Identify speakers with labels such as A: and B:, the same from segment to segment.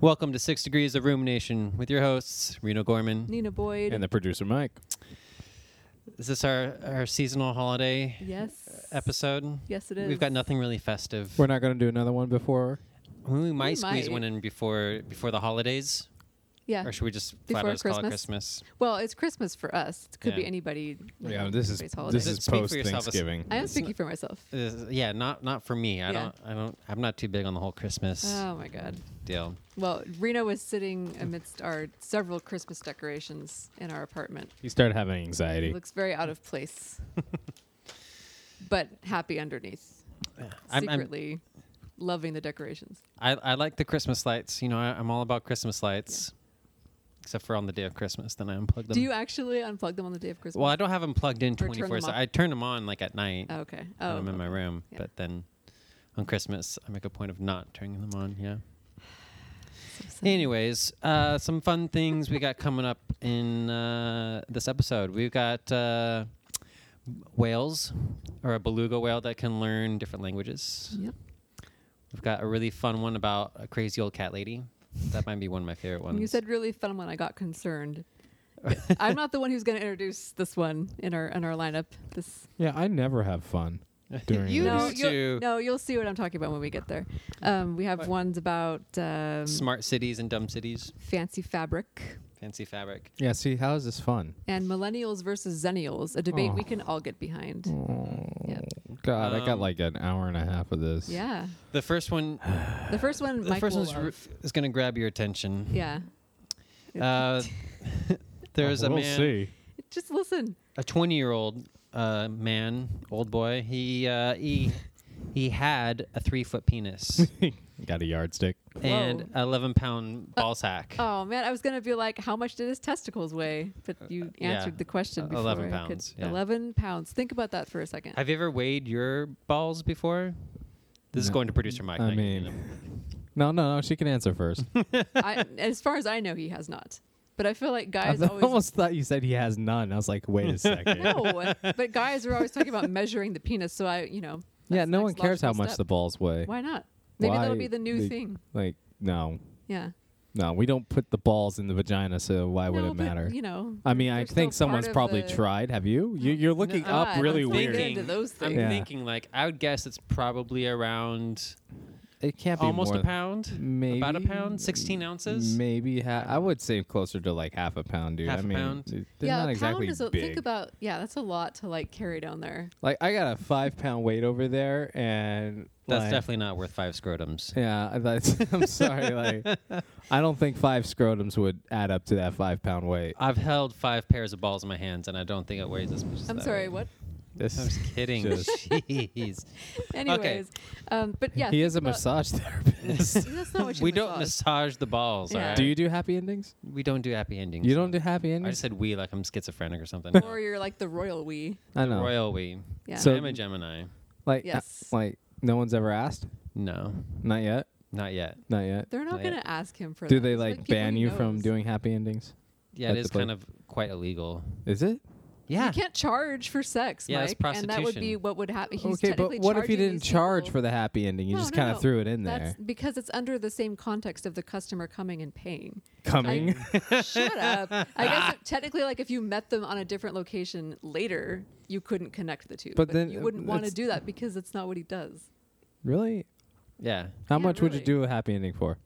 A: Welcome to Six Degrees of Rumination with your hosts, Reno Gorman.
B: Nina Boyd.
C: And the producer, Mike.
A: Is this our, our seasonal holiday uh,
B: yes.
A: episode?
B: Yes, it is.
A: We've got nothing really festive.
C: We're not going to do another one before.
A: we might squeeze
B: might.
A: one in before before the holidays,
B: Yeah.
A: or should we just flat
B: Before
A: out just call it
B: Christmas.
A: Christmas?
B: Well, it's Christmas for us. It could be
A: Yeah.
B: anybody. like,
C: Yeah, this is
B: anybody's holiday.
C: this
A: Does
C: is
A: it speak for
C: post
A: yourself as-
C: Thanksgiving.
B: I am
A: it's
B: speaking for myself.
A: Uh, yeah, not not for me. I
B: Yeah.
A: don't. I don't. I'm not too big on the whole Christmas
B: Oh my God.
A: deal.
B: Well, Reno was sitting amidst our several Christmas decorations in our apartment.
C: He started having anxiety.
B: Looks very out of place, but happy underneath.
A: I'm- I'm-
B: Secretly loving the decorations.
A: I, I like the Christmas lights. You know, I, I'm all about Christmas lights, except for on the day of Christmas. Then I unplug them.
B: Do you actually unplug them on the day of Christmas?
A: well, I don't have them plugged in
B: turn them
A: 24. So
B: off?
A: I turn them on like at night
B: Oh, okay.
A: when
B: Oh,
A: I'm in my
B: okay.
A: room.
B: Yeah.
A: But then on Christmas, I make a point of not turning them on. Yeah.
B: So sad.
A: Anyways, uh, some fun things we got coming up in uh, this episode. We've got uh, whales, or a beluga whale that can learn different languages.
B: Yep.
A: We've got a really fun one about a crazy old cat lady. That might be one of my favorite ones.
B: You said really fun when I got concerned. I'm not the one who's going to introduce this one in our in our lineup. This
C: Yeah, I never have fun during
A: You
B: no,
A: used
C: these.
B: you'll,
A: to-
B: no, you'll see what I'm talking about when we get there. Um, we have
A: What?
B: ones about um,
A: smart cities and dumb cities,
B: fancy fabric
A: fancy fabric.
C: Yeah, see, how is this fun?
B: and millennials versus zennials, a debate we
C: Oh.
B: can all get behind. Yep.
C: God, I
A: Um,
C: got like an hour and a half of this.
B: Yeah,
A: The first one,
B: the first one.
A: the
B: Mike
A: first
B: will
A: one's
B: love.
A: re- is going to grab your attention.
B: yeah.
A: Uh, there's a
C: we'll
A: man.
C: see.
B: Just listen.
A: a 20 year old uh, man, old boy. He uh, he he had a three foot penis
C: Got a yardstick.
A: and
B: Whoa.
A: 11 pound ball sack.
B: Oh man, I was gonna be like, how much did his testicles weigh? But you
A: yeah.
B: answered the question.
A: Uh,
B: Before
A: 11
B: I could-
A: pounds, yeah.
B: Eleven pounds. Think about that for a second.
A: Have you ever weighed your balls before? This is
C: No.
A: going to producer Mike.
C: I
A: not you,
C: mean-
A: Nina.
C: No, no, no. She can answer first.
B: I, as far as I know, he has not. But I feel like
C: I
B: guys always
C: almost thought you said he has none. I was like, wait a second.
B: no. But guys are always talking about measuring the penis. So I, you know,
C: yeah,
B: that's
C: no
B: the
C: one
B: next
C: cares how
B: logical
C: much the
B: step.
C: balls weigh.
B: Why not? Maybe that'll
C: Why
B: be the new
C: the-
B: thing.
C: Like, no,
B: Yeah.
C: no, we don't put the balls in the vagina, so why would
B: No,
C: it
B: but,
C: matter?
B: You know.
C: I mean, I
B: They're still
C: think someone's
B: part of
C: probably
B: the-
C: tried. Have you? you you're looking
B: No,
C: up
B: I
C: really
B: don't think
C: weird.
B: it into those
A: I'm
B: things.
C: Yeah.
A: thinking like I would guess it's probably around
C: It can't be
A: almost
C: more
A: a pound,
C: Maybe
A: about a pound, 16 ounces.
C: Maybe ha- I would say closer to like half a pound, dude.
A: Half
C: I
A: a
C: mean,
A: pound.
C: they're
B: yeah,
C: not
B: a
C: exactly
B: pound is a,
C: big.
B: think about yeah, that's a lot to like carry down there.
C: like I got a five pound weight over there, and
A: That's
C: like-
A: definitely not worth five scrotums.
C: Yeah, I- that's, I'm sorry. Like, I don't think five scrotums would add up to that five pound weight.
A: I've held five pairs of balls in my hands, and I don't think it weighs as much. as
B: I'm
A: that
B: sorry,
A: weight.
B: what?
C: This
A: I was kidding.
C: Just-
A: Jeez.
B: Anyways. Um but yeah.
C: he
B: think
C: is a
B: about-
C: massage therapist.
B: That's not what you
A: we don't
B: massage.
A: massage the balls.
B: Yeah.
A: alright?
C: do you do happy endings?
A: We don't do happy endings.
C: You
A: no.
C: don't do happy
A: I just
C: endings.
A: said we like I'm schizophrenic or something.
B: or you're like the royal we.
C: I, know.
A: Royal we.
B: Yeah.
C: So-
A: I'm a Gemini.
C: Like, uh,
B: Yes.
C: like no one's ever asked.
A: No,
C: Not yet.
A: not yet.
C: Not yet.
B: They're not
A: Not yet.
B: gonna ask him for
C: Do
B: that.
C: they
B: It's
C: like
B: people
C: ban
B: he
C: you from
B: knows.
C: doing happy endings?
A: Yeah, it
C: That's
A: is
C: the
A: kind
C: point.
A: of quite illegal.
C: Is it?
A: Yeah.
B: You can't charge for sex,
A: Yeah, it's
B: Mike. And that would be
A: prostitution.
B: what would happen. He's
C: okay, but
B: technically
C: what if
B: charging
C: you didn't
B: these
C: charge
B: people.
C: for the happy ending? You
B: No,
C: just
B: no,
C: kind of
B: no.
C: threw it in
B: That's
C: there.
B: because it's under the same context of the customer coming and paying.
C: Coming.
B: Shut up. I guess it- technically, like if you met them on a different location later, you couldn't connect the two.
C: But then
B: you wouldn't want to
C: it's-
B: do that because it's not what he does.
C: really?
A: Yeah.
C: How
B: Yeah,
C: much would you
B: really.
C: do a happy ending for?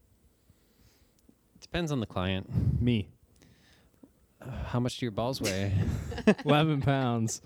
A: Depends on the client.
C: Me.
A: How much do your balls weigh?
C: 11 pounds.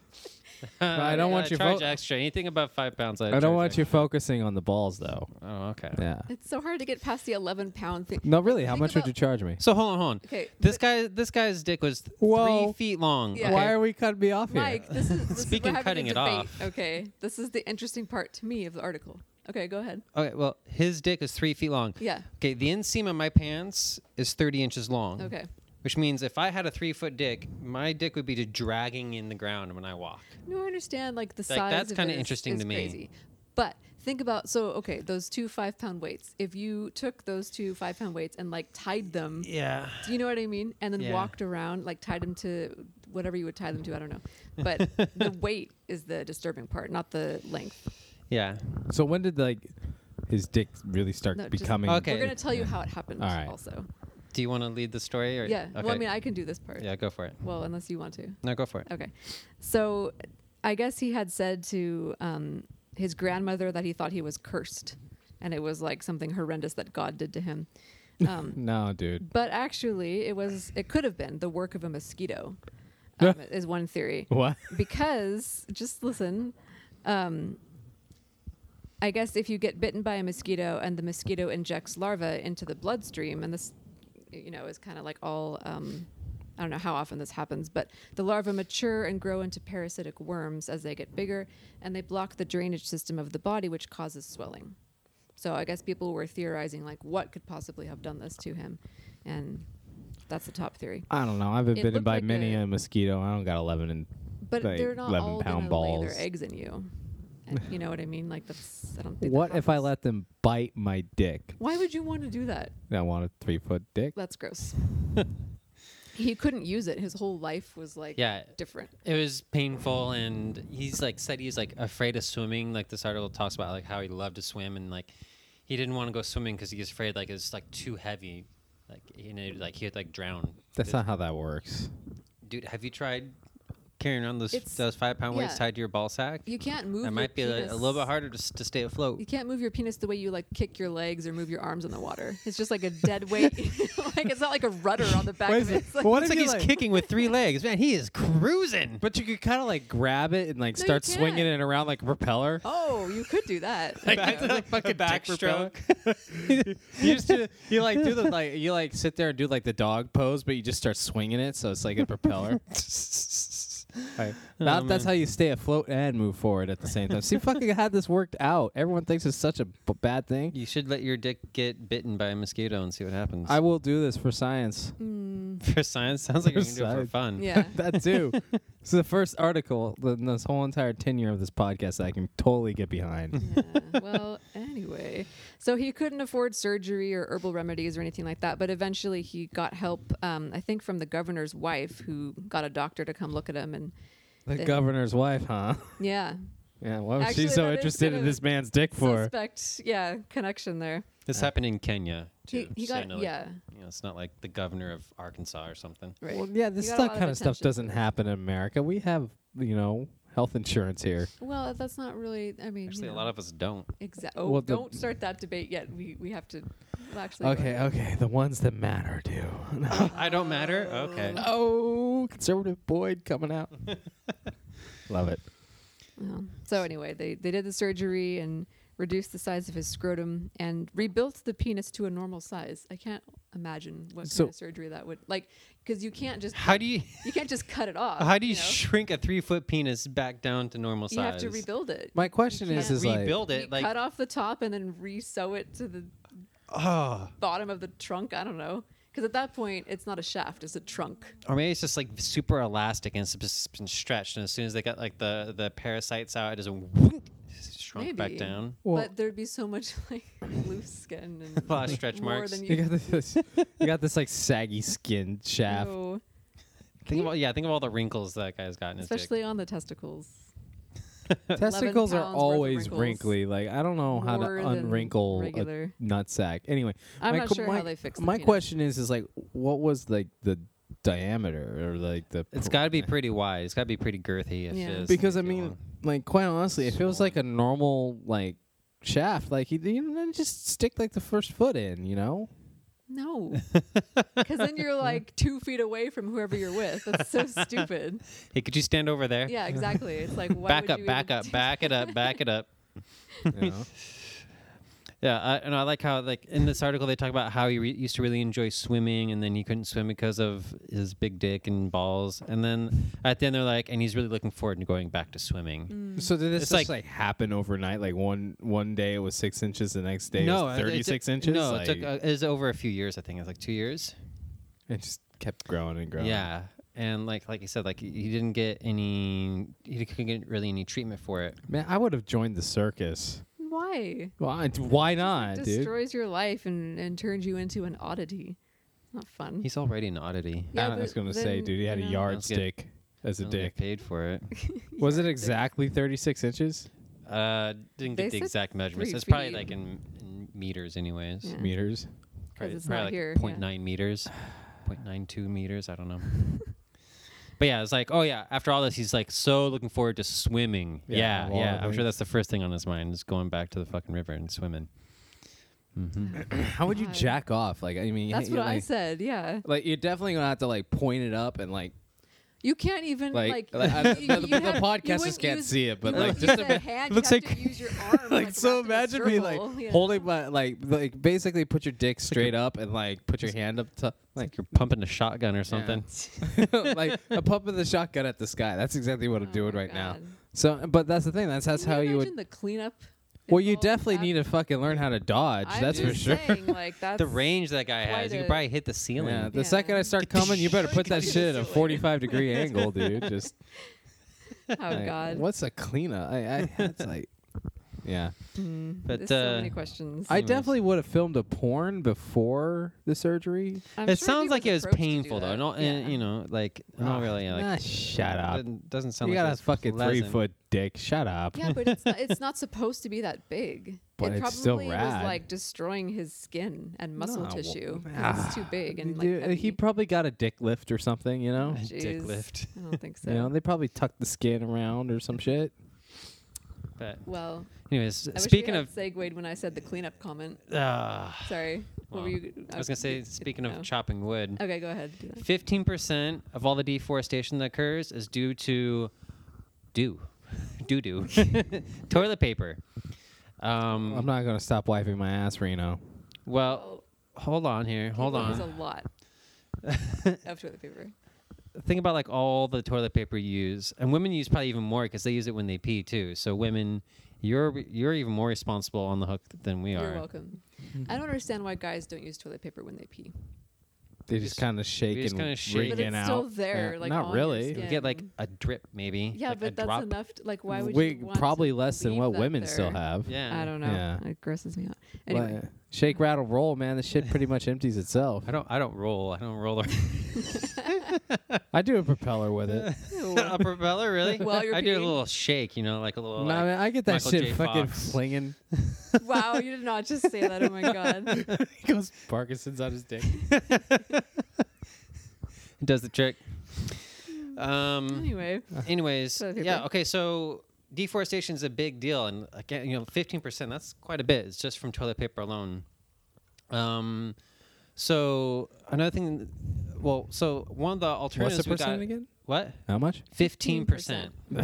C: I don't want
A: Yeah,
C: your
A: charge
C: vote.
A: extra. Anything above five pounds, I,
C: I don't
A: charge
C: want
A: extra.
C: you focusing on the balls, though.
A: Oh, okay.
C: Yeah.
B: It's so hard to get past the eleven pound thing.
C: No, really. How
B: Think
C: much would
B: about-
C: you charge me?
A: So hold on, hold on.
B: Okay,
A: This guy, this guy's dick was th- three
C: Whoa.
A: feet long.
B: Yeah.
C: Why
A: okay?
C: are we cutting me off here?
B: Mike, this is this
A: Speaking
B: is, we're
A: of cutting
B: having a
A: it
B: debate.
A: off.
B: Okay, this is the interesting part to me of the article. Okay, go ahead.
A: Okay, well, his dick is three feet long.
B: Yeah.
A: Okay, the inseam of my pants is 30 inches long.
B: Okay.
A: Which means if I had a three foot dick, my dick would be just dragging in the ground when I walk.
B: No, I understand like the
A: Like,
B: size.
A: that's
B: of
A: kinda
B: it is-
A: interesting
B: is
A: to me.
B: Crazy. But think about so okay, those two five pound weights. If you took those two five pound weights and like tied them,
A: Yeah.
B: do you know what I mean? And then
A: Yeah.
B: walked around, like tied them to whatever you would tie them to. I don't know, but the weight is the disturbing part, not the length.
A: Yeah.
C: so when did like his dick really start
B: No, just-
C: becoming?
A: Okay.
B: We're gonna tell you how it happened.
C: All right.
B: Also,
A: Do you want to lead the story? Or
B: yeah.
A: Okay.
B: Well, I mean, I can do this part.
A: yeah, go for it.
B: Well, unless you want to.
A: No, go for it.
B: Okay. So I guess he had said to um, his grandmother that he thought he was cursed and it was like something horrendous that God did to him. Um,
C: No, dude.
B: but actually, it was it could have been the work of a mosquito, um, is one theory.
C: What?
B: Because just listen, um, I guess if you get bitten by a mosquito and the mosquito injects larvae into the bloodstream, and this, you know, is kind of like all. Um, I don't know how often this happens, but the larvae mature and grow into parasitic worms as they get bigger, and they block the drainage system of the body, which causes swelling. So I guess people were theorizing like what could possibly have done this to him, and that's the top theory.
C: I don't know. I've been
B: It
C: bitten
B: looked
C: by
B: like
C: many
B: a-
C: a mosquito. I don't got eleven and
B: But
C: like
B: they're not
C: 11
B: all
C: pound
B: gonna lay
C: balls.
B: their eggs in you. And you know what I mean? Like that's I don't think. that
C: What if I
B: happens.
C: let them bite my dick?
B: Why would you want to do that?
C: I want a three foot dick.
B: That's gross. he couldn't use it. His whole life was like
A: Yeah.
B: different.
A: It was painful, and he's like said he's like afraid of swimming. Like this article talks about like how he loved to swim, and like he didn't want to go swimming because he was afraid like it's like too heavy, like you know, like he'd like drown.
C: That's not how that works.
A: Dude, have you tried carrying around those
B: It's-
A: those five pound weights
B: yeah.
A: tied to your ball sack?
B: You can't move.
A: That
B: your
A: might be like,
B: penis.
A: a little bit harder to, s- to stay afloat.
B: You can't move your penis the way you like kick your legs or move your arms in the water. It's just like a dead weight. like it's not like a rudder on the back
C: Wait,
B: of
C: so
B: it. It's like,
C: what
A: It's
C: if
A: like
C: you,
A: he's kicking with three legs, man. He is cruising.
C: But you could kind of like grab it and like
B: No, you
C: start swinging
B: can't.
C: it around like a propeller.
B: oh, you could do that.
A: Back- like fucking
C: back
A: dick
C: propeller.
A: stroke.
C: you just do, you like do the like you like sit there and do like the dog pose, but you just start swinging it, so it's like a propeller. Right.
B: Oh,
C: That- that's how you stay afloat and move forward at the same time. See, fucking had this worked out. Everyone thinks it's such a b- bad thing.
A: You should let your dick get bitten by a mosquito and see what happens.
C: I will do this for science.
B: Mm,
A: for science, sounds like
C: For
A: you're gonna do it for
C: science.
A: fun.
B: yeah.
C: that too. This is the first article in this whole entire tenure of this podcast that I can totally get behind.
B: yeah. Well, anyway, so he couldn't afford surgery or herbal remedies or anything like that. But eventually, he got help. Um, I think from the governor's wife, who got a doctor to come look at him. And
C: the
B: Then-
C: governor's wife, huh?
B: yeah,
C: Yeah, why was
B: Actually,
C: she so
B: that is
C: interested
B: kind
C: in
B: of
C: this man's dick for?
B: suspect. Yeah, connection there.
A: This happened in Kenya
B: He,
A: too.
B: he
A: so,
B: got
A: you know, like,
B: yeah
A: you know, it's not like the governor of Arkansas or something.
B: right.
C: Well, yeah,
B: He
C: this
B: got a
C: stuff
B: lot of
C: kind of stuff
B: attention for
C: doesn't happen in America. We have, you know, health insurance here.
B: Well, that's not really. I mean,
A: Actually, a lot of us don't.
B: exactly. Oh,
C: Well, the-
B: don't start that debate yet. We we have to. well, Actually, go
C: Okay,
B: ahead.
C: okay, the ones that matter do.
A: I don't matter. Okay.
B: Uh,
C: oh, conservative Boyd coming out. Love it.
B: Well, Um, so anyway, they they did the surgery and reduced the size of his scrotum and rebuilt the penis to a normal size. I can't imagine what
C: So-
B: kind of surgery that would like because you can't just
A: How do you
B: you can't just cut it off.
A: how do you
B: uh, know?
A: shrink a three foot penis back down to normal
B: You
A: size?
B: have to rebuild it.
C: My question is,
B: can't
C: is like,
A: rebuild
B: You
A: it like
B: cut off the top and then re-sew it to the
A: oh,
B: bottom of the trunk. I don't know because at that point it's not a shaft; it's a trunk.
A: or maybe it's just like super elastic and it's just been stretched, and as soon as they got like the the parasites out, it just whoop, shrunk back
B: Maybe.
A: down.
C: Well-
B: but there'd be so much like loose skin and
A: A lot of stretch
B: more
A: marks.
B: than
C: you
B: you.
C: got this, you got this like saggy skin shaft.
B: know.
A: Think of all, yeah, think of all the wrinkles that guy's gotten.
B: especially on the testicles.
C: Testicles are
B: pounds worth of
C: always
B: wrinkles.
C: wrinkly. Like I don't know how to
B: More than
C: unwrinkle
B: regular.
C: a nut sack. Anyway,
B: I'm
C: my
B: not
C: que-
B: sure
C: my,
B: how they fix the
C: My
B: penis.
C: question is, is like, what was like the diameter or like the?
A: It's
C: pr-
A: got to be pretty wide. It's got to be pretty girthy. If
B: Yeah.
A: it is
C: because I
A: gonna be
C: mean,
A: long.
C: like quite honestly, if it was
A: Small.
C: like a normal like shaft, like you, you know, just stick like the first foot in, you know.
B: No, because then you're like two feet away from whoever you're with. That's so stupid.
A: hey, could you stand over there?
B: Yeah, exactly. It's like why
A: back
B: would
A: up,
B: you
A: back
B: even
A: up,
B: do-
A: back it up, back it up.
C: you know?
A: Yeah, I, and I like how like in this article they talk about how he re- used to really enjoy swimming, and then he couldn't swim because of his big dick and balls. And then at the end they're like, and he's really looking forward to going back to swimming.
B: Mm.
C: So did this
A: It's
C: just like,
A: like-
C: happen overnight? Like one one day it was six inches, the next day it
A: it-
C: was
A: it took-
C: thirty six inches.
A: No,
C: like,
A: it took uh, it was over a few years. I think it's like two years.
C: it just kept growing and growing.
A: Yeah, and like like you said, like he he didn't get any, he couldn't get really any treatment for it.
C: man, I would have joined the circus.
B: Why?
C: Why? Why
B: It
C: not, dude?
B: destroys your life and, and turns you into an oddity. It's not fun.
A: He's already an oddity.
B: Yeah,
C: I was
B: but
C: gonna say,
B: then,
C: dude, he had
B: you
C: a
B: know-
A: Let's get-
C: yardstick as a
A: Don't get
C: dick.
A: paid for it.
C: Was it exactly 36 inches?
A: Uh, didn't
B: They
A: get the
B: said
A: exact measurements.
B: three
A: It's probably
B: feet.
A: like in, in meters, anyways.
B: Yeah.
C: meters.
A: Probably,
B: it's
A: probably
B: not
A: like
B: here, yeah.
A: 0.9 meters, 0.92 meters. I don't know. but yeah, it's like, oh yeah. After all this, he's like so looking forward to swimming.
C: Yeah,
A: Yeah,
C: of
A: yeah.
C: all the
A: I'm sure
C: things.
A: that's the first thing on his mind is going back to the fucking river and swimming. hmm
C: How would you
B: God.
C: jack off? Like I mean,
B: That's
C: you
B: what I
C: like-
B: said. Yeah,
C: Like you're definitely gonna have to like point it up and like
B: you can't even like.
C: like, like, I-
B: you-
C: the,
B: you
C: the
B: have- you
C: podcasters
B: wouldn't
C: can't
B: use-
C: see it, but
B: you
C: like
B: wouldn't
C: just
B: use
C: ima-
B: a hand.
C: looks
B: you have
C: like-
B: to use your arm.
C: like, so
B: wrapped in a
C: imagine me like
B: circle. Yeah.
C: holding my like like basically put your dick straight up and like put your hand up to like
A: Like you're pumping a shotgun or something.
C: like a pump of the shotgun at the sky. That's exactly what I'm
B: Oh
C: doing
B: my
C: right now.
B: God.
C: So, but that's the thing. That's that's
B: Can
C: how you
B: imagine
C: would.
B: the cleanup.
C: Well, you
B: involved
C: definitely
B: with
C: need to fucking learn how to dodge.
B: that? I'm
C: that's for
B: just
C: sure.
B: Saying, like that's
A: The range that guy has,
B: quite
A: you
B: a-
A: could probably hit the ceiling.
C: Yeah, the
B: Yeah.
C: second I start coming, you better put that shit at a 45 degree angle, dude. Just
B: Oh
C: like,
B: God.
C: what's a cleaner? I, I it's like, yeah.
B: Mm,
A: But,
B: There's so
A: uh,
B: many questions.
C: I
A: Anyways.
C: definitely would have filmed a porn before the surgery.
B: I'm
A: it
B: sure he
A: sounds like it was
B: approached to do
A: painful though.
B: that.
A: Not,
B: Yeah.
A: you know, like not
C: Ah,
A: really. Like,
C: nah, shut up.
A: Doesn't, doesn't sound
C: You
A: like it
C: got a
A: was
C: fucking three
A: pleasant.
C: foot dick. Shut up.
B: Yeah, but it's not, it's not supposed to be that big.
C: But
B: it
C: it's
B: probably
C: still rad.
B: was like destroying his skin and muscle
C: No, well,
B: tissue. 'cause
C: ah,
B: it's too big and like
C: Dude, he
B: heavy.
C: probably got a dick lift or something. You know.
A: Dick
B: Jeez.
A: lift.
B: I don't think so.
C: You know, they probably tuck the skin around or some shit.
A: But
B: well,
A: anyways,
B: I
A: speaking of
B: wish we had segued when I said the cleanup comment.
A: Ah,
B: Sorry, what
A: Well,
B: were you?
A: I was gonna say, speaking
B: no.
A: of chopping wood,
B: Okay, go ahead. Do that.
A: fifteen percent of all the deforestation that occurs is due to do, doo doo, toilet paper.
C: I'm
A: Um,
C: not gonna stop wiping my ass, Reno.
A: well, hold on here, hold
B: There's
A: on.
B: Oh. a lot of toilet paper.
A: Think about like all the toilet paper you use, and women use probably even more because they use it when they pee too. So women, you're you're even more responsible on the hook than we
B: You're
A: are.
B: welcome. I don't understand why guys don't use toilet paper when they pee.
C: They
A: We
C: just
A: just-
C: kind of shake
A: we just
C: and
A: kinda shake
C: wring
A: it.
B: But
C: it
B: it's
C: out.
B: still there, like,
C: not
B: on your
C: really.
A: You
B: skin.
A: get like a drip maybe.
B: Yeah,
A: like a
B: but that's
A: drop.
B: enough. To, like, why would
C: we
B: you want
C: probably
B: to
C: less than
B: leave
C: what
B: that
C: women
B: there?
C: still have.
A: Yeah,
B: I don't know.
C: Yeah.
B: It grosses me out. Anyway,
C: Like, shake, rattle, roll, man. The shit pretty much empties itself.
A: I don't. I don't roll. I don't roll.
C: I do a propeller with it.
A: a propeller, really?
B: While you're
A: I do a
B: peeing?
A: little shake, you know, like a little.
C: no, I,
A: like-
C: mean, I get that
A: Michael
C: shit
A: J.
C: fucking
A: Fox.
C: flinging.
B: wow, you did not just say that. Oh my god.
C: he goes Parkinson's on his dick.
A: it does the trick. Um.
B: Anyway,
A: Anyways,
B: So,
A: yeah.
B: paper.
A: Okay, so deforestation is a big deal, and again, you know, fifteen percent—that's quite a bit. It's just from toilet paper alone. Um. So another thing, well, so one of the alternatives
C: What's the
A: we got-
C: percent again?
A: What?
C: How much?
A: Fifteen percent.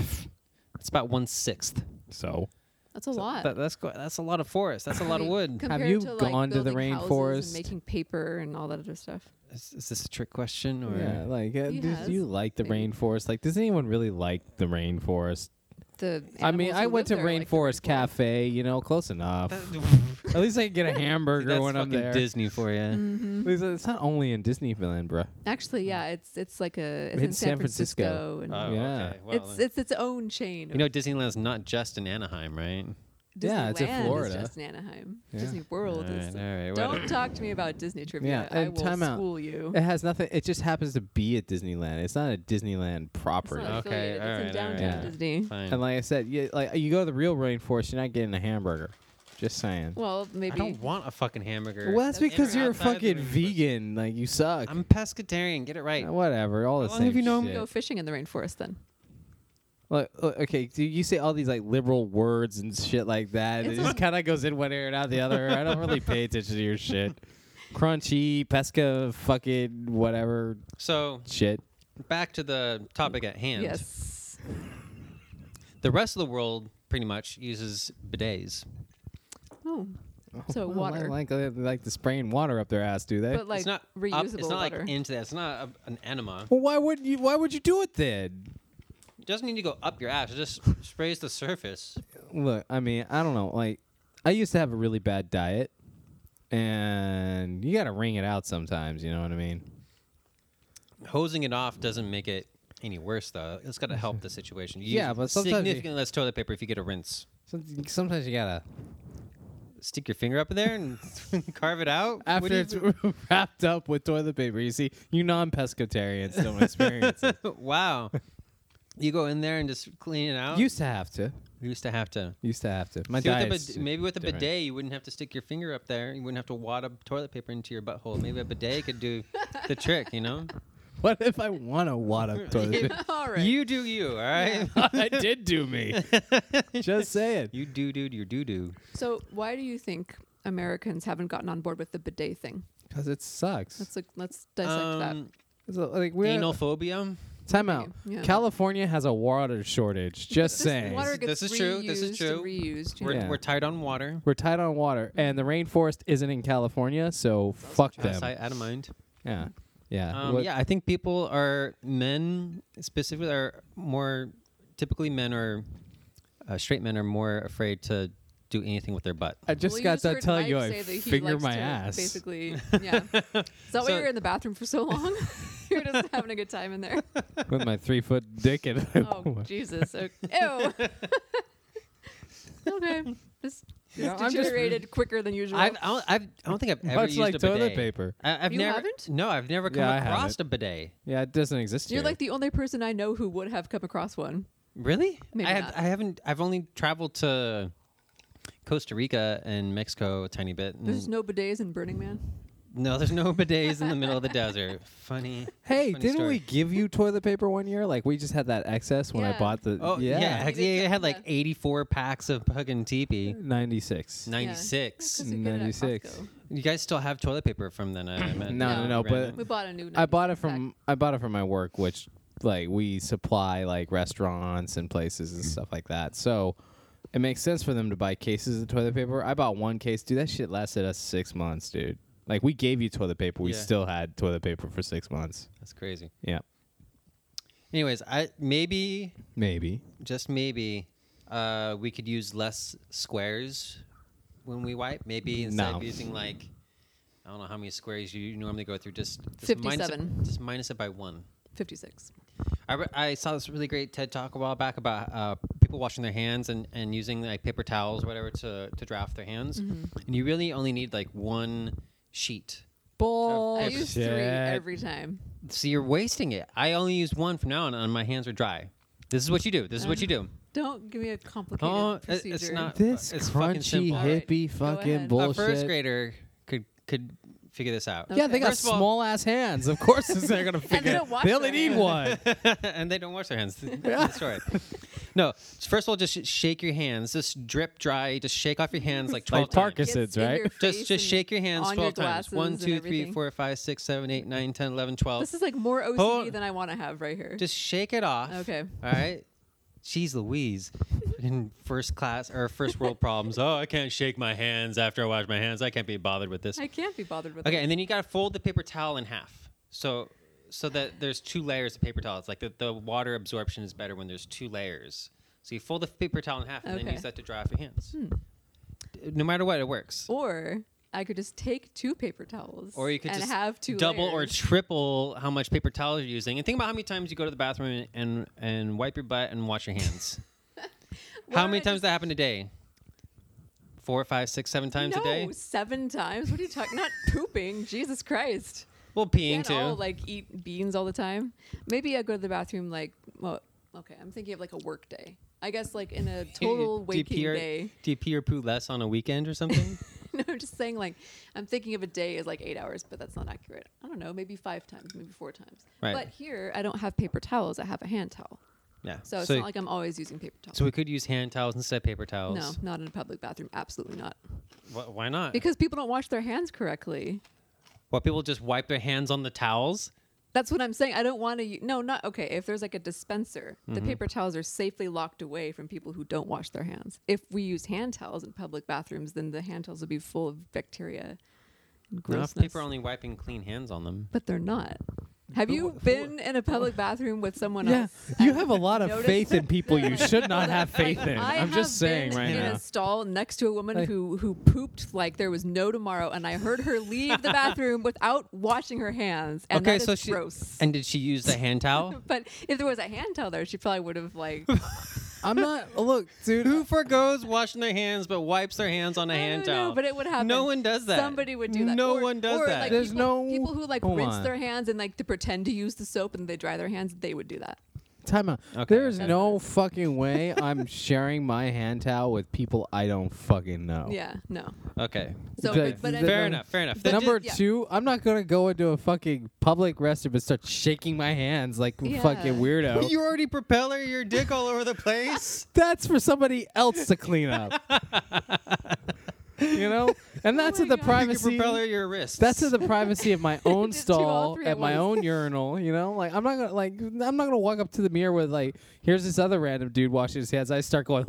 A: It's about one sixth.
C: So
B: that's a lot.
A: That, that's go- that's a lot of forest. That's a
B: I
A: lot of
B: mean,
A: wood.
B: compared
C: you
B: to, like,
C: gone to the
B: building houses
C: rainforest?
B: and making paper and all that other stuff?
A: Is, is this a trick question or?
C: yeah, like uh,
B: He
C: do
B: has.
C: you like the
B: Maybe.
C: rainforest? Like, does anyone really like the rainforest?
B: The
C: I mean,
B: animals
C: I
B: who
C: went
B: live
C: to
B: there, like, Uh, the
C: Rainforest Cafe. You know, close enough. At least I can get a hamburger
A: That's
C: when I'm
A: fucking
C: there.
A: Disney for you.
C: At least it's not only in Disneyland, bruh.
B: Mm-hmm. Actually, yeah, it's it's like a it's
C: In
B: in,
C: San
B: San
C: Francisco.
B: Francisco,
A: Oh,
B: and
C: Yeah.
A: okay. Well,
B: it's it's its own chain.
A: you know, Disneyland's not just in Anaheim, right?
C: yeah, it's in
B: Disneyland is
C: Florida.
B: just in Anaheim.
C: Yeah.
B: Disney World is.
A: All right, all right,
B: Don't
A: whatever.
B: talk to me about Disney trivia.
C: and
B: I will
C: time out.
B: school you.
C: It has nothing. It just happens to be at Disneyland. It's not a Disneyland
B: It's not
C: property.
A: Okay, all
B: affiliated. It's in
A: right, all right.
B: downtown
C: Yeah.
B: Disney.
A: Fine.
C: And like I said, you, like you go to the real rainforest, you're not getting a hamburger. Just saying. Well,
B: Well, maybe.
A: I don't want a fucking hamburger.
B: That's
C: that's because
B: never
C: you're a
A: outside the
C: fucking
A: rainforest.
C: vegan. Like you suck.
A: I'm pescatarian. Get it right.
C: Uh, Whatever. All the
A: How long
C: same.
A: have you known-
C: shit.
B: go fishing in the rainforest then.
C: Like, uh, okay, do you say all these like liberal words and shit like that? and
B: It's
C: it just
B: a-
C: kind of goes in one ear and out the other. I don't really pay attention to your shit. Crunchy, pesca, fucking whatever
A: So
C: shit.
A: back to the topic at hand.
B: Yes.
A: The rest of the world pretty much uses bidets.
B: Oh, So
C: Well,
B: water.
C: like like, like the spraying water up their ass, do they?
B: but like
A: it's not
B: reusable
A: up- It's not
B: water.
A: like into that. It's not a, an enema.
C: well, why would you? Why would you do it then?
A: It doesn't need to go up your ass. It just sprays the surface.
C: Look, I mean, I don't know. Like, I used to have a really bad diet, and you got to wring it out sometimes. You know what I mean?
A: Hosing it off doesn't make it any worse though. It's got to help the situation. You
C: Yeah,
A: use
C: but sometimes you-
A: significantly less toilet paper if you get a rinse.
C: Some- Sometimes you gotta
A: Stick your finger up in there and carve it out. What
C: after
A: do you-
C: it's wrapped up with toilet paper. You see, you non-pescatarians don't experience it.
A: wow. You go in there and just clean it out.
C: Used to have to.
A: We used to have to.
C: Used to have to. My
A: See, with a
C: diet's
A: bid- maybe with a
C: different.
A: bidet, you wouldn't have to stick your finger up there. You wouldn't have to wad up toilet paper into your butthole. Maybe a bidet could do the trick. You know,
C: What if I want a wad of toilet paper?
B: All right.
A: you do you. All right.
C: I did do me. Just saying.
A: You do do your doo doo.
B: so why do you think Americans haven't gotten on board with the bidet thing?
C: Because it sucks.
B: Let's look, let's dissect
A: Um,
C: It's a- like we're
A: anal phobia.
C: time out.
B: Yeah.
C: California has a water shortage. Just
B: that.
C: saying.
B: water gets
A: This is true, this is
B: reused
A: true.
B: and Reused. you
A: We're,
B: know?
C: Yeah.
A: we're tight on water.
C: We're tight on water, and the rainforest isn't in California, so fuck them.
A: Outside, out of mind.
C: Yeah, yeah.
A: Um,
C: What-
A: yeah, I think people are men specifically are more typically men are uh, straight men are more afraid to do anything with their butt.
C: I just
B: Well,
C: got
B: just
C: to
B: heard
C: tell
B: Mike
C: you,
B: say
C: I
B: that he
C: finger
B: likes
C: my
B: to
C: ass.
B: Basically, yeah. Is that why
A: So-
B: you were in the bathroom for so long? you were just having a good time in there.
C: with my three foot dick in.
B: Oh Jesus! Okay. Ew. okay. This this
C: No, I'm just-
B: deteriorated quicker than usual.
A: I've, I, don't, I've, I don't think I've ever
C: Much
A: used
C: like
A: a
C: toilet
A: bidet.
C: paper.
A: I, I've
B: You
A: never.
B: haven't?
A: No, I've never come
C: Yeah, I
A: across
C: haven't.
A: a bidet.
C: Yeah, it doesn't exist
B: You're
C: here.
B: like the only person I know who would have come across one.
A: Really?
B: Maybe
A: I, have,
B: not.
A: I haven't. I've only traveled to Costa Rica and Mexico a tiny bit. and-
C: Mm.
B: There's no bidets in Burning Man.
A: no, there's no bidets in the middle of the desert. Funny.
C: hey,
A: funny
C: didn't
A: story.
C: we give you toilet paper one year? Like we just had that excess when I
B: Yeah.
C: bought the.
A: Oh yeah, yeah.
B: We
A: heck,
B: did
A: yeah,
B: get-
A: it had like
B: yeah.
A: 84 packs of fucking teepee.
C: ninety six.
A: 96.
B: 'cause we get it at
C: 96.
B: Costco.
A: You guys still have toilet paper from then, I imagine.
C: No,
B: no,
C: no, but-
B: We bought a new.
C: I bought it
B: 96 pack.
C: from I bought it from my work, which like we supply like restaurants and places and stuff like that. So it makes sense for them to buy cases of toilet paper. I bought one case, dude. That shit lasted us six months, dude. Like we gave you toilet paper, we
A: Yeah.
C: still had toilet paper for six months.
A: That's crazy.
C: Yeah,
A: Anyways, I maybe,
C: maybe.
A: just maybe, uh, we could use less squares when we wipe. Maybe instead
C: No.
A: of using like, I don't know how many squares you normally go through, just, just Minus
B: 57.
A: it, just minus it by one.
B: 56.
A: I, re- I saw this really great TED talk a while back about uh, people washing their hands and, and using like paper towels, whatever, to, to draft their hands. And you really only need like one sheet
B: I
A: Bullshit.
B: use three every time.
A: So you're wasting it. I only use one from now on, and my hands are dry. This is what you do. This is what you do.
B: Don't give me a complicated
A: Oh, it-
B: procedure.
A: it's not.
C: This
A: it's fucking
C: crunchy
A: simple.
B: All right,
C: hippie
B: go
C: fucking
B: ahead.
A: A
C: bullshit.
A: first grader could could figure this out.
C: Yeah, they got
A: First of all-
C: small ass hands. Of course, they're gonna figure.
B: they don't
C: it-
B: wash
C: they only
B: their
C: need
B: hands.
C: one.
A: and they don't wash their hands. That's right. No, first of all, just sh- shake your hands. Just drip dry. Just shake off your hands like twelve times.
C: Like Tarkus,
B: Gets
C: Acids,
B: in
C: right?
B: your
A: Just
B: face
A: just
B: and
A: shake your hands
B: on
A: twelve times.
B: glasses
A: One,
B: and
A: two, three,
B: everything.
A: four, five, six, seven, eight, nine, ten, eleven, twelve.
B: This is like more OCD
A: Hold-
B: than I want to have right here.
A: Just shake it off.
B: Okay.
A: All right. Jeez Louise. In first class or first world problems. Oh, I can't shake my hands after I wash my hands. I can't be bothered with this.
B: I can't be bothered with
A: Okay,
B: it.
A: and then you gotta fold the paper towel in half. So so that there's two layers of paper towel. It's like the, the water absorption is better when there's two layers. So you fold the paper towel in half and then
B: Okay. Hmm.
A: use that to dry off your hands. No matter what, it works.
B: Or I could just take two paper towels.
A: Or you could
B: and
A: just
B: have two
A: double or
B: layers.
A: triple how much paper towel you're using. And think about how many times you go to the bathroom and and wipe your butt and wash your hands.
B: Why
A: how
B: don't
A: many
B: I
A: times
B: just-
A: that happened a day? Four, five, six, seven times
B: no,
A: a day.
B: seven times. What are you talking? Not pooping. Jesus Christ.
A: Well, peeing
B: Can't
A: too.
B: all like eat beans all the time. Maybe I go to the bathroom like. Well, okay. I'm thinking of like a work day. I guess like in a total
A: do you
B: waking
A: pee or,
B: day.
A: Do you pee or poo less on a weekend or something?
B: no, I'm just saying like I'm thinking of a day as like eight hours, but that's not accurate. I don't know, maybe five times, maybe four times.
A: Right.
B: But here I don't have paper towels, I have a hand towel.
A: yeah.
B: So it's
A: so,
B: not like I'm always using paper towels.
A: so we could use hand towels instead of paper
B: no,
A: towels.
B: not in a public bathroom. Absolutely not.
A: Wh- why not?
B: Because people don't wash their hands correctly.
A: what people just wipe their hands on the towels?
B: That's what I'm saying. I don't want to. No, not okay. If there's like a dispenser, the
A: Mm-hmm.
B: paper towels are safely locked away from people who don't wash their hands. If we use hand towels in public bathrooms, then the hand towels would be full of bacteria. and
A: No,
B: Grossness.
A: people are only wiping clean hands on them.
B: But they're not. Have you been in a public bathroom with someone
C: Yeah,
B: else?
C: you have a lot of
B: noticed-
C: faith in people you should not have faith in.
B: I
C: I'm just
B: have
C: saying
B: been
C: right
B: in
C: now.
B: a stall next to a woman
C: Like-
B: who who pooped like there was no tomorrow, and I heard her leave the bathroom without washing her hands, and
A: okay,
B: that
A: so
B: is
A: she
B: gross.
A: and did she use the hand towel?
B: but if there was a hand towel there, she probably would have like.
C: I'm not. oh, Look, dude.
A: Who forgoes washing their hands but wipes their hands on a
B: I
A: hand
B: don't know,
A: towel?
B: but it would happen.
A: No one does that.
B: Somebody would do that.
A: No
B: Or-
A: one does
B: or,
A: that.
B: Like,
C: There's
B: people,
C: no-
B: people who like
C: Hold
B: rinse
C: on.
B: their hands and like to pretend to use the soap and they dry their hands. They would do that.
C: time out.
A: Okay.
C: There's no fucking way I'm sharing my hand towel with people I don't fucking know.
B: Yeah, no.
A: Okay.
B: So,
C: The-
B: but, but
C: the-
B: I-
A: Fair enough. Fair enough.
B: The
A: That-
C: Number
B: just- yeah.
C: two, I'm not gonna go into a fucking public restroom and start shaking my hands like a
B: Yeah.
C: fucking weirdo.
A: you already propeller your dick all over the place.
C: that's for somebody else to clean up. you know, and that's
B: Oh my
A: You
B: God. You could
C: at the privacy.
A: propeller your wrist.
C: That's in the privacy of my own
B: Just do all
C: stall
B: three
C: at
B: at
C: my
B: once.
C: own urinal. You know, like I'm not gonna like I'm not gonna walk up to the mirror with like here's this other random dude washing his hands. I start going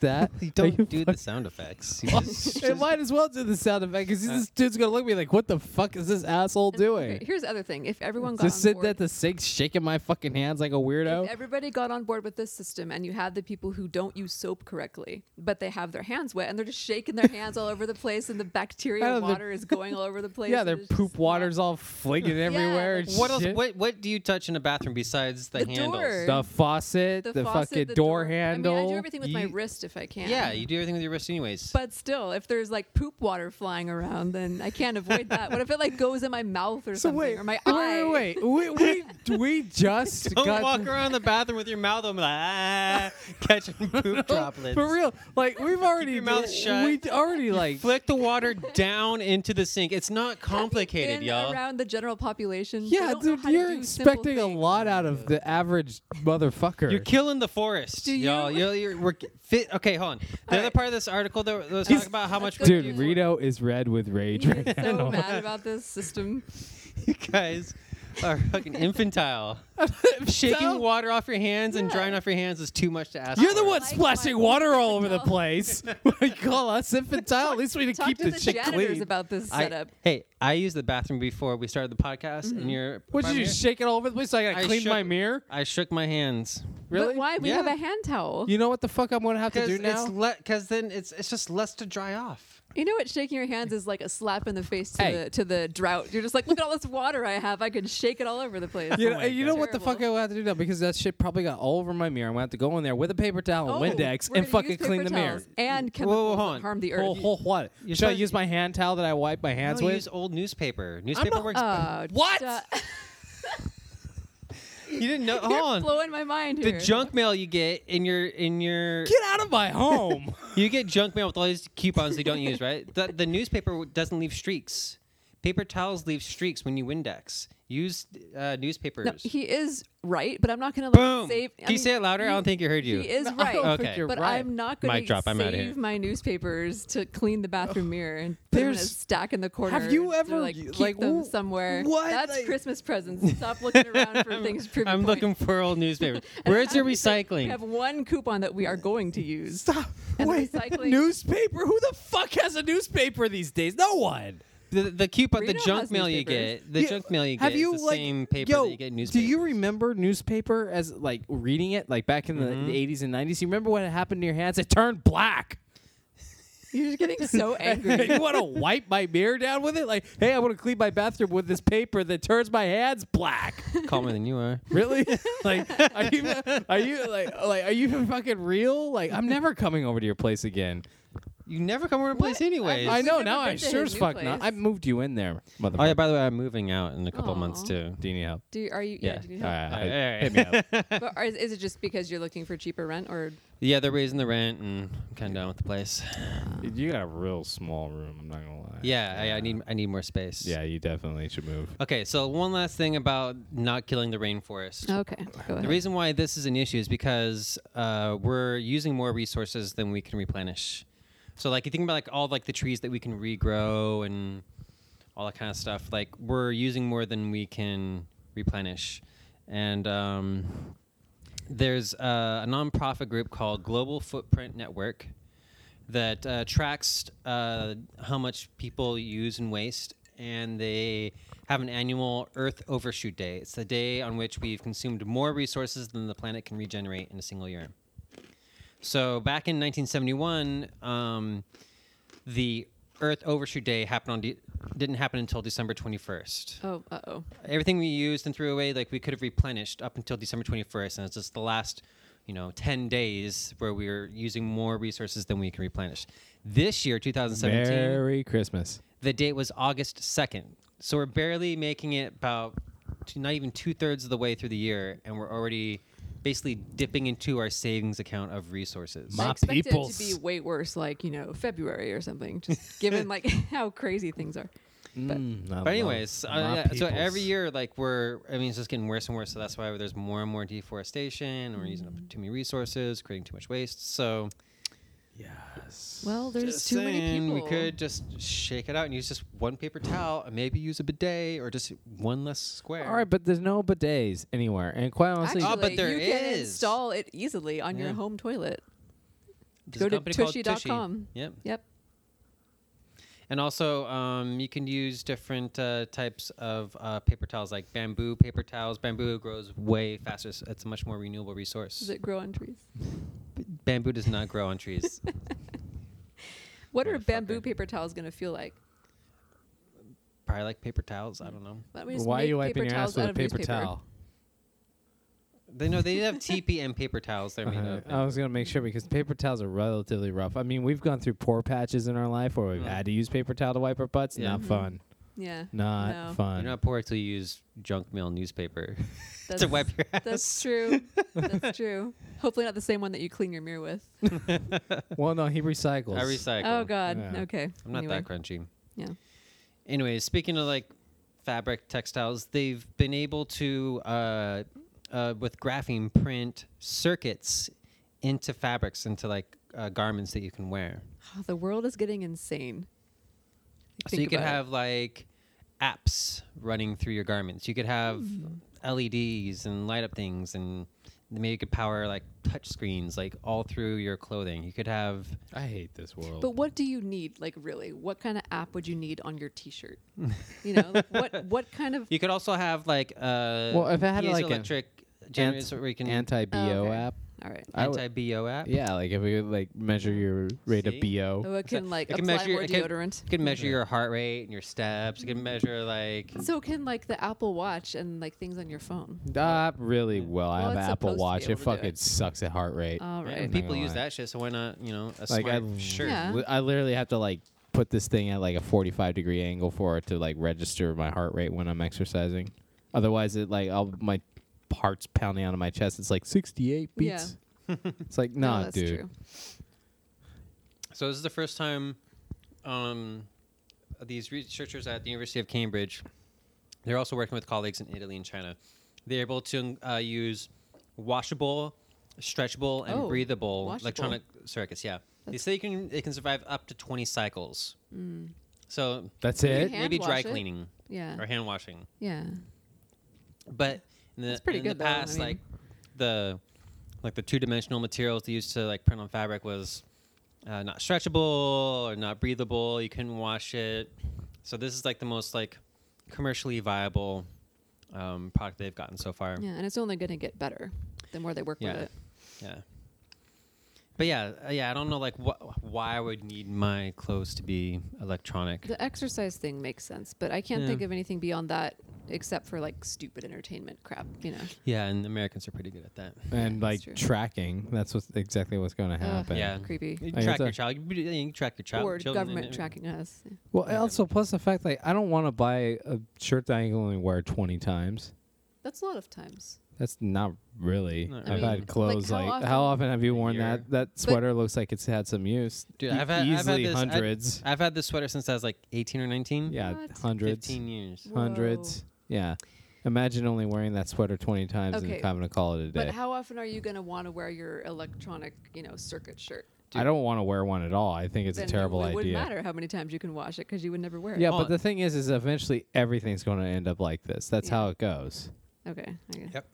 C: that.
A: You
C: Like,
A: don't do the sound effects. You just-
C: it might as well do the sound effect because
A: Uh,
C: this dude's gonna look at me like, what the fuck is this asshole
B: and-
C: doing?
B: okay, here's the other thing. If everyone got
C: Just
B: on
C: sitting
B: board,
C: at the sink, shaking my fucking hands like a
B: if
C: weirdo.
B: everybody got on board with this system and you had the people who don't use soap correctly, but they have their hands wet and they're just shaking their hands all over the place and the
C: Oh,
B: bacteria
C: the-
B: water is going all over the place.
C: Yeah,
B: and
C: their
B: it's
C: poop
B: just-
C: water's all flinging everywhere.
B: like-
C: and
A: what else?
C: shit.
A: What What do you touch in a bathroom besides the,
B: The
A: handles?
B: door.
C: The faucet, the,
B: faucet,
C: fucking
B: the
C: door,
B: I
C: handle.
B: mean, I do everything with my
C: You-
B: wrist if I can.
A: Yeah, you do everything with your wrist, anyways.
B: But still, if there's like poop water flying around, then I can't avoid that. What if it like goes in my mouth or
C: So
B: something
C: wait,
B: or my
C: wait,
B: eye?
C: wait, wait. We, we, we just
A: don't
C: got
A: walk around the bathroom with your mouth open, like, ah, catching poop droplets.
C: for real. Like we've already
A: your mouth shut.
C: we already like
A: Flick the water down into the sink. It's not complicated,
B: in
A: y'all.
B: around the general population. they
C: yeah,
B: don't know
C: dude.
B: how to
C: You're
B: do simple
C: expecting a
B: things.
C: lot out of the average motherfucker.
A: You're killing the forest,
B: Do you-
A: y'all. You're, you're, we're ki- fit. Okay, hold on. The
B: All
A: other
B: right.
A: part of this article that was
B: He's-
A: talking about how much
B: Let's go
C: Dude,
B: to-
C: Rito is red with rage
B: He
C: right
B: is
C: now.
B: so mad about this system.
A: you guys are fucking infantile. Shaking
C: So-
A: water off your hands and
B: Yeah.
A: drying off your hands is too much to ask.
C: You're the
A: for.
C: one
B: Like
C: splashing
B: my
C: water all over the
B: infantile.
C: place. Why call us infantile? At least we can
B: Talk
C: keep
B: to
C: the
B: the
C: shit
B: janitors
C: clean.
B: about this
A: I-
B: setup.
A: hey, I used the bathroom before we started the podcast,
B: Mm-hmm.
A: and you're.
C: What did you
A: Pardon me?
C: shake it all over the place? So I gotta
A: I
C: clean my
A: shook-
C: mirror.
A: I shook my hands.
C: Really?
B: But why? We have
A: Yeah.
B: a hand towel.
C: You know what the fuck I'm gonna have to
A: Because
C: do now?
A: it's because then it's it's just less to dry off.
B: You know what? Shaking your hands is like a slap in the face to,
C: Hey.
B: the, to the drought. You're just like, look at all this water I have. I can shake it all over the place.
C: You
A: Oh
C: know,
A: my
C: and you know
A: God.
C: what the fuck I
B: Terrible.
C: will have to do now because that shit probably got all over my mirror. I'm gonna have to go in there with a paper towel
B: Oh,
C: and Windex
B: we're
C: and
B: gonna
C: fucking
B: use
C: clean
B: paper
C: the mirror.
B: towels And
A: whoa,
B: chemicals
A: hold on.
B: that harm the
C: Whole,
B: earth.
C: whole what?
A: You're
C: Should I
A: supposed-
C: use my hand towel that I wipe my hands
A: No,
C: with?
A: use old newspaper. Newspaper
C: not-
A: works.
B: Uh,
C: What?
B: duh.
A: you didn't know. Hold
B: You're
A: on.
B: blowing my mind
A: The
B: here.
A: junk mail you get in your in your
C: Get out of my home.
A: you get junk mail with all these coupons they don't use, right? The, the newspaper w- doesn't leave streaks. Paper towels leave streaks when you Windex. Use uh, newspapers.
B: No, he is right, but I'm not going to like
A: Boom.
B: save. I
A: Can you
B: mean,
A: say it louder? I don't think you heard you.
B: He is
C: No, I
B: right.
C: don't
A: think Okay. you're
B: But
C: right.
B: I'm not going
A: Mic drop,
B: to
A: I'm outta here.
B: save my newspapers to clean the bathroom mirror and put them in a
C: There's-
B: stack in the corner.
C: Have you
B: to,
C: ever,
B: like,
C: you-
B: keep
C: like,
B: them
C: wh-
B: somewhere?
C: what?
B: That's
C: Like-
B: Christmas presents. Stop looking around for things. proof
A: I'm
B: point.
A: looking for old newspapers. Where's your
B: We
A: recycling?
B: have one coupon that we are going to use.
C: Stop.
B: And
C: Wait.
B: recycling-
C: Newspaper? Who the fuck has a newspaper these days? No one.
A: The, the coupon, the
B: Reno
A: junk
B: has
A: mail you
B: newspapers.
A: get, the
C: Yeah,
A: junk mail you get
C: Have
A: is
C: you
A: the
C: like
A: same paper
C: yo,
A: that you get in
C: Do you
A: newspapers.
C: remember newspaper as like reading it like back in
A: Mm-hmm.
C: the- the 80s and 90s? You remember what happened to your hands? It turned black.
B: You're just getting so angry.
C: you want to wipe my mirror down with it? Like, hey, I want to clean my bathroom with this paper that turns my hands black.
A: Calmer than you are.
C: Really? like, are you, are you like, like, are you fucking real? Like, I'm never coming over to your place again.
A: You never come over to place
B: What?
A: anyways.
C: I
B: We've
C: know
B: never
C: now.
B: been
C: I
B: to
C: sure as
B: his new
C: fuck not. I
B: place.
C: moved you in there, motherfucker.
A: Oh yeah. By the way, I'm moving out in a couple
B: Aw.
A: months too.
C: Do you need help?
B: Do you, are you? Yeah. do you
C: All
B: have,
C: right,
A: All
C: hit-
A: right, all
C: hit me up.
B: but are, is it just because you're looking for cheaper rent, or
A: Yeah, they're raising the rent, and I'm kind of down with the place.
C: Dude, You got a real small room. I'm not gonna lie.
A: Yeah, I, I need I need more space.
C: Yeah, you definitely should move.
A: Okay, so one last thing about not killing the rainforest.
B: okay? Go
A: The
B: ahead.
A: reason why this is an issue is because uh, we're using more resources than we can replenish. So, like, you think about like all like the trees that we can regrow and all that kind of stuff. Like, we're using more than we can replenish. And um, there's uh, a nonprofit group called Global Footprint Network that uh, tracks uh, how much people use and waste, and they have an annual Earth Overshoot Day. It's the day on which we've consumed more resources than the planet can regenerate in a single year. So back in 1971, um, the Earth Overshoot Day happened on de- didn't happen until December 21st
B: Oh, uh oh.
A: everything we used and threw away, like we could have replenished up until December 21st, and it's just the last, you know, 10 days where we were using more resources than we can replenish. This year, 2017,
C: Merry Christmas.
A: the date was August 2nd, so we're barely making it about two, not even two thirds of the way through the year, and we're already basically dipping into our savings account of resources.
C: My
B: I expected it
C: peoples.
B: to be way worse, like you know February or something, just given like how crazy things are. But
C: Mm,
A: But anyways, uh, yeah, so every year, like we're, I mean, it's just getting worse and worse. So that's why there's more and more deforestation. and We're using up
B: Mm.
A: too many resources, creating too much waste. So
C: Yes.
B: well, there's
A: just
B: too many
A: saying,
B: people.
A: We could just shake it out and use just one paper towel, and maybe use a bidet or just one less square.
C: All right, but there's no bidets anywhere, and quite honestly,
B: Actually,
A: Oh, but there
B: you can
A: is.
B: install it easily on
A: Yeah.
B: your home toilet.
A: There's
B: Go
A: a
B: to
A: company called
B: tushy
A: Tushy
B: dot com.
A: Yep.
B: Yep.
A: And also, um, you can use different uh, types of uh, paper towels, like bamboo paper towels. Bamboo grows way faster. So it's a much more renewable resource.
B: Does it grow on trees?
A: bamboo does not grow on trees.
B: What are
A: Motherfucker.
B: bamboo paper towels going to feel like?
A: Probably like paper towels. I don't know.
B: Why, don't we just
C: why are
B: make
C: you
B: paper
C: wiping your
B: towels
C: ass with
B: out
C: a
B: of
C: paper
B: newspaper?
C: towel?
A: They know they have TP and paper towels. They're made
C: Uh,
A: of.
C: I was gonna make sure because paper towels are relatively rough. I mean, we've gone through poor patches in our life where we've
A: Mm.
C: had to use paper towel to wipe our butts.
A: Yeah.
C: Not
A: Mhm.
C: fun.
B: Yeah.
C: Not
B: Mm-hmm. No.
A: You're
C: fun.
A: not poor till you use junk mail newspaper
B: That's,
A: to wipe your ass.
B: that's true. That's true. Hopefully not the same one that you clean your mirror with.
C: well, no, he recycles.
A: I recycle.
B: Oh God.
C: Yeah.
B: Okay.
A: I'm not
B: anyway.
A: that crunchy.
B: Yeah.
A: Anyways, speaking of like fabric textiles, they've been able to uh, uh, with graphene print circuits into fabrics into like uh, garments that you can wear.
B: Oh, the world is getting insane.
A: so
B: Think
A: you could
B: about it.
A: have like apps running through your garments. You could have
C: Hmm.
A: LEDs and light up things, and maybe you could power like touch screens like all through your clothing. You could have
C: I hate this world.
B: But what do you need? Like, really, what kind of app would you need on your T-shirt? You know, like, what what kind of
A: You could also have like uh,
C: Well, if it had, like, a
A: electric generators where you can
C: anti BO
B: Oh, okay.
C: app.
B: all right?
C: I would-
A: anti BO app.
C: Yeah, like if we would like measure your rate
A: See?
C: of BO.
B: Oh, it
A: So
B: can like
A: it can
B: apply
A: measure-
B: more
A: it can-
B: deodorant.
A: You can measure your heart rate and your steps. You can measure like
B: So can like the Apple Watch and like things on your phone.
C: Not really well. I
B: Well,
C: have an
B: it's supposed
C: Apple
B: to be
C: Watch.
B: able
C: It
B: to do
C: fucking
B: it. Oh.
C: sucks at heart rate.
B: All
A: yeah,
B: right.
C: not
A: people
C: gonna
A: use
C: lie.
A: that shit. So why not you know a smart
C: like I,
A: shirt?
B: Yeah.
C: li- I literally have to like put this thing at like a 45 degree angle for it to like register my heart rate when I'm exercising. Otherwise, it like I'll my heart's pounding out of my chest. It's like 68
B: Yeah.
C: beats. it's like
B: No,
C: nah,
B: that's
C: dude.
B: true.
A: So this is the first time um, these researchers at the University of Cambridge, they're also working with colleagues in Italy and China. They're able to uh, use washable, stretchable, and
B: Oh,
A: breathable
B: washable.
A: electronic circuits. Yeah, they
B: That's- Mm.
A: say you can it can survive up to twenty cycles. So
C: That's
B: you
C: it.
B: hand
A: maybe dry
B: wash it? Uh.
A: cleaning
B: Yeah.
A: or hand washing.
B: Yeah.
A: But in the,
B: That's pretty
A: in
B: good,
A: the
B: though, I
A: past,
B: mean.
A: like the like the two dimensional materials they used to like print on fabric was uh, not stretchable or not breathable. You couldn't wash it. So this is like the most like commercially viable um, product they've gotten so far.
B: Yeah, and it's only going to get better the more they work
A: Yeah.
B: with it.
A: Yeah. But yeah, uh, yeah, I don't know like wh- why I would need my clothes to be electronic.
B: The exercise thing makes sense, but I can't
A: Yeah.
B: think of anything beyond that except for like stupid entertainment crap, you know.
A: yeah, and Americans are pretty good at that.
C: And
B: Yeah,
C: like
B: that's true.
C: tracking. That's what's exactly what's going to happen.
A: Yeah.
B: creepy.
A: You
C: I guess
A: track your
C: so.
A: child. You, you can track your child.
B: or
A: children
B: government
A: and-
B: tracking us.
C: Well,
A: Yeah.
C: also plus the fact like I don't want to buy a shirt that I can only wear 20 times.
B: That's a lot of times.
C: That's not really.
A: Not
C: I've
A: really.
C: had clothes
B: Like,
C: like,
B: how
C: how,
B: often-
C: often have you worn
A: year.
C: that? That sweater looks like it's had some use.
A: Dude,
C: E-
A: I've had- I've had
C: easily
A: this- I-
C: 100s
A: I've had this sweater since I was like 18 or 19.
C: yeah,
B: What?
C: hundreds,
A: 15 years.
C: hundreds. Yeah, imagine only wearing that sweater 20 times
B: Okay,
C: and having to call it a
B: But
C: day.
B: how often are you going to want to wear your electronic, you know, circuit shirt?
C: I don't want to wear one at all. I think it's
B: Then
C: a terrible
B: it wouldn't
C: idea.
B: matter how many times you can wash it because you would never wear it.
C: Yeah,
A: Hold
C: but
A: on.
C: the thing is, is eventually everything's going to end up like this. That's
B: Yeah.
C: how it goes.
B: Okay. okay.
A: Yep.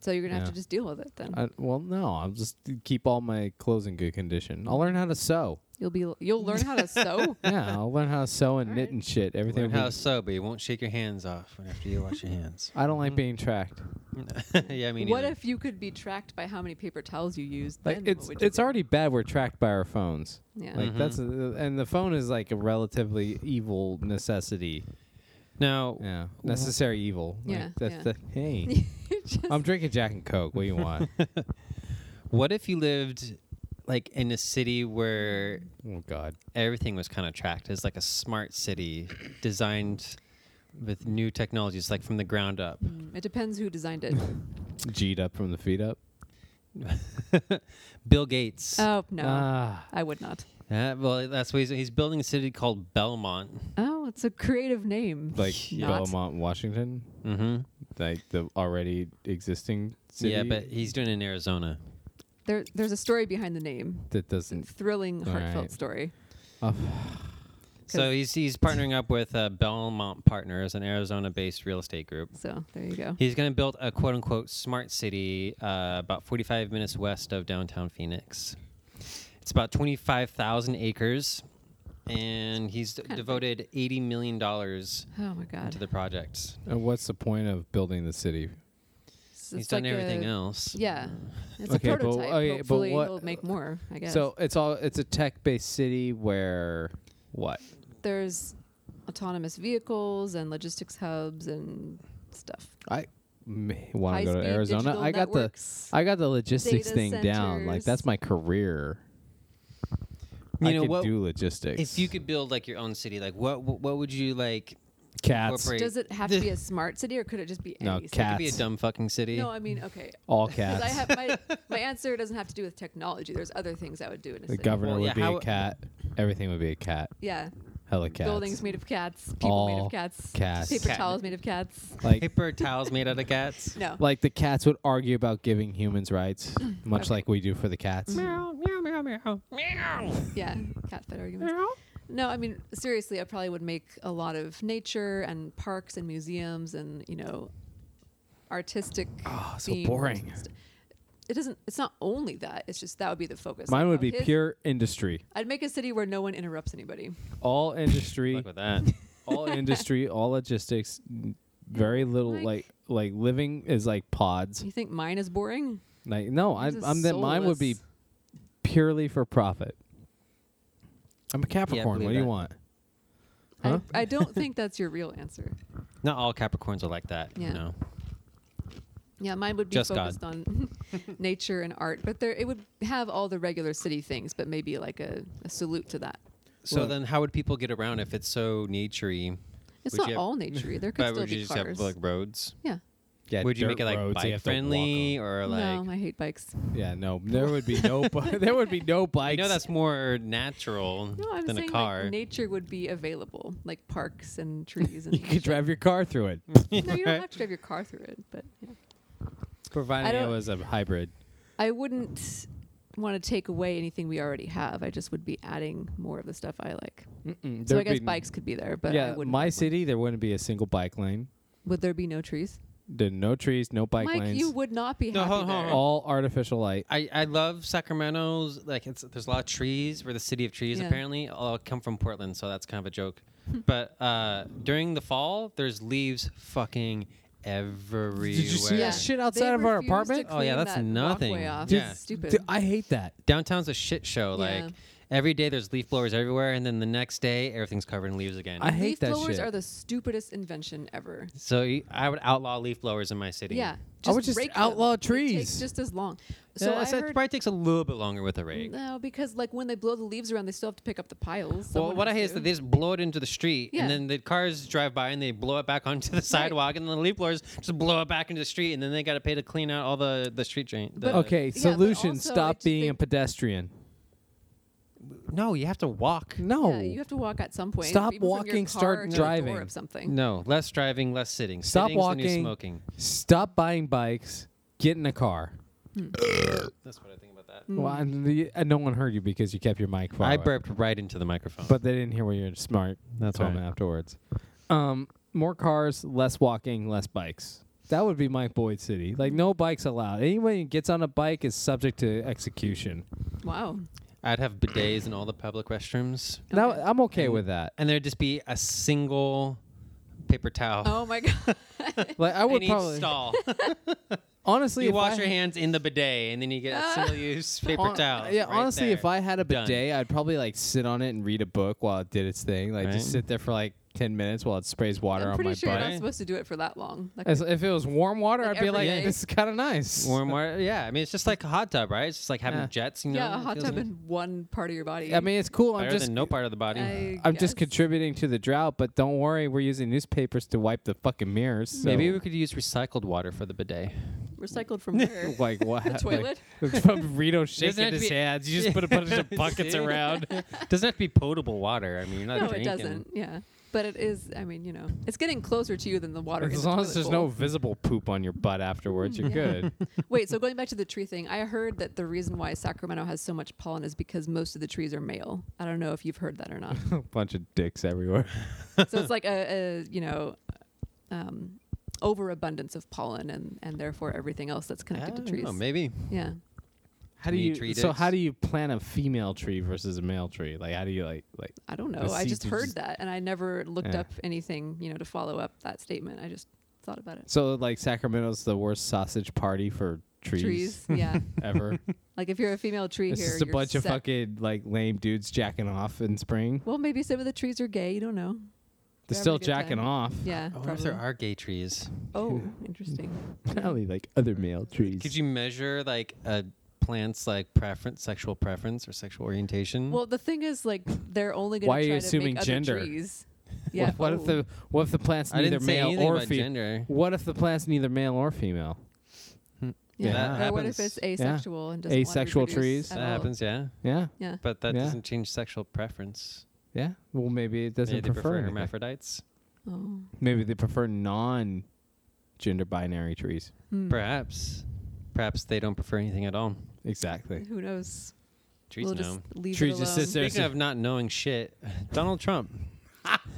B: So you're going to have
C: Yeah.
B: to just deal with it then.
C: I, well, no, I'll just keep all my clothes in good condition. I'll learn how to sew.
B: You'll be you'll learn how to sew.
C: yeah, I'll learn how to sew and
B: All
C: knit
B: right.
C: and shit. Everything.
A: Learn
C: will be-
A: how so, but you won't shake your hands off when after you wash your hands.
C: I don't like being tracked.
A: yeah, I mean,
B: What if you could be tracked by how many paper towels you used?
C: Like
B: then what
C: it's
B: would you
C: it's
B: do?
C: already bad. We're tracked by our phones.
B: Yeah.
C: Like
A: Mm-hmm.
C: that's a, and the phone is like a relatively evil necessity.
A: now?
C: Yeah, necessary evil. Like,
B: Yeah,
C: that's
B: yeah.
C: the hey.
B: Just-
C: I'm drinking Jack and Coke. What do you want?
A: What if you lived like in a city where
C: oh God.
A: everything was kind of tracked? It's like a smart city designed with new technologies, like from the ground up.
B: Mm, It depends who designed it.
C: G'd up from the feet up.
A: Bill Gates.
B: oh no,
C: Ah.
B: I would not.
A: Yeah, well, that's what he's, he's building a city called Belmont.
B: Oh, it's a creative name.
C: Like
B: Not.
C: Belmont, Washington,
A: Mm-hmm.
C: like the already existing city.
A: Yeah, but he's doing it in Arizona.
B: There, there's a story behind the name.
C: that
B: It's a
C: doesn't.
B: thrilling,
C: Mm. All
B: heartfelt
C: right.
B: story.
C: Oh,
A: So he's he's partnering up with uh, Belmont Partners, an Arizona-based real estate group.
B: So there you go.
A: He's going to build a quote unquote smart city uh, about 45 minutes west of downtown Phoenix. It's about 25,000 acres, and he's
B: Kinda big.
A: devoted $80 million dollars
B: Oh my God.
A: to the project.
C: and what's the point of building the city?
B: It's
A: he's
B: just
A: done
B: like
A: everything
B: a-
A: else.
B: Yeah, it's
C: Okay,
B: a
C: but-
B: prototype.
C: okay, but
B: Hopefully,
C: what-
B: he'll make more. I guess.
C: So it's all it's a tech based city where what?
B: there's autonomous vehicles and logistics hubs and stuff.
C: I want to go to
B: High-speed
C: Arizona.
B: digital
C: I got
B: networks.
C: the I got the logistics
B: data
C: thing down. Like
B: centers.
C: that's my career.
A: You
C: I
A: know
C: could
A: what?
C: do logistics.
A: If you could build like your own city, like what what, what would you like?
C: cats,
A: incorporate-
B: Does it have to be a smart city, or could it just be
C: No,
B: any city?
A: It could be a
C: Cats.
A: dumb fucking city.
B: No, I mean, okay.
C: all
B: 'Cause
C: cats.
B: I have my, my answer doesn't have to do with technology. There's other things I would do in a
C: the
B: city.
C: governor
A: Well, yeah,
C: would be
A: how-
C: a cat. Everything would be a cat.
B: yeah,
C: Hella cats.
B: buildings made of cats, people made
C: All
B: of cats,
C: cats.
B: paper
A: Cat-
B: towels made of cats.
C: like
A: Paper towels made out of cats.
B: No,
C: like the cats would argue about giving humans rights, much
B: Okay.
C: like we do for the cats.
A: Meow, meow, meow, meow.
B: yeah,
C: Mm.
B: cat fed arguments. No, I mean seriously, I probably would make a lot of nature and parks and museums and you know, artistic.
C: Oh, so
B: themes.
C: boring.
B: It doesn't. It's not only that. It's just that would be the focus.
C: Mine
B: Like,
C: would be
B: okay,
C: pure industry.
B: I'd make a city where no one interrupts anybody.
C: All industry,
A: Fuck with that.
C: all industry, all logistics. n- Very little
B: Like-
C: like like living is like pods.
B: You think mine is boring?
C: Like no, I,
B: just
C: I'm that mine would be
B: soulless.
C: purely for profit. I'm a Capricorn.
A: believe
C: what do you
A: that.
C: want? Huh?
B: I, I don't think that's your real answer.
A: Not all Capricorns are like that.
B: Yeah.
A: You know.
B: Yeah, mine would be
A: Just
B: focused
A: God.
B: on nature and art, but there it would have all the regular city things, but maybe like a, a salute to that.
A: So
C: Well-
A: then, how would people get around if it's so naturey?
B: It's
A: Would
B: not
A: you have-
B: all nature. There could
A: But
B: still
A: would you
B: be
A: just have
B: cars.
A: like roads?
B: yeah.
C: Yeah,
A: would you
C: dirt
A: make it like
C: roads, you
A: bike
C: have to walk
A: friendly
C: on.
A: or like?
B: no, I hate bikes.
C: Yeah, no, there would be no bi- there would be no
A: I
C: bikes.
A: know that's more natural
B: No, I'm
A: than a
B: saying
A: car.
B: like nature would be available, like parks and trees and
C: you could drive your car through it,
B: No, you don't have to drive your car through it, but yeah. I
C: providing it
B: don't-
C: was a hybrid.
B: I wouldn't want to take away anything we already have. I just would be adding more of the stuff I like.
C: Mm-mm,
B: So I
C: there'd
B: guess
C: be-
B: bikes could be there, but I
C: yeah,
B: wouldn't.
C: my city there wouldn't be a single bike lane.
B: would there be no trees?
C: There no trees, no bike
B: Mike,
C: lanes.
B: you would not be
A: No,
B: happy
A: hold on, hold
B: there.
A: on.
C: all artificial light.
A: I, I love Sacramento's like it's there's a lot of trees we're the city of trees
B: Yeah. Hmm.
A: apparently all come from Portland so that's kind of a joke but uh, during the fall there's leaves fucking everywhere
C: Did you see
B: Yeah.
C: that shit outside
B: They
C: of our
B: refuse to
C: apartment?
A: Oh, yeah,
B: clean
A: that's
B: that
A: nothing.
B: walkway Off.
A: Yeah.
B: It's stupid.
C: Dude, I hate that.
A: downtown's a shit show
B: Yeah.
A: like every day there's leaf blowers everywhere and then the next day everything's covered in leaves again
C: I hate
B: Leaf
C: that
B: blowers
C: shit.
B: are the stupidest invention ever.
A: so y- I would outlaw leaf blowers in my city
B: Yeah,
C: I would just
B: rake
C: outlaw
B: them. It
C: trees.
B: takes just as long. So
A: so
B: Uh, I
A: it
B: heard
A: probably takes a little bit longer with a rake
B: No, because like when they blow the leaves around, they still have to pick up the piles.
A: Well,
B: Someone
A: what I
B: has
A: hate is
B: to.
A: that they just blow it into the street,
B: Yeah.
A: and then the cars drive by and they blow it back onto the sidewalk, and then the leaf blowers just blow it back into the street, and then they got to pay to clean out all the the street drain.
B: But-
A: the-
C: okay,
B: but
C: solution:
B: also
C: stop
B: it's-
C: being
B: they-
C: a pedestrian.
A: no, you have to walk.
C: No,
B: Yeah, you have to walk at some point.
C: Stop
B: even from your
C: walking,
B: car
C: start
B: to the door
C: driving.
B: of something.
A: No, less driving, less sitting.
C: Stop
A: Sitting's the new
C: walking.
A: smoking.
C: stop buying bikes. Get in a car.
A: That's what I think about that.
B: Mm.
C: Well, and the, and no one heard you because you kept your mic. Far
A: I
C: away.
A: burped right into the microphone.
C: but they didn't hear what you're smart.
A: That's
C: told
A: right.
C: afterwards. Um, more cars, less walking, less bikes. That would be Mike Boyd City. Like no bikes allowed. Anyone who gets on a bike is subject to execution.
B: Wow.
A: I'd have bidets in all the public restrooms,
C: Now
B: Okay.
C: I'm okay with that.
A: and there'd just be a single paper towel.
B: Oh my god.
C: Like I would
A: in
C: probably
A: each stall.
C: honestly
A: you
C: if
A: wash
C: I- Ah.
A: your hands in the bidet, and then you get a single-use paper
C: hon-
A: towel.
C: Yeah,
A: right
C: honestly,
A: there.
C: if I had a
A: Done.
C: bidet, I'd probably like sit on it and read a book while it did its thing. Like
A: Right.
C: just sit there for like ten minutes while it sprays water
B: I'm
C: on
B: pretty
C: my
B: sure
C: butt.
B: you're not supposed to do it for that long. Like,
C: As- if it was warm water,
B: Like
C: I'd be
B: every
C: like,
B: day.
C: "This is kind of nice."
A: Warm water. Yeah, I mean it's just like a hot tub, right? It's just like having
C: Yeah.
A: jets. You know,
B: yeah, a
A: it
B: hot
A: feels
B: tub
A: nice.
B: in one part of your body.
C: I mean, it's cool.
A: Better
C: I'm just
A: than no part of the body.
B: I
C: I'm just
B: guess.
C: contributing to the drought, but don't worry, we're using newspapers to wipe the fucking mirrors. so-
A: Maybe we could use recycled water for the bidet.
B: recycled from where?
C: like what?
B: the toilet.
C: Like, from Rito shaking
A: have to
C: his
A: be-
C: hands. You just put a bunch of buckets
A: See?
C: around.
A: Doesn't have to be potable water. I mean, you're not
B: no, it
A: uh, drinking.
B: doesn't. Yeah, but it is. I mean, you know, it's getting closer to you than the water. in
C: As
B: the
C: long as
B: toilet
C: there's
B: bowl.
C: no visible poop on your butt afterwards, you're good.
B: Wait, so going back to the tree thing, I heard that the reason why Sacramento has so much pollen is because most of the trees are male. I don't know if you've heard that or not.
C: a bunch of dicks everywhere.
B: so it's like a, a you know, um, overabundance of pollen, and and therefore everything else that's
A: I
B: connected to
A: don't
B: trees.
A: know, maybe.
B: yeah,
C: How do
A: Need
C: you?
A: tree
C: so
A: dicks.
C: how do you plant a female tree versus a male tree? Like how do you like like?
B: I don't know.
C: The
B: I just
C: seeds are
B: heard
C: just-
B: that, and I never looked
C: Yeah.
B: up anything you know to follow up that statement. I just thought about it.
C: So like Sacramento's the worst sausage party for trees,
B: yeah.
C: ever.
B: like if you're a female tree
C: it's
B: here,
C: just a
B: you're
C: bunch of
B: set.
C: fucking like lame dudes jacking off in spring.
B: Well, maybe some of the trees are gay. You don't know.
C: They're
B: They're having
C: still
B: a good time.
C: jacking off.
B: Yeah.
A: I wonder Oh, if
B: probably.
A: there are gay trees.
B: Oh, interesting.
C: Probably like other male trees.
A: Could you measure like a plant's like preference, sexual preference, or sexual orientation?
B: Well, the thing is, like, they're only going to
C: Mm-hmm. Why are you
B: try
C: assuming
B: to make
C: gender?
B: other trees. Yeah.
C: What, what
B: oh.
C: if the what if the plant's
A: I
C: neither
A: didn't say
C: male
A: anything
C: or
A: about
C: female?
A: gender.
C: What if the plant's neither male or female?
B: yeah.
A: that
B: or what if
A: happens.
B: it's asexual and doesn't
C: Asexual
B: want to reproduce
C: trees.
B: at
A: That
B: all?
A: happens, yeah.
C: Yeah,
B: Yeah.
A: But that
C: Yeah.
A: doesn't change sexual preference.
C: yeah. Well, maybe it doesn't
A: Maybe they prefer
C: anything.
A: hermaphrodites.
B: Oh.
C: Maybe they prefer non-gender binary trees.
B: Hmm.
A: Perhaps. Perhaps they don't prefer anything at all.
C: Exactly.
B: Who knows?
A: Trees
B: we'll
A: know.
B: just leave
C: Trees
B: it
C: just
B: alone.
C: sit there.
A: Speaking of not knowing shit, Donald Trump.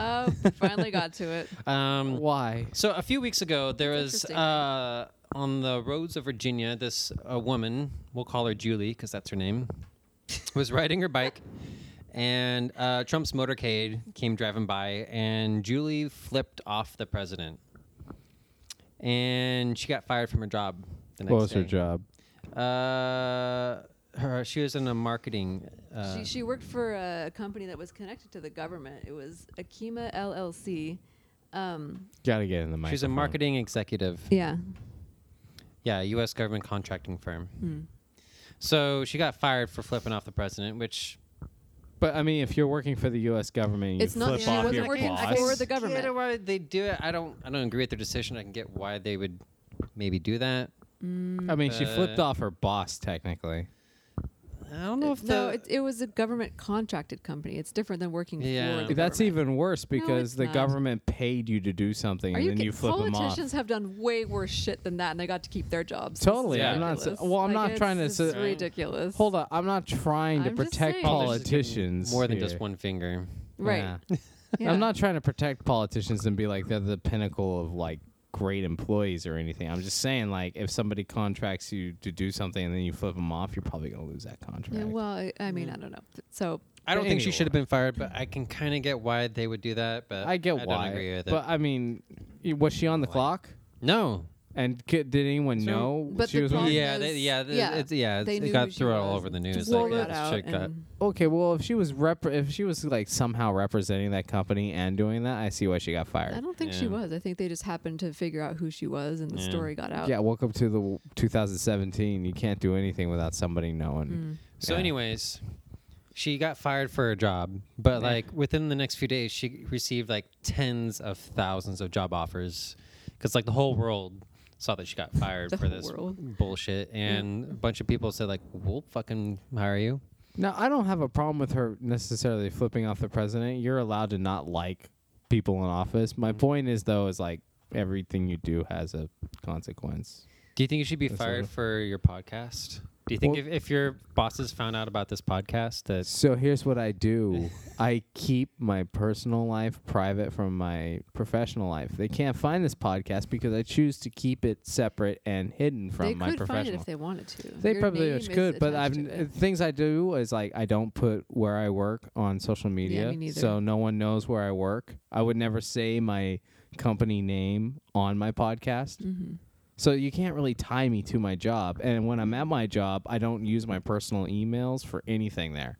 B: Oh, finally got to it.
A: Um,
C: Why?
A: So a few weeks ago, there
B: That's
A: was
B: interesting.
A: uh, on the roads of Virginia, this a woman, we'll call her Julie because that's her name, was riding her bike, and uh, Trump's motorcade came driving by, and Julie flipped off the president, and she got fired from her job. The next
C: What was her
A: day.
C: job?
A: Uh, her she was in a marketing. Uh,
B: she, she worked for a company that was connected to the government. It was Akima LLC. Um,
C: Gotta get in the microphone.
A: she's a marketing executive.
B: yeah.
A: Yeah, U.S. government contracting firm.
B: Hmm.
A: So she got fired for flipping off the president, which
C: But I mean, if you're working for the U.S. government, you
B: It's not-
C: flip
B: she
C: off
B: wasn't
C: your
B: working
C: boss.
B: for the government.
A: Get why they do it. I don't. I don't agree with their decision. I can get why they would maybe do that.
C: I mean, she
A: Uh,
C: flipped off her boss technically.
A: I don't know if
B: no,
A: the
B: it, it was a government contracted company. It's different than working
A: Yeah.
B: for. The
C: That's
B: government.
C: even worse because
B: it's
C: the
B: not.
C: government paid you to do something,
B: Are
C: and
B: you
C: then
B: kid-
C: you flip them off.
B: Politicians have done way worse shit than that, and they got to keep their jobs. This is
C: Totally,
A: I'm
C: not
B: ridiculous.
C: s- well, I'm not
B: it's-
C: trying to
B: It's
C: s-
B: ridiculous.
C: Hold on, I'm not trying to
B: I'm just
C: protect
B: saying.
A: Politicians get
C: politicians.
A: more than
C: here.
A: just one finger.
B: Right.
C: Yeah.
B: Yeah.
C: I'm not trying to protect politicians and be like they're the pinnacle of like great employees or anything. I'm just saying like if somebody contracts you to do something and then you flip them off, you're probably gonna lose that contract.
B: Yeah, well, I, I mean, I don't know. So
A: I don't think she
C: Anyway.
A: should have been fired, but I can kind of get why they would do that. But
C: I get
A: I
C: why,
A: Don't agree with it.
C: but I mean, y- was she on the clock?
A: no.
C: And c- did anyone
A: So-
C: know
B: But
C: she
B: the
C: was?
B: problem-
A: Yeah,
B: is-
A: they, yeah, th-
B: yeah,
A: it's, yeah.
B: they
A: It's, it
B: knew
A: got
B: who she
A: through all
B: was.
A: over the news.
B: Well,
A: like,
B: that
A: this
B: out
A: chick got,
B: and-
C: okay? Well, if she was rep, if she was like somehow representing that company and doing that, I see why she got fired.
B: I don't think she
A: Yeah.
B: was. I think they just happened to figure out who she was, and the
A: Yeah.
B: story got out.
C: Yeah, welcome to the w- 2017. You can't do anything without somebody knowing.
B: Hmm.
A: So,
C: Yeah.
A: anyways, she got fired for her job, but like within the next few days, she received like tens of thousands of job offers because like the whole world saw that she got fired
B: The
A: for
B: whole
A: this
B: world.
A: bullshit, and a bunch of people said like, "We'll fucking hire you."
C: Now, I don't have a problem with her necessarily flipping off the president. You're allowed to not like people in office.
B: Hmm.
C: My point is, though, is like everything you do has a consequence.
A: Do you think you should be
C: That's
A: fired
C: all.
A: for your podcast? Do you think
C: Well-
A: if, if your bosses found out about this podcast that
C: So here's what I do I keep my personal life private from my professional life. They can't find this podcast because I choose to keep it separate and hidden from
B: they
C: my
B: could
C: professional
B: find it if they wanted to.
C: They
B: Your
C: probably
B: name
C: it's
B: is
C: good, but I've
B: attached
C: n-
B: to
C: uh,
B: it.
C: things I do is like I don't put where I work on social media,
B: me neither.
C: so no one knows where I work. I would never say my company name on my podcast,
B: Mm-hmm.
C: so you can't really tie me to my job. And when I'm at my job, I don't use my personal emails for anything there,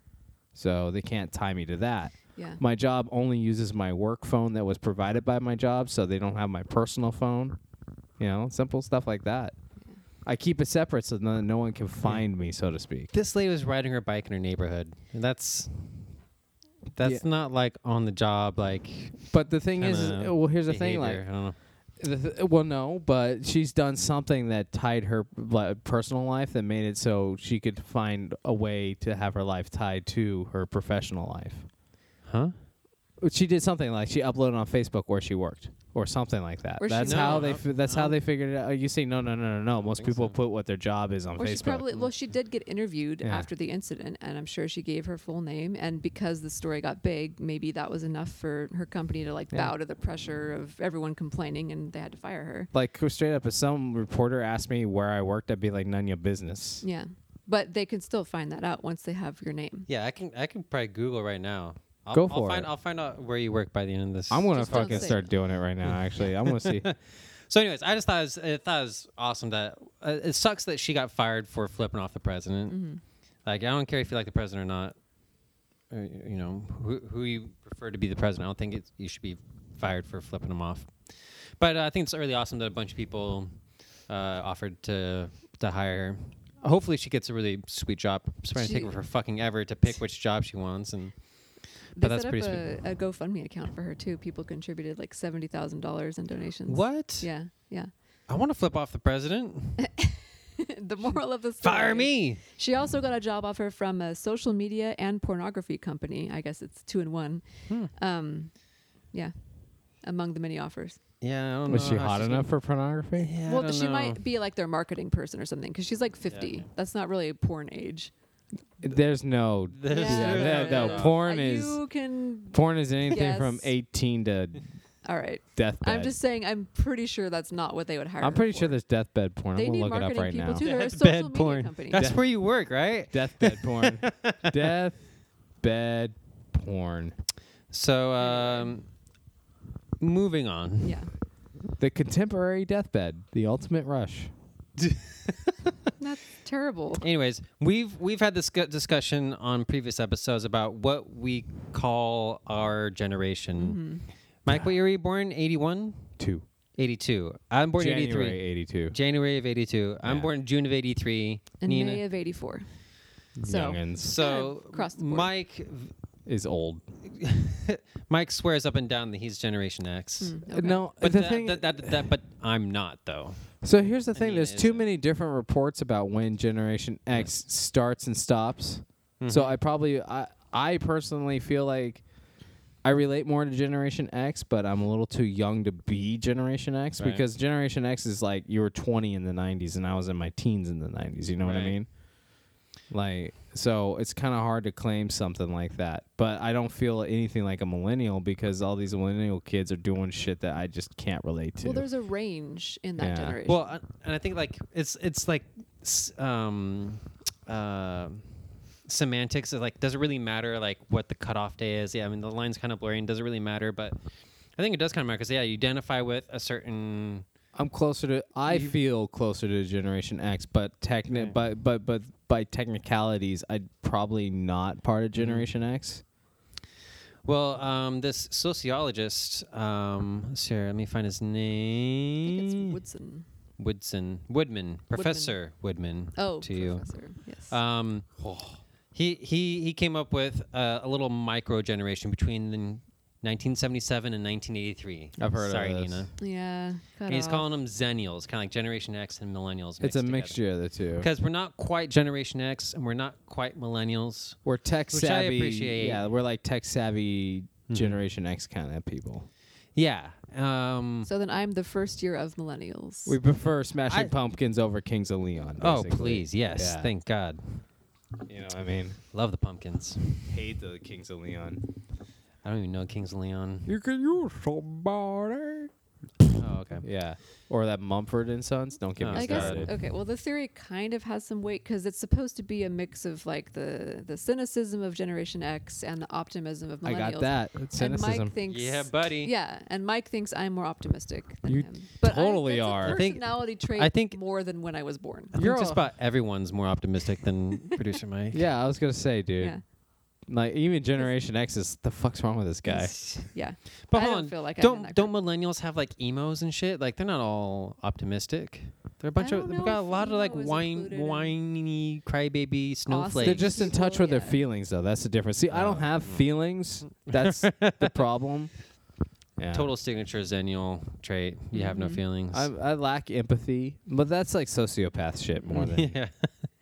C: so they can't tie me to that.
B: Yeah.
C: My job only uses my work phone that was provided by my job, so they don't have my personal phone. You know, simple stuff like that. I keep it separate so no, no one can find me, so to speak.
A: This lady was riding her bike in her neighborhood, and that's that's not like on the job. Like
C: But the thing is, is-
A: kinda
C: well, here's the thing, like,
A: behavior. I don't know.
C: The th- well, no, but she's done something that tied her li- personal life that made it so she could find a way to have her life tied to her professional life.
A: huh?
C: She did something like she uploaded on Facebook where she worked or something like that.
B: Or she-
C: that's
B: No,
C: how they
A: no,
C: f- that's how
A: no.
C: they figured it out. You say no, no, no, no, no. Most
A: think
C: people
A: so.
C: put what their job is on
B: Or she
C: Facebook.
B: probably well, she did get interviewed
C: Yeah.
B: after the incident, and I'm sure she gave her full name. And because the story got big, maybe that was enough for her company to like
C: Yeah.
B: bow to the pressure of everyone complaining, and they had to fire her.
C: like straight up, if some reporter asked me where I worked, I'd be like, none of your business.
B: Yeah, but they can still find that out once they have your name.
A: Yeah, I can I can probably Google right now. I'll,
C: Go
A: I'll
C: for
A: find,
C: it.
A: I'll find out where you work by the end of this.
C: I'm gonna
B: Just don't
C: fucking
B: say
C: start
B: it.
C: doing it right now. Actually, I'm gonna see.
A: So, anyways, I just thought it was, I thought it was awesome that uh, it sucks that she got fired for flipping off the president.
B: Mm-hmm.
A: Like, I don't care if you like the president or not. Or, you know, who, who you prefer to be the president. I don't think it's, you should be fired for flipping them off. But uh, I think it's really awesome that a bunch of people uh, offered to to hire her. Hopefully, she gets a really sweet job. It's going to take
B: She-
A: her for fucking ever to pick which job she wants. And
B: They
A: But that's
B: set
A: pretty
B: up a, a GoFundMe account for her too. People contributed like seventy thousand dollars in donations.
A: what?
B: Yeah, yeah.
A: I want to flip off the president.
B: the moral of the story.
A: Fire me.
B: She also got a job offer from a social media and pornography company. I guess it's two in one.
A: Hmm.
B: Um, yeah, among the many offers.
A: Yeah. I don't
C: Was
A: know
C: she
A: how
C: hot
A: she's
C: enough for pornography?
A: gonna- Yeah, I
B: well,
A: don't
B: she
A: know.
B: might be like their marketing person or something because she's like fifty.
A: okay.
B: That's not really a porn age.
C: There's no
A: There's
C: Yeah,
A: no-
C: no,
A: no.
C: porn
B: Uh,
C: is-
B: You can.
C: porn is anything from
B: Yes.
C: 18 to
B: All right.
C: deathbed.
B: I'm just saying. I'm pretty sure that's not what they would hire.
C: I'm
B: her
C: pretty
B: for.
C: sure there's deathbed porn.
B: They
C: I'm
B: need
C: gonna look it up
B: marketing
C: right
B: people
C: now.
B: too. They're a
A: Deathbed
B: social media
A: porn.
B: company.
A: That's
C: Death-
A: where you work, right?
C: Deathbed porn. deathbed porn.
A: So, um, moving on.
B: Yeah.
C: The contemporary deathbed. The ultimate rush.
B: That's terrible.
A: Anyways, we've we've had this gu- discussion on previous episodes about what we call our generation.
B: Mm-hmm.
A: Mike, what year were you born? 81?
C: Two.
A: 82. I'm born in
C: January
A: 83.
C: 82.
A: January of 82. I'm
C: Yeah.
A: born June of 83.
B: And
A: Nina.
B: May of '84. So
C: Youngins
A: so
B: Across the board.
A: Mike
C: is old.
A: Mike swears up and down that he's Generation X.
B: Mm, okay.
C: No,
A: But
C: the
A: that-
C: thing.
A: that- that- that- but I'm not though.
C: so here's the thing.
A: mean,
C: There's
A: is
C: too
A: it-
C: many different reports about when Generation X starts and stops. So
A: Mm-hmm.
C: I probably I I personally feel like I relate more to Generation X, but I'm a little too young to be Generation X
A: Right.
C: because Generation X is like you were 20 in the 90s and I was in my teens in the 90s. You know what I
A: Right.
C: mean? Like so it's kind of hard to claim something like that. But I don't feel anything like a millennial because all these millennial kids are doing shit that I just can't relate to.
B: Well, there's a range in that
C: Yeah.
B: generation.
A: Well, I- and I think like it's it's like s- um, uh, semantics. Is like, does it really matter like what the cutoff day is? Yeah, I mean the line's kind of blurry and doesn't really matter, but I think it does kind of matter because yeah, you identify with a certain.
C: I'm closer to. I feel closer to Generation X, but techni-
A: Okay.
C: but but but by technicalities, I'd probably not part
A: Mm-hmm.
C: of Generation X.
A: Well, um, this sociologist, um, let's see here, let me find his
B: I think it's
A: name.
B: Woodson.
A: Woodson, Woodman, Professor Woodman.
B: Oh,
A: to you.
B: professor. Yes.
A: Um, he he he came up with uh, a little micro generation between the 1977 and 1983.
C: I've heard of
A: Sorry,
C: this.
A: Nina.
B: yeah. cut
A: And he's
B: off.
A: calling them Zennials, kind of like Generation X and Millennials.
C: It's a mixture of the two.
A: because we're not quite Generation X and we're not quite Millennials.
C: We're tech
A: Which I
C: savvy.
A: appreciate. Mm-hmm.
C: Yeah, we're like tech savvy Generation X kind of people.
A: Yeah. Um,
B: So then I'm the first year of millennials.
C: We prefer Smashing
A: I-
C: Pumpkins over Kings of Leon.
A: oh
C: basically.
A: please, yes,
C: Yeah.
A: thank God.
C: You know, what I mean,
A: Love the pumpkins.
C: hate the Kings of Leon.
A: I don't even know Kings of Leon.
C: You can use somebody.
A: Oh, okay.
C: Yeah, or that Mumford and Sons. Don't get
A: Oh,
C: me
B: I guess
C: started.
A: started.
B: okay. Well, the theory kind of has some weight because it's supposed to be a mix of like the the cynicism of Generation X and the optimism of millennials.
C: I got that It's
B: And
C: cynicism.
B: Mike thinks,
A: Yeah, buddy.
B: Yeah, and Mike thinks I'm more optimistic than
C: You
B: him. But
C: totally
B: I, that's
C: are.
B: A
A: I think-
B: personality trait.
A: I think-
B: more than when I was born.
A: I think
C: You're
A: just
C: a-
A: about everyone's more optimistic than producer Mike.
C: Yeah, I was gonna say, dude.
B: Yeah.
C: like even Generation X is the fuck's wrong with this guy?
B: Yeah.
A: But
B: I
A: hold
B: don't
A: on,
B: feel like I'm in
A: don't
B: that
A: don't millennials have like emos and shit? Like they're not all optimistic. They're a bunch
B: I
A: of
B: don't
A: they've
B: know
A: got a
B: if
A: lot of like
B: emo is
A: whine,
B: included in-
A: whiny crybaby snowflakes.
C: They're just in
B: people,
C: touch with
B: yeah.
C: their feelings, though. That's the difference. See, I
A: Oh.
C: don't have feelings. That's the problem. Yeah.
A: total signature zennial trait. You have no
B: Mhm.
A: feelings.
C: I, I lack empathy, but that's like sociopath shit more than.
A: yeah,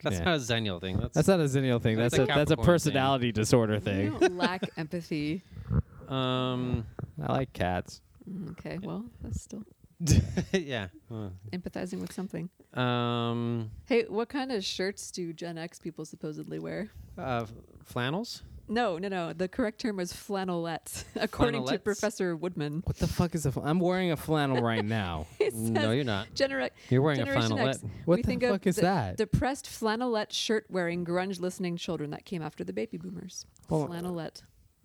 A: that's
C: Yeah.
A: not a zennial thing. That's,
C: That's not a zennial thing.
A: That's
C: That's,
A: a
C: a, that's a
A: Capricorn thing.
C: personality disorder thing.
B: You don't lack empathy.
A: um,
C: I like cats.
B: Mm, Okay, well, that's still
A: yeah. Uh,
B: empathizing with something.
A: Um,
B: Hey, what kind of shirts do Gen X people supposedly wear?
A: uh, flannels.
B: No, no, no. The correct term was flannelettes, according to
A: Flannelettes?
B: Professor Woodman.
C: What the fuck is a? Fl- I'm wearing a flannel right now.
B: He
A: No,
B: says
A: you're not.
B: genera-
A: You're wearing a
B: Generation X.
A: flannelette.
C: What
B: we
C: the
B: think
C: fuck
B: of
C: is
B: the
C: that?
B: Depressed flannelette shirt wearing grunge listening children that came after the baby boomers.
C: Hold on.
B: flannelette.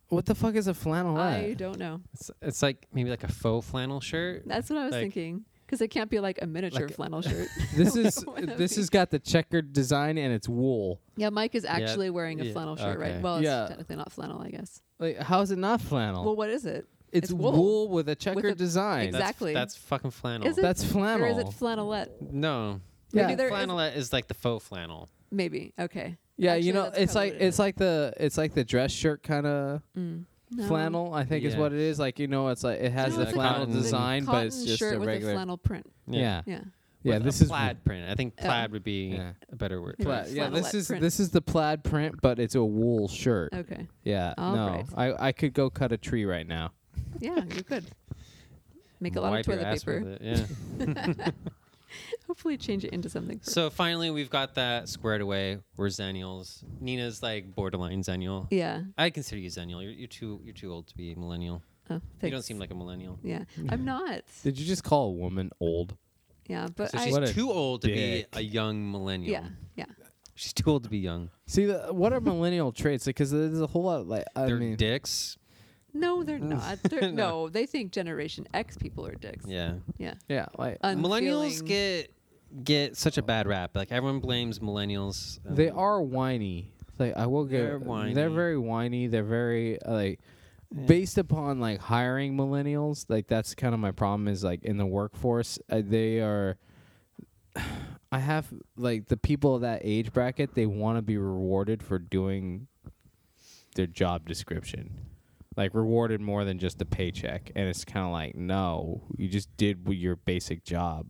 C: What the fuck is a flannel?
B: I don't know.
A: It's, it's like maybe like a faux flannel shirt.
B: That's what I was
A: Like-
B: thinking. Because it can't be like a miniature
A: Like-
B: flannel shirt.
C: This is
B: What a
C: this has got the checkered design and it's wool.
B: yeah, Mike is actually wearing a
A: yeah,
B: flannel shirt,
A: okay.
B: right? Well, it's
C: Yeah.
B: technically not flannel, I guess.
C: Like, how is it not flannel?
B: Well, what is it?
C: it's,
B: it's wool.
C: wool. with a checkered
B: a-
C: design.
A: That's-
B: Exactly.
A: That's, fucking flannel.
B: Is it?
C: That's flannel.
B: Or is it flannelette?
A: No.
C: Yeah.
B: Maybe there is-
A: flannelette is like the faux flannel.
B: Maybe. Okay.
C: yeah,
B: Actually,
C: you know,
B: that's
C: it's
B: probably
C: like
B: what it
C: it's like the it's like the dress shirt kind of
B: Mm. No.
C: flannel. I think is
A: Yeah.
C: what it is. Like you know, it's like it has
A: No,
C: the
A: it's a
C: flannel
A: cotton-
C: design, but it's
B: Cotton
C: just
B: shirt
C: a
B: with a
C: regular.
B: flannel print.
C: yeah,
B: Yeah.
C: yeah.
A: With
C: This
A: a
C: is
A: plaid print. I think
B: Oh.
A: plaid would be
C: Yeah.
A: a better word.
B: Yeah.
C: Plaid. Yeah, this
B: flannelette
C: is
B: print. Oh,
C: this is the plaid print, but it's a wool shirt.
B: Okay.
C: Yeah,
B: All
C: no,
B: right.
C: I I could go cut a tree right now.
B: Yeah, you could make a lot
A: Wipe
B: of
A: your
B: toilet
A: ass with
B: paper.
A: it, Yeah.
B: Hopefully, change it into something. per-
A: so finally, we've got that squared away. We're zennials. Nina's like borderline zennial.
B: yeah.
A: I consider you zennial. You're, you're too you're too old to be a millennial.
B: Oh,
A: You don't
B: thanks.
A: seem like a millennial.
B: Yeah, I'm not.
C: Did you just call a woman old?
B: Yeah, but
A: So
B: I.
A: she's
C: What a
A: too old to be
C: dick.
A: a young millennial.
B: yeah, yeah.
A: She's too old to be young.
C: See, the, what are millennial traits? Because there's a whole lot. Like I
A: They're
C: mean,
A: dicks.
B: No, they're not. They're, no. they think Generation X people are dicks.
A: Yeah.
B: yeah.
C: yeah, like
A: Millennials
B: Unfeeling.
A: get get such a bad rap. Like everyone blames millennials. um,
C: they are whiny. Like I will
A: They're
C: get,
A: whiny.
C: they're very whiny. They're very uh, like based upon like hiring millennials. Like that's kind of my problem is like in the workforce uh, they are. I have like the people of that age bracket. They want to be rewarded for doing their job description, like rewarded more than just a paycheck. And it's kind of like no, you just did w- your basic job.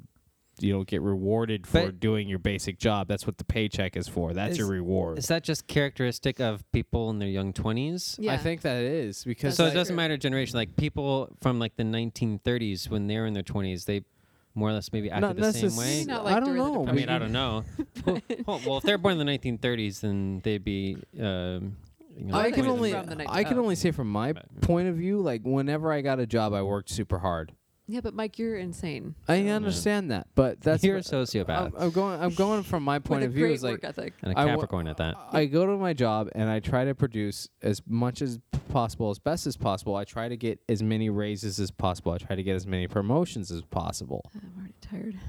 C: You don't get rewarded for
A: But-
C: doing your basic job. That's what the paycheck is for. That's
A: Is-
C: your reward.
A: Is that just characteristic of people in their young twenties?
B: Yeah.
C: I think that is
B: That's
C: because
A: So it
B: like-
A: doesn't matter generation. Like people from like the 1930s, when they were in their 20s, they more or less maybe acted
C: not
A: the same
C: necessarily.
A: way.
B: Maybe not
C: I
B: like
C: don't
B: during the
C: know.
A: I
B: Depression.
A: mean, I don't know. well, well, if they're born in the 1930s, then they'd be. Um, you know,
B: I
C: I
B: think
C: can
B: it's
C: only
B: from the night-
C: I can
B: oh.
C: only say from my point of view, like whenever I got a job, I worked super hard.
B: Yeah, but Mike, you're insane.
C: I understand that, but that's
A: you're a
C: what-
A: sociopath
C: I'm, I'm going. I'm going from my point
B: With
C: of
B: a
C: view
B: great
C: is like
B: work ethic.
A: and a
C: I wa-
A: Capricorn at that.
C: I go to my job and I try to produce as much as possible, as best as possible. I try to get as many raises as possible. I try to get as many promotions as possible.
B: I'm already tired.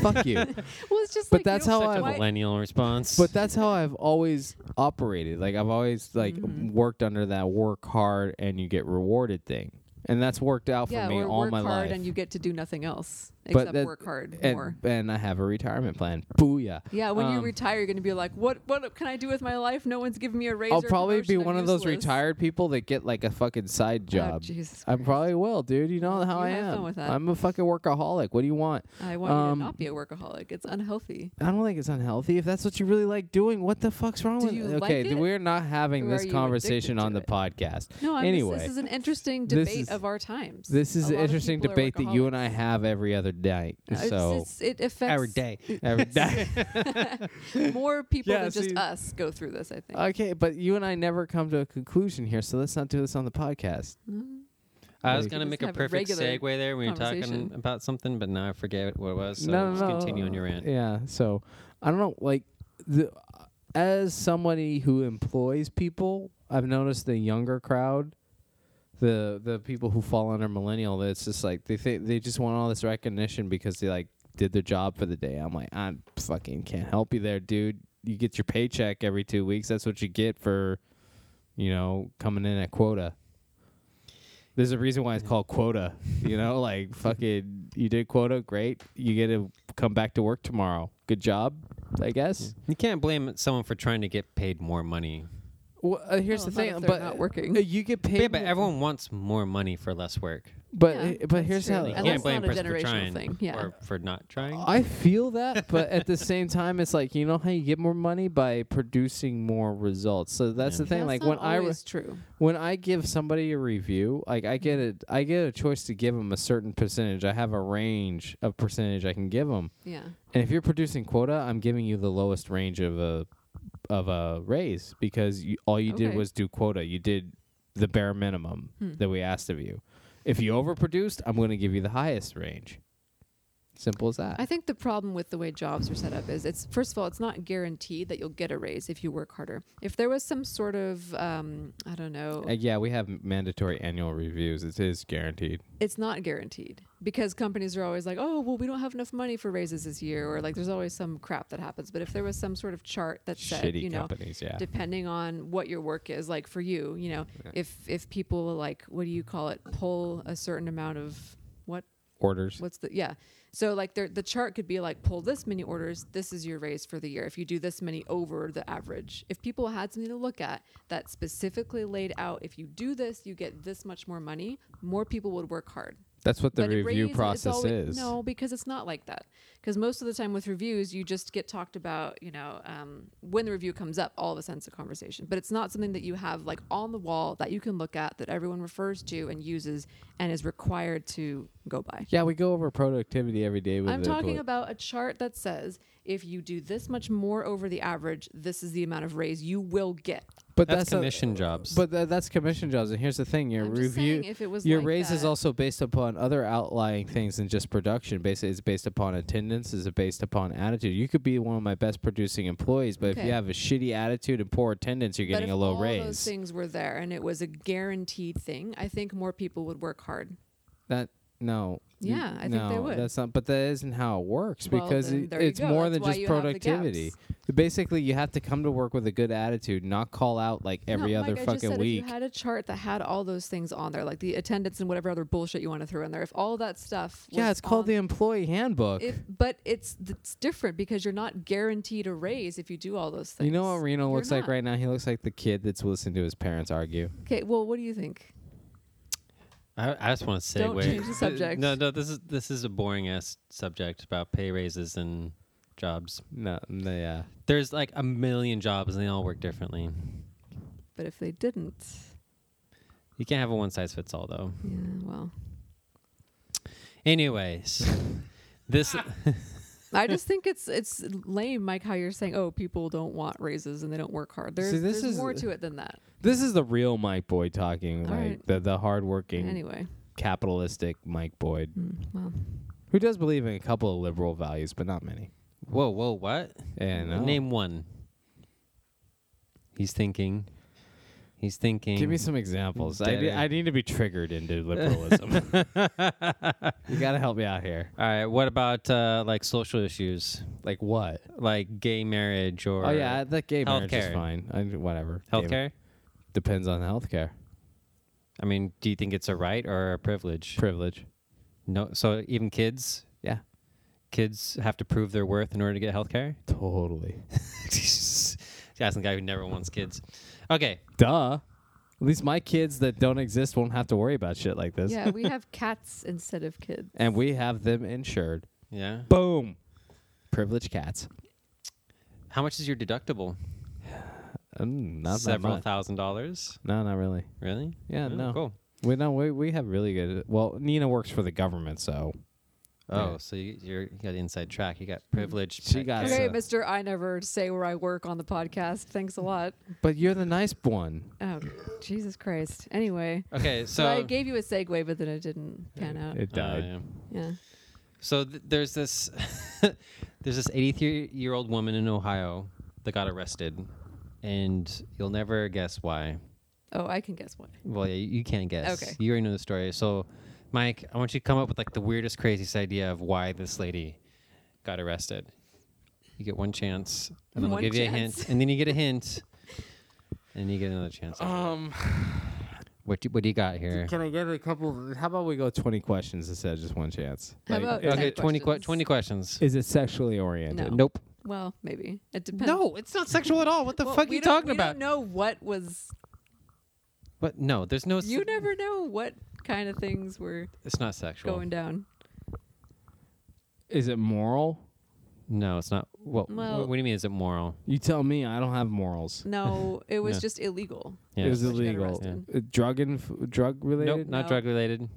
C: Fuck you.
B: Well, it's just
C: But
B: like you
C: that's
B: don't-
C: how
A: Such a
C: Oh, I-
B: why-
A: millennial response.
C: But that's how I've always operated. Like I've always like
B: Mm-hmm.
C: worked under that work hard and you get rewarded thing, and that's worked out for
B: Yeah,
C: me
B: or
C: all
B: work
C: my
B: hard
C: life.
B: and you get to do nothing else
C: But
B: except
C: that-
B: work hard more.
C: and, and I have a retirement plan. Booyah!
B: Yeah, when you
C: Um,
B: retire, you're going to be like, what What can I do with my life? No one's giving me a raise.
C: I'll
B: or a
C: probably be
B: promotion. I'm
C: one of those
B: useless."
C: retired people that get like a fucking side
B: Oh,
C: job.
B: Jesus
C: I
B: Christ.
C: probably will, dude. You know how
B: You
C: I
B: have
C: am.
B: fun with that.
C: I'm a fucking workaholic. What do you want?
B: I want
C: um,
B: you to not be a workaholic. It's unhealthy.
C: I don't think it's unhealthy. If that's what you really like doing, what the fuck's wrong
B: Do
C: with
B: you
C: it?
B: like
C: Okay, th-
B: it?
C: we're not having
B: Or are
C: this
B: you
C: conversation
B: addicted
C: on
B: to
C: the
B: it?
C: podcast.
B: No, I'm
C: anyway,
B: just, this is an interesting
C: this
B: debate
C: is-
B: of our times.
C: This is
B: A
C: an
B: lot of
C: interesting
B: people are
C: debate that you and I
B: workaholics.
C: have every other day.
B: It's-
C: So
B: it's- it affects
A: Our day.
C: every day.
B: more people
C: Yeah,
B: than just
C: see-
B: us go through this. I think.
C: okay, but you and I never come to a conclusion here, so let's not do this on the podcast.
B: Mm-hmm.
A: I was
C: We
A: gonna
B: just
A: make a
B: have a
A: perfect
B: regular
A: segue there when you're talking
B: conversation.
A: about something, but now I forget what it was. So
C: no, no,
A: just
C: no.
A: continue on your rant.
C: Yeah. So I don't know. Like, the, as somebody who employs people, I've noticed the younger crowd, the the people who fall under millennial, that it's just like they think they just want all this recognition because they like did their job for the day. I'm like, I fucking can't help you there, dude. You get your paycheck every two weeks. That's what you get for you know, coming in at quota. There's a reason why it's called quota. You know, like fucking, you did quota, great. You get to come back to work tomorrow. Good job, I guess.
A: You can't blame someone for trying to get paid more money.
C: Well, uh, here's
B: Well,
C: the
B: not if
C: thing,
B: they're
C: but
B: not working.
C: uh, you get paid.
A: Yeah, but
C: more-
A: everyone wants more money for less work.
C: But
B: Yeah,
C: but
B: that's
C: here's
B: true.
C: how.
A: You
B: And
A: can't
B: that's
A: blame
B: not a
A: a person for
B: generational
A: trying
B: thing, yeah.
A: or for not trying.
C: I feel that, but at the same time, it's like you know how you get more money by producing more results. So that's
A: Yeah.
C: the thing.
B: That's
C: like
B: not
C: when I re-
B: always true.
C: when I give somebody a review, like I get a I get a choice to give them a certain percentage. I have a range of percentage I can give them.
B: Yeah.
C: And if you're producing quota, I'm giving you the lowest range of a of a raise because you, all you did
B: Okay.
C: was do quota. You did the bare minimum
B: Hmm.
C: that we asked of you. If you overproduced, I'm going to give you the highest range. Simple as that.
B: I think the problem with the way jobs are set up is it's first of all, it's not guaranteed that you'll get a raise if you work harder. If there was some sort of um, I don't know,
C: Uh, yeah, we have m- mandatory annual reviews. It is guaranteed.
B: it's not guaranteed because companies are always like, oh, well, we don't have enough money for raises this year, or like there's always some crap that happens. But if there was some sort of chart that said,
C: Shitty
B: you know,
C: companies, yeah.
B: depending on what your work is, like for you, you know, if if people like, what do you call it, pull a certain amount of what
C: Orders.
B: What's the yeah? So like there, the chart could be like pull this many orders. This is your raise for the year. If you do this many over the average, if people had something to look at that specifically laid out, if you do this, you get this much more money. More people would work hard.
C: That's what the
B: But a
C: review
B: raise, it's
C: process
B: always-
C: is.
B: No, because it's not like that. Because most of the time with reviews, you just get talked about, you know, um, when the review comes up, all of a sudden it's a conversation. But it's not something that you have like on the wall that you can look at that everyone refers to and uses and is required to go by.
C: Yeah, we go over productivity every day with
B: I'm
C: the
B: talking
C: employee.
B: about a chart that says if you do this much more over the average, this is the amount of raise you will get.
C: but
A: that's,
C: a-
A: commission jobs.
C: But tha- that's commission jobs, and here's the thing: your
B: I'm just
C: review,
B: saying if it was
C: your
B: like
C: raise is
B: that-
C: also based upon other outlying things than just production. Basically, it's based upon attendance, is based upon attitude. You could be one of my best producing employees, but if
B: Okay.
C: you have a shitty attitude and poor attendance, you're
B: but
C: getting
B: if
C: a low
B: all
C: raise.
B: those things were there and it was a guaranteed thing, I think more people would work hard.
C: that no. you-
B: Yeah, I think they
C: no,
B: would.
C: That's not, but that isn't how it works
B: Well,
C: because
B: then
C: it-
B: there you
C: it's
B: go.
C: more
B: That's
C: than
B: why
C: just
B: you have the gaps.
C: productivity. Basically, you have to come to work with a good attitude, not call out like every
B: No,
C: other
B: like I just
C: fucking
B: said,
C: week.
B: If you had a chart that had all those things on there, like the attendance and whatever other bullshit you want to throw in there, if all that stuff,
C: yeah,
B: was
C: it's called
B: on-
C: the employee handbook.
B: If, but it's it's different because you're not guaranteed a raise if you do all those things.
C: You know what Reno
B: You're
C: looks like
B: not.
C: right now? He looks like the kid that's listening to his parents argue.
B: Okay, well, what do you think?
A: I, I just want to segue.
B: Don't change the
A: Th-
B: subject.
A: No, no, this is this is a boring ass subject about pay raises and jobs.
C: No, uh, no yeah.
A: There's like a million jobs and they all work differently.
B: But if they didn't,
A: You can't have a one size fits all though.
B: yeah, well.
A: Anyways, this
B: I just think it's it's lame, Mike, how you're saying, oh, people don't want raises and they don't work hard. There's,
C: See, this
B: there's
C: is-
B: more to it than that.
C: This is the real Mike Boyd talking,
B: All
C: like
B: right.
C: the the hardworking,
B: Anyway,
C: capitalistic Mike Boyd,
B: Mm, well,
C: who does believe in a couple of liberal values, but not many.
A: whoa, whoa, what?
C: And uh,
A: Name one. He's thinking. He's thinking.
C: give me some examples. I,
A: Dead
C: ne-
A: air.
C: I need to be triggered into liberalism. you gotta help me out here.
A: all right. What about uh, like social issues,
C: Like what?
A: like gay marriage or
C: oh yeah, that gay marriage is
A: healthcare.
C: fine. I, whatever. Gay-
A: healthcare?
C: depends on healthcare
A: I mean, do you think it's a right or a privilege?
C: privilege.
A: No. So even kids,
C: Yeah,
A: kids have to prove their worth in order to get health care?
C: totally.
A: asking the guy who never wants kids. Okay.
C: Duh. At least my kids that don't exist won't have to worry about shit like this.
B: yeah, we have cats instead of kids.
C: And we have them insured.
A: Yeah.
C: Boom. Privileged cats.
A: How much is your deductible?
C: Mm, not
A: Several
C: that much.
A: thousand dollars.
C: No, not really.
A: Really?
C: Yeah,
A: Oh,
C: no.
A: Cool.
C: We no, we we have really good. Well, Nina works for the government, so
A: Oh,
C: Yeah.
A: so you, you're, you got inside track. You got privileged.
C: She
A: pet
C: got
A: care.
B: Okay,
C: so-
B: Mister, I never say where I work on the podcast. Thanks a lot.
C: But you're the nice one.
B: Oh, Jesus Christ. Anyway,
A: Okay.
B: so,
A: So
B: I gave you a segue, but then it didn't pan out.
C: It
A: Oh,
C: died.
A: yeah.
B: yeah.
A: So th- there's this there's this 83 year old woman in Ohio that got arrested, and you'll never guess why.
B: Oh, I can guess why.
A: Well, yeah, you can't guess.
B: Okay.
A: You already know the story. So, Mike, I want you to come up with like the weirdest, craziest idea of why this lady got arrested. You get one chance, and then
B: One
A: we'll give you a
B: chance.
A: hint, and then you get a hint, and you get another chance. at it.
C: Um,
A: what do, what do you got here?
C: can I get a couple? How about we go 20 questions instead of just one chance?
B: How about
C: is,
B: ten
A: Okay, 20, que-
B: questions?
A: 20 questions.
C: is it sexually oriented?
B: No.
A: Nope.
B: Well, maybe it depends.
A: No, it's not sexual at all. What the
B: Well,
A: fuck are
B: we
A: you
B: don't-
A: talking
B: we
A: about?
B: don't know what was.
A: But no, there's no.
B: You
A: se-
B: never know what kind of things were
A: It's not sexual.
B: going down.
C: Is it moral?
A: No, it's not. What,
B: Well-
A: what do you mean? Is it moral?
C: You tell me. I don't have morals.
B: No, it was
A: No.
B: just illegal.
A: Yeah.
C: It was
B: She got
C: illegal.
B: arrested.
C: Uh, Drug and drug
A: nope,
C: related.
A: not
B: No.
A: drug related.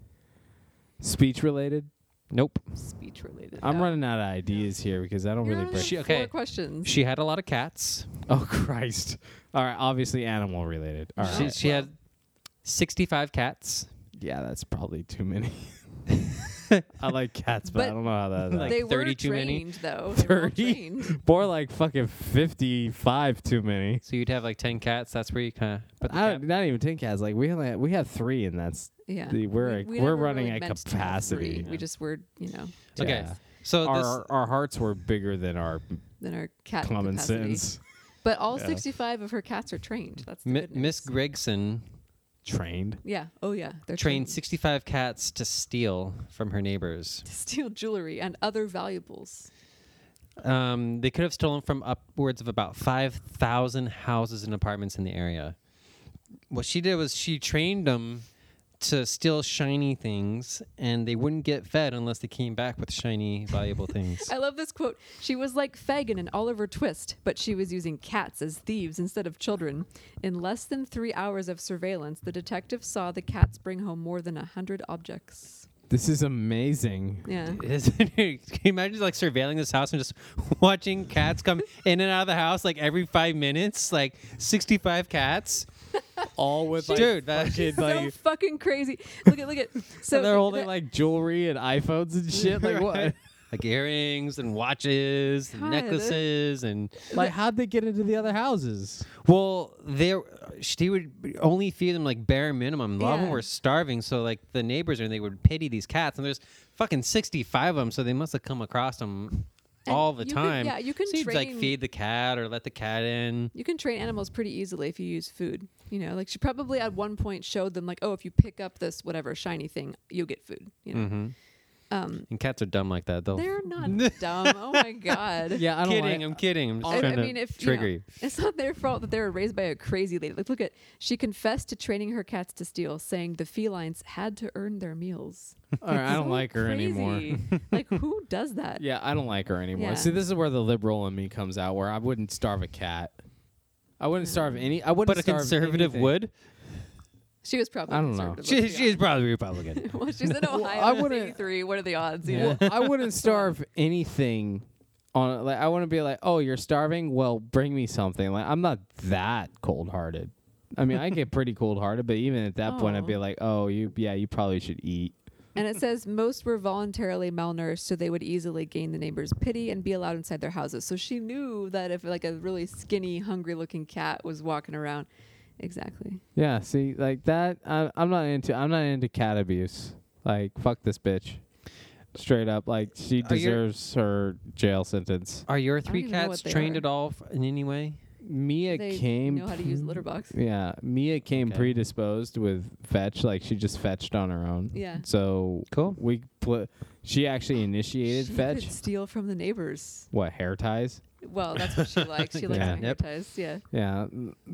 C: Speech related.
A: Nope.
B: Speech related.
C: I'm running out of ideas here because I don't
B: You're
C: really
B: running out
C: break.
B: of
A: She-
B: Four
A: okay.
B: questions.
A: She had a lot of cats.
C: Oh Christ! All right, obviously animal related. All right.
A: She,
B: Alright,
A: she
B: well.
A: had 65 cats.
C: yeah, that's probably too many. I like cats, but, I
B: But
C: don't know how that.
A: like
B: they were
A: 30 too many?
B: trained though. They were all
C: 30?
B: trained.
C: more like fucking fifty-five too many.
A: So you'd have like 10 cats. That's where you kind of put the
C: I
A: cap-
C: don't, not even ten cats. Like we only had, we had three, and that's
B: Yeah.
C: the, we're
B: We-
C: at-
B: we
C: we're
B: never
C: running
B: really
C: at
B: meant to have
C: capacity.
B: three. We just were, you know,
A: Okay.
C: Yeah.
A: So
C: our our hearts were bigger than our
B: than our cat
C: common
B: capacity.
C: sense.
B: But all
C: Yeah.
B: 65 of her cats are trained. That's the
A: this
B: good
A: M- Miss
B: news.
A: Gregson
C: Trained.
B: Yeah. Oh yeah. They're
A: trained 65 cats to steal from her neighbors.
B: to steal jewelry and other valuables.
A: Um, they could have stolen from upwards of about 5,000 houses and apartments in the area. What she did was she trained them to steal shiny things, and they wouldn't get fed unless they came back with shiny, valuable things.
B: I love this quote. She was like Fagin and Oliver Twist, but she was using cats as thieves instead of children. In less than three hours of surveillance, the detective saw the cats bring home more than a hundred objects.
C: This is amazing.
B: Yeah.
A: Is- Can you imagine like surveilling this house and just watching cats come in and out of the house like every five minutes, like 65 cats?
C: All with like,
A: Dude, that,
C: fucking,
B: So
C: like
B: fucking crazy. Look at look at. So
C: they're
B: the-
C: holding
B: the-
C: like jewelry and iPhones and shit. Like what?
A: like earrings and watches and
B: God, that-
A: necklaces and
C: like how'd they get into the other houses?
A: Well, there she would only feed them like bare minimum. A lot of them
B: Yeah.
A: were starving, so like the neighbors and they would pity these cats. And there's fucking sixty five of them, so they must have come across them
B: And
A: all the
B: you could-
A: time.
B: yeah, you can
A: so you'd, like
B: train-
A: feed the cat or let the cat in.
B: You can train animals pretty easily if you use food. You know, like she probably at one point showed them like, oh, if you pick up this whatever shiny thing, you'll get food. You know,
A: hmm
B: um,
A: And cats are dumb like that, though.
B: they're not dumb. Oh my god.
C: Yeah, I don't
A: kidding.
C: like-
A: I'm kidding. I'm just
B: I, I
A: trying
B: mean,
A: to
B: if you know,
A: trigger you.
B: it's not their fault that they were raised by a crazy lady. Like, look at she confessed to training her cats to steal, saying the felines had to earn their meals.
C: All right, I don't
B: So
C: like her anymore.
B: crazy. like, who does that?
C: Yeah, I don't like her anymore.
B: Yeah.
C: See, this is where the liberal in me comes out, where I wouldn't starve a cat. I wouldn't starve any. I wouldn't.
A: But a
C: starve
A: conservative
C: anything.
A: would.
B: She was probably.
C: I don't know.
B: conservative,
A: She,
B: let's be
A: she's probably Republican.
B: honest. well, she's in Ohio.
C: I
B: I
C: wouldn't-
B: Eighty-three. What are the odds? You
C: Well,
B: know?
C: I wouldn't starve anything. On like, I wouldn't be like, oh, you're starving. Well, bring me something. Like, I'm not that cold hearted. I mean, I get pretty cold hearted, but even at that point, I'd be
B: Oh.
C: like, oh, you, yeah, you probably should eat.
B: And it says most were voluntarily malnourished, so they would easily gain the neighbors' pity and be allowed inside their houses. So she knew that if like a really skinny, hungry-looking cat was walking around, exactly.
C: Yeah, see, like that. I, I'm not into. I'm not into cat abuse. Like, fuck this bitch. Straight up, like she
A: Are your-
C: deserves her jail sentence.
A: Are your three
B: even know
A: cats
B: what they
A: trained
B: are.
A: at all f- in any way?
C: Mia
B: they
C: came.
B: know how to use litter box.
C: Yeah, Mia came
A: Okay.
C: predisposed with fetch. Like she just fetched on her own.
B: Yeah.
C: So
A: Cool.
C: We pl- she actually initiated
B: she
C: fetch.
B: could steal from the neighbors.
C: What hair ties?
B: Well, that's what she likes. She likes
C: Yeah.
B: yeah.
A: Yep.
B: Yeah.
C: Yeah.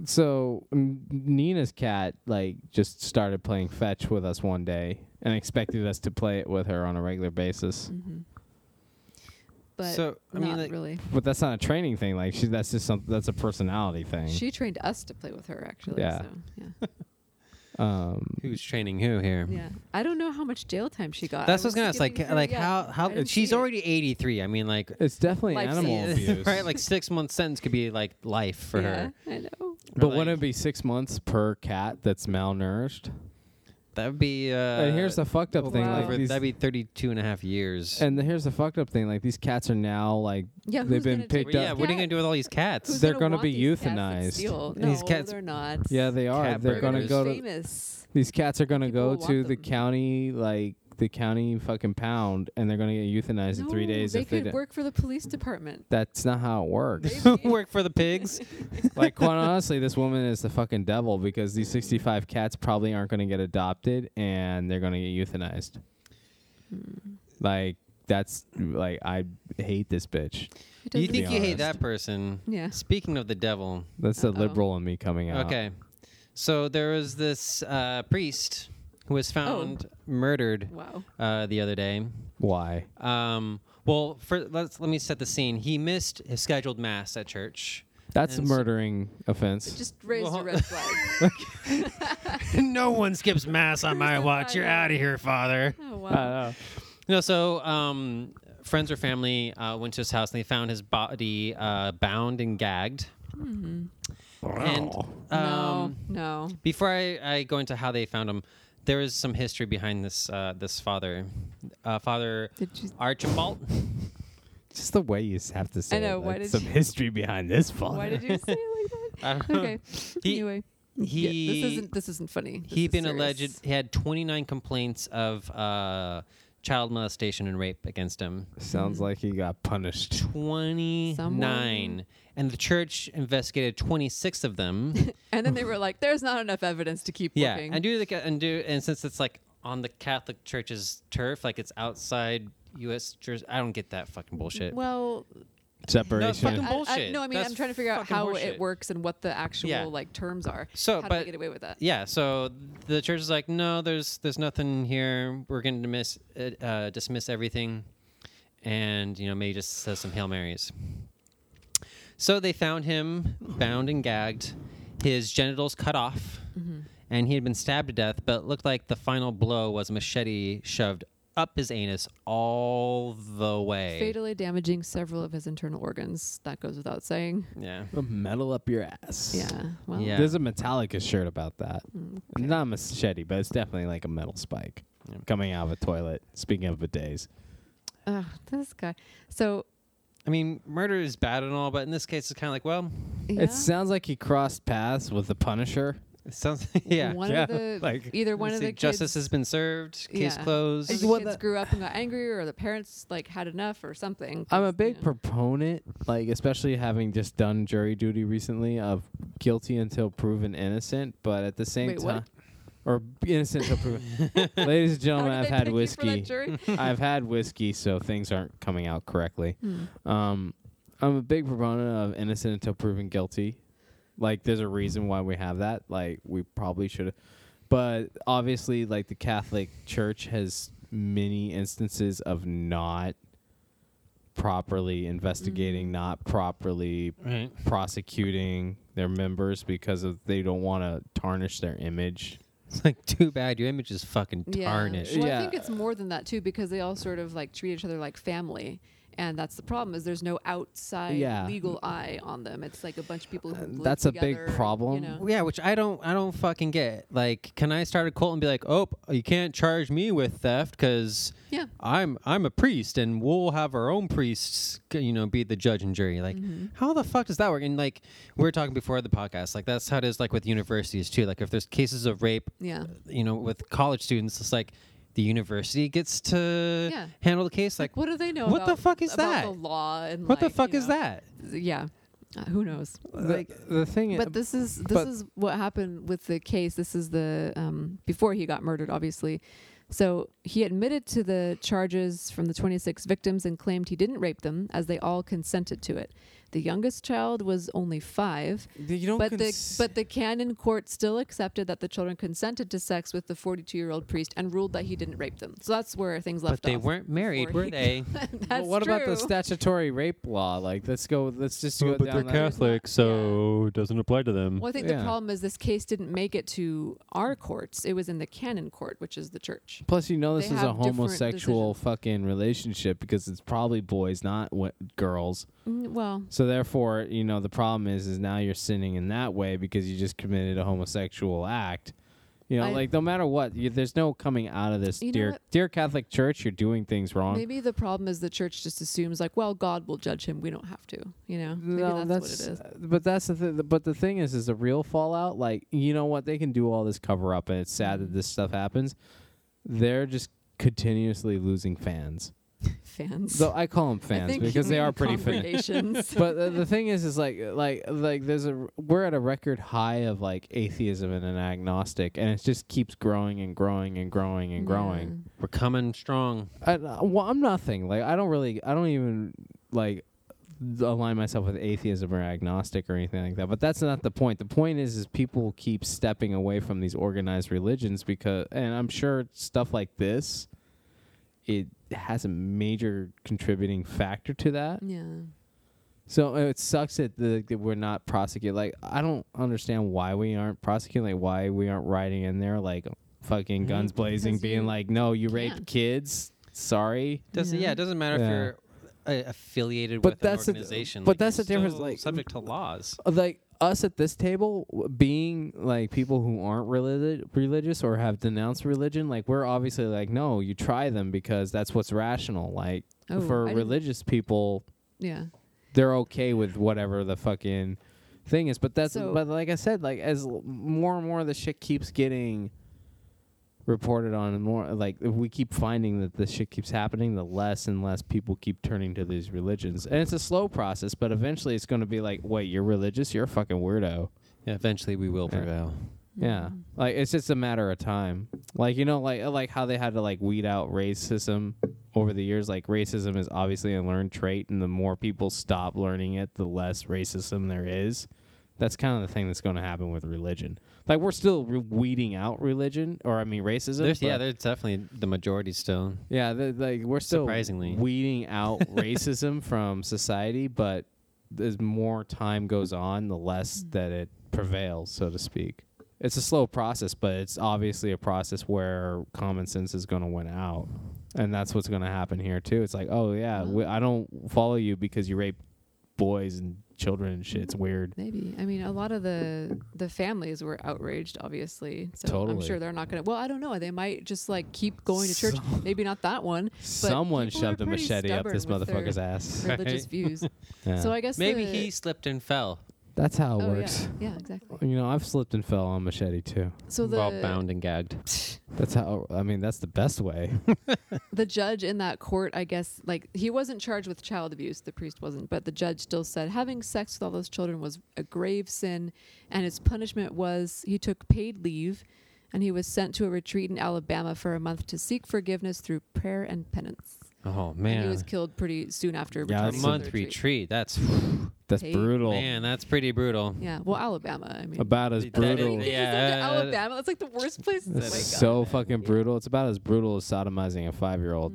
C: So mm, Nina's cat like just started playing fetch with us one day and expected us to play it with her on a regular basis.
B: hmm But
A: so I mean,
B: not
A: like,
B: really.
C: But that's not a training thing. Like she, that's just something. That's a personality thing.
B: She trained us to play with her, actually.
C: Yeah.
B: So, yeah.
C: um.
A: who's training who here?
B: yeah. I don't know how much jail time she got.
A: That's
B: I
A: what's gonna ask. Like,
B: skipping through-
A: like
B: yeah,
A: how
B: I
A: how
B: didn't
A: she's
B: see it.
A: already eighty three. I mean, like
C: It's definitely
B: Life
C: animal
B: sentence.
C: abuse.
A: right? Like six month sentence could be like life for
B: yeah,
A: her.
B: I know.
C: But
A: Like-
C: wouldn't it be six months per cat that's malnourished?
A: That would be. Uh,
C: and here's the fucked up
A: over-
C: thing.
B: oh, Wow.
C: Like
A: over-
C: these,
A: that'd be 32 and a half years.
C: and the, here's the fucked up thing. Like these cats are now like
B: Yeah,
C: they've
B: who's
C: been
B: gonna take
C: picked
A: Well, yeah,
C: up.
A: what are you gonna do with all these
B: Who's
A: cats?
C: They're
B: gonna
C: gonna
B: want
C: be
B: these cats that
C: euthanized.
B: steal? No,
A: These cats-
B: they're not.
C: Yeah, they are.
A: Cat
C: They're
B: They're gonna
C: gonna
A: burglars.
C: go to
B: famous.
C: these cats are gonna
B: People
C: go
B: will
C: to
B: want
C: the
B: them.
C: county like the county fucking pound, and they're gonna get euthanized in three
B: No,
C: days
B: They
C: if
B: could
C: they don't.
B: work for the police department.
C: That's not how it works.
B: Maybe.
A: Work for the pigs.
C: like quite honestly, this woman is the fucking devil because these 65 cats probably aren't gonna get adopted, and they're gonna get euthanized.
B: Hmm.
C: Like that's like I hate this bitch.
B: It
A: You
B: doesn't-
A: think you hate
C: honest.
A: that person?
B: Yeah.
A: Speaking of the devil,
C: That's the
B: Uh-oh.
C: liberal in me coming out.
A: Okay. So there was this uh, priest who
B: Oh.
A: was found murdered
B: Wow.
A: uh, the other day.
C: Why?
A: Um, well, for, let's let me set the scene. He missed his scheduled mass at church.
C: That's a
A: And so-
C: murdering offense.
B: Just raised
A: Well,
B: a red flag.
A: no one skips mass on my watch. You're out of here, Father.
B: oh wow.
C: I
A: No, so um, friends or family uh, went to his house and they found his body uh, bound and gagged.
C: don't know.
A: And um,
B: no, no.
A: Before I, I go into how they found him, there is some history behind this uh, this father, uh, Father
B: Did you?
A: Archibald.
C: Just the way you have to say.
B: I know,
C: It,
B: why
C: like,
B: did
C: some
B: you-
C: history behind this father.
B: Why did you say it
A: I don't
B: like that?
A: know.
B: Okay.
A: He-
B: anyway. Yeah,
A: He
B: this isn't this isn't funny. This
A: he
B: is
A: been
B: serious.
A: alleged he had 29 complaints of uh, child molestation and rape against him.
B: Hmm.
C: Sounds like he got punished.
A: 29,
B: Someone-
A: and the church investigated 26 of them.
B: And then they were like, "There's not enough evidence to keep
A: yeah,
B: looking."
A: and do the ca- and do and since it's like on the Catholic Church's turf, like it's outside U.S. Juris, I don't get that fucking bullshit.
B: well,
C: Separation.
A: fucking
B: I- I-
A: bullshit.
B: no, I mean,
A: That's
B: I'm trying to figure out
A: fucking
B: how
A: horseshit.
B: it works and what the actual
A: Yeah.
B: like terms are.
A: So,
B: how do
A: but-
B: they get away with that?
A: Yeah, so the church is like, no, there's there's nothing here. We're going to dismiss uh, uh, dismiss everything, and you know maybe just says some hail marys. So they found him bound and gagged, his genitals cut off, and he had been stabbed to death. But it looked like the final blow was a machete shoved up his anus all the way.
B: Fatally damaging several of his internal organs. That goes without saying.
A: Yeah.
C: Metal up your ass.
B: Yeah. Well. mm,
A: Yeah.
C: There's a Metallica shirt about that. Not a machete, but it's definitely like a metal spike coming out of a toilet. Speaking of bidets,
B: Ugh, this guy. So.
A: I mean, murder is bad and all, but in this case, it's kind of like, well,
B: Yeah.
C: it sounds like he crossed paths with the Punisher.
A: it sounds, yeah.
B: One
C: yeah,
B: of the
C: like,
B: either one of
A: See,
B: the
A: justice
B: kids,
A: has been served. Case
B: Yeah.
A: closed.
B: either the
C: Well,
B: kids
C: that-
B: grew up and got angry, or the parents like had enough, or something. 'cause,
C: I'm a
B: you
C: big
B: know.
C: proponent, like especially having just done jury duty recently, of guilty until proven innocent. But at the same
B: Wait, what?
C: time, or innocent until proven. Ladies and
B: How
C: gentlemen,
B: did they
C: I've
B: pick you for
C: had
B: that
C: whiskey.
B: jury?
C: I've had whiskey, so things aren't coming out correctly.
B: Hmm.
C: Um, I'm a big proponent of innocent until proven guilty. Like, there's a reason why we have that. Like, we probably should have. But obviously, like, the Catholic Church has many instances of not properly investigating, not properly
A: Right.
C: prosecuting their members because of they don't want to tarnish their image.
A: It's like too bad your image is fucking
B: Yeah.
A: tarnished.
B: Well,
C: Yeah.
B: I think it's more than that too, because they all sort of like treat each other like family, and that's the problem. Is there's no outside
C: Yeah.
B: legal eye on them. It's like a bunch of people who. live
C: that's a big
B: together,
C: problem.
B: You know.
A: Yeah, which I don't, I don't fucking get. Like, can I start a cult and be like, oh, you can't charge me with theft because
B: Yeah.
A: I'm, I'm a priest, and we'll have our own priests, c- you know, be the judge and jury. Like,
B: Mm-hmm.
A: how the fuck does that work? And like, we were talking before the podcast. Like, that's how it is. Like with universities too. Like, if there's cases of rape,
B: Yeah.
A: you know, with college students, it's like the university gets to
B: Yeah.
A: handle the case. Like,
B: What do they know?
A: What the
B: about-
A: fuck is
B: about
A: that?
B: The law and
A: what the
B: like, you
A: fuck is
B: know,
A: that?
B: Yeah. Uh, who knows?
C: Like, the thing
B: But this is this
C: but-
B: is what happened with the case. This is the um, before he got murdered, obviously. So he admitted to the charges from the 26 victims and claimed he didn't rape them, as they all consented to it. The youngest child was only five,
C: you don't
B: but the but the canon court still accepted that the children consented to sex with the 42 year old priest and ruled that he didn't rape them. So that's where things left
A: But they
B: off.
A: weren't married,
B: before
A: were
B: he-
A: they?
B: that's
C: Well, what about the
B: true.
C: statutory rape law? Like, let's go. Let's just go down that.
B: Catholic. so
A: it doesn't apply to them.
B: Well, I think
C: Yeah.
B: the problem is this case didn't make it to our courts. It was in the canon court, which is the church.
C: Plus, you know, this
B: They
C: is a
B: have different
C: homosexual fucking relationship because it's probably boys, not w- girls.
B: Mm, Well,
C: So therefore, you know, the problem is, is now you're sinning in that way because you just committed a homosexual act. You know,
B: I-
C: like no matter what, you, there's no coming out of this.
B: You know
C: dear,
B: what?
C: dear Catholic Church, you're doing things wrong.
B: maybe the problem is the church just assumes like, well, God will judge him. We don't have to, you know. Maybe that's, what it is.
C: uh, But that's the thing. But the thing is, is the real fallout. Like you know what they can do all this cover up, and it's sad that this stuff happens. They're just continuously losing fans.
B: fans.
C: Though I call them
B: I
C: fans
B: think
C: because they are pretty fans.
B: congregations.
C: But the, the thing is, is like, like, like, there's a we're at a record high of like atheism and an agnostic, and it just keeps growing and growing and growing and growing.
A: We're coming strong.
C: I, well, I'm nothing. Like I don't really, I don't even like align myself with atheism or agnostic or anything like that. But that's not the point. The point is, is people keep stepping away from these organized religions because, and I'm sure stuff like this, it has a major contributing factor to that.
B: Yeah.
C: So uh, it sucks that, the, that we're not prosecuting. Like I don't understand why we aren't prosecuting. Like why we aren't riding in there like fucking guns blazing,
B: Mm, Because
C: being
B: you
C: like, no, you raped
B: can't.
C: kids. Sorry.
A: Doesn't yeah.
B: Yeah.
A: It doesn't matter
C: Yeah.
A: if you're uh, affiliated
C: But
A: with
C: that's the-
A: an organization.
C: but
A: like,
C: that's
A: you're
C: the difference,
A: still
C: like-
A: subject to laws.
C: like us at this table w- being like people who aren't relig- religious or have denounced religion like we're obviously like no you try them because that's what's rational like
B: Oh, I
C: for
B: didn't-
C: religious people
B: Yeah.
C: they're okay with whatever the fucking thing is but that's
B: So-
C: but like i said like as l- more and more of the shit keeps getting reported on and more like if we keep finding that this shit keeps happening the less and less people keep turning to these religions and it's a slow process but eventually it's going to be like wait you're religious you're a fucking weirdo
A: Yeah, eventually we will
C: Yeah.
A: prevail.
C: yeah like it's just a matter of time like you know like uh, like how they had to like weed out racism over the years like racism is obviously a learned trait and the more people stop learning it the less racism there is that's kind of the thing that's going to happen with religion like we're still re- weeding out religion or i mean racism
A: There's, yeah,
C: but-
A: there's definitely the majority still.
C: yeah, the, like we're still
A: Surprisingly.
C: weeding out racism from society, but as more time goes on, the less that it prevails, so to speak. It's a slow process, but it's obviously a process where common sense is going to win out, and that's what's going to happen here too. It's like, oh yeah, we, I don't follow you because you rape boys and children and shit. It's weird.
B: Maybe. I mean, a lot of the the families were outraged, obviously. So I'm
C: Totally.
B: sure they're not going to. Well, I don't know. They might just like keep going to church. Maybe not that one.
C: Someone
B: people are
C: shoved a
B: pretty
C: machete up
B: stubborn
C: this
B: with their
C: motherfucker's ass.
B: Religious
A: Right.
B: views.
C: Yeah.
B: So I guess
A: Maybe
B: the-
A: he slipped and fell
C: that's how it
B: oh,
C: works.
B: Yeah. yeah, exactly.
C: You know, I've slipped and fell on machete too.
B: So the
A: while bound and gagged.
C: That's how. I mean, that's the best way.
B: the judge in that court, I guess, like he wasn't charged with child abuse. The priest wasn't, but the judge still said having sex with all those children was a grave sin, and his punishment was he took paid leave, and he was sent to a retreat in Alabama for a month to seek forgiveness through prayer and penance.
A: Oh
B: And he
A: man,
B: was killed pretty soon after.
C: Yeah,
A: a
B: returning
C: that's
B: from the
A: month retreat. That's
C: That's
B: Hey,
C: brutal.
A: man, that's pretty brutal.
B: Yeah, well, Alabama. I mean,
C: About as
A: That
C: brutal.
A: is-
B: yeah,
A: Yeah.
B: Alabama. That's like the worst place.
C: That's
B: oh my God.
C: so fucking brutal. It's about as brutal as sodomizing a five-year-old.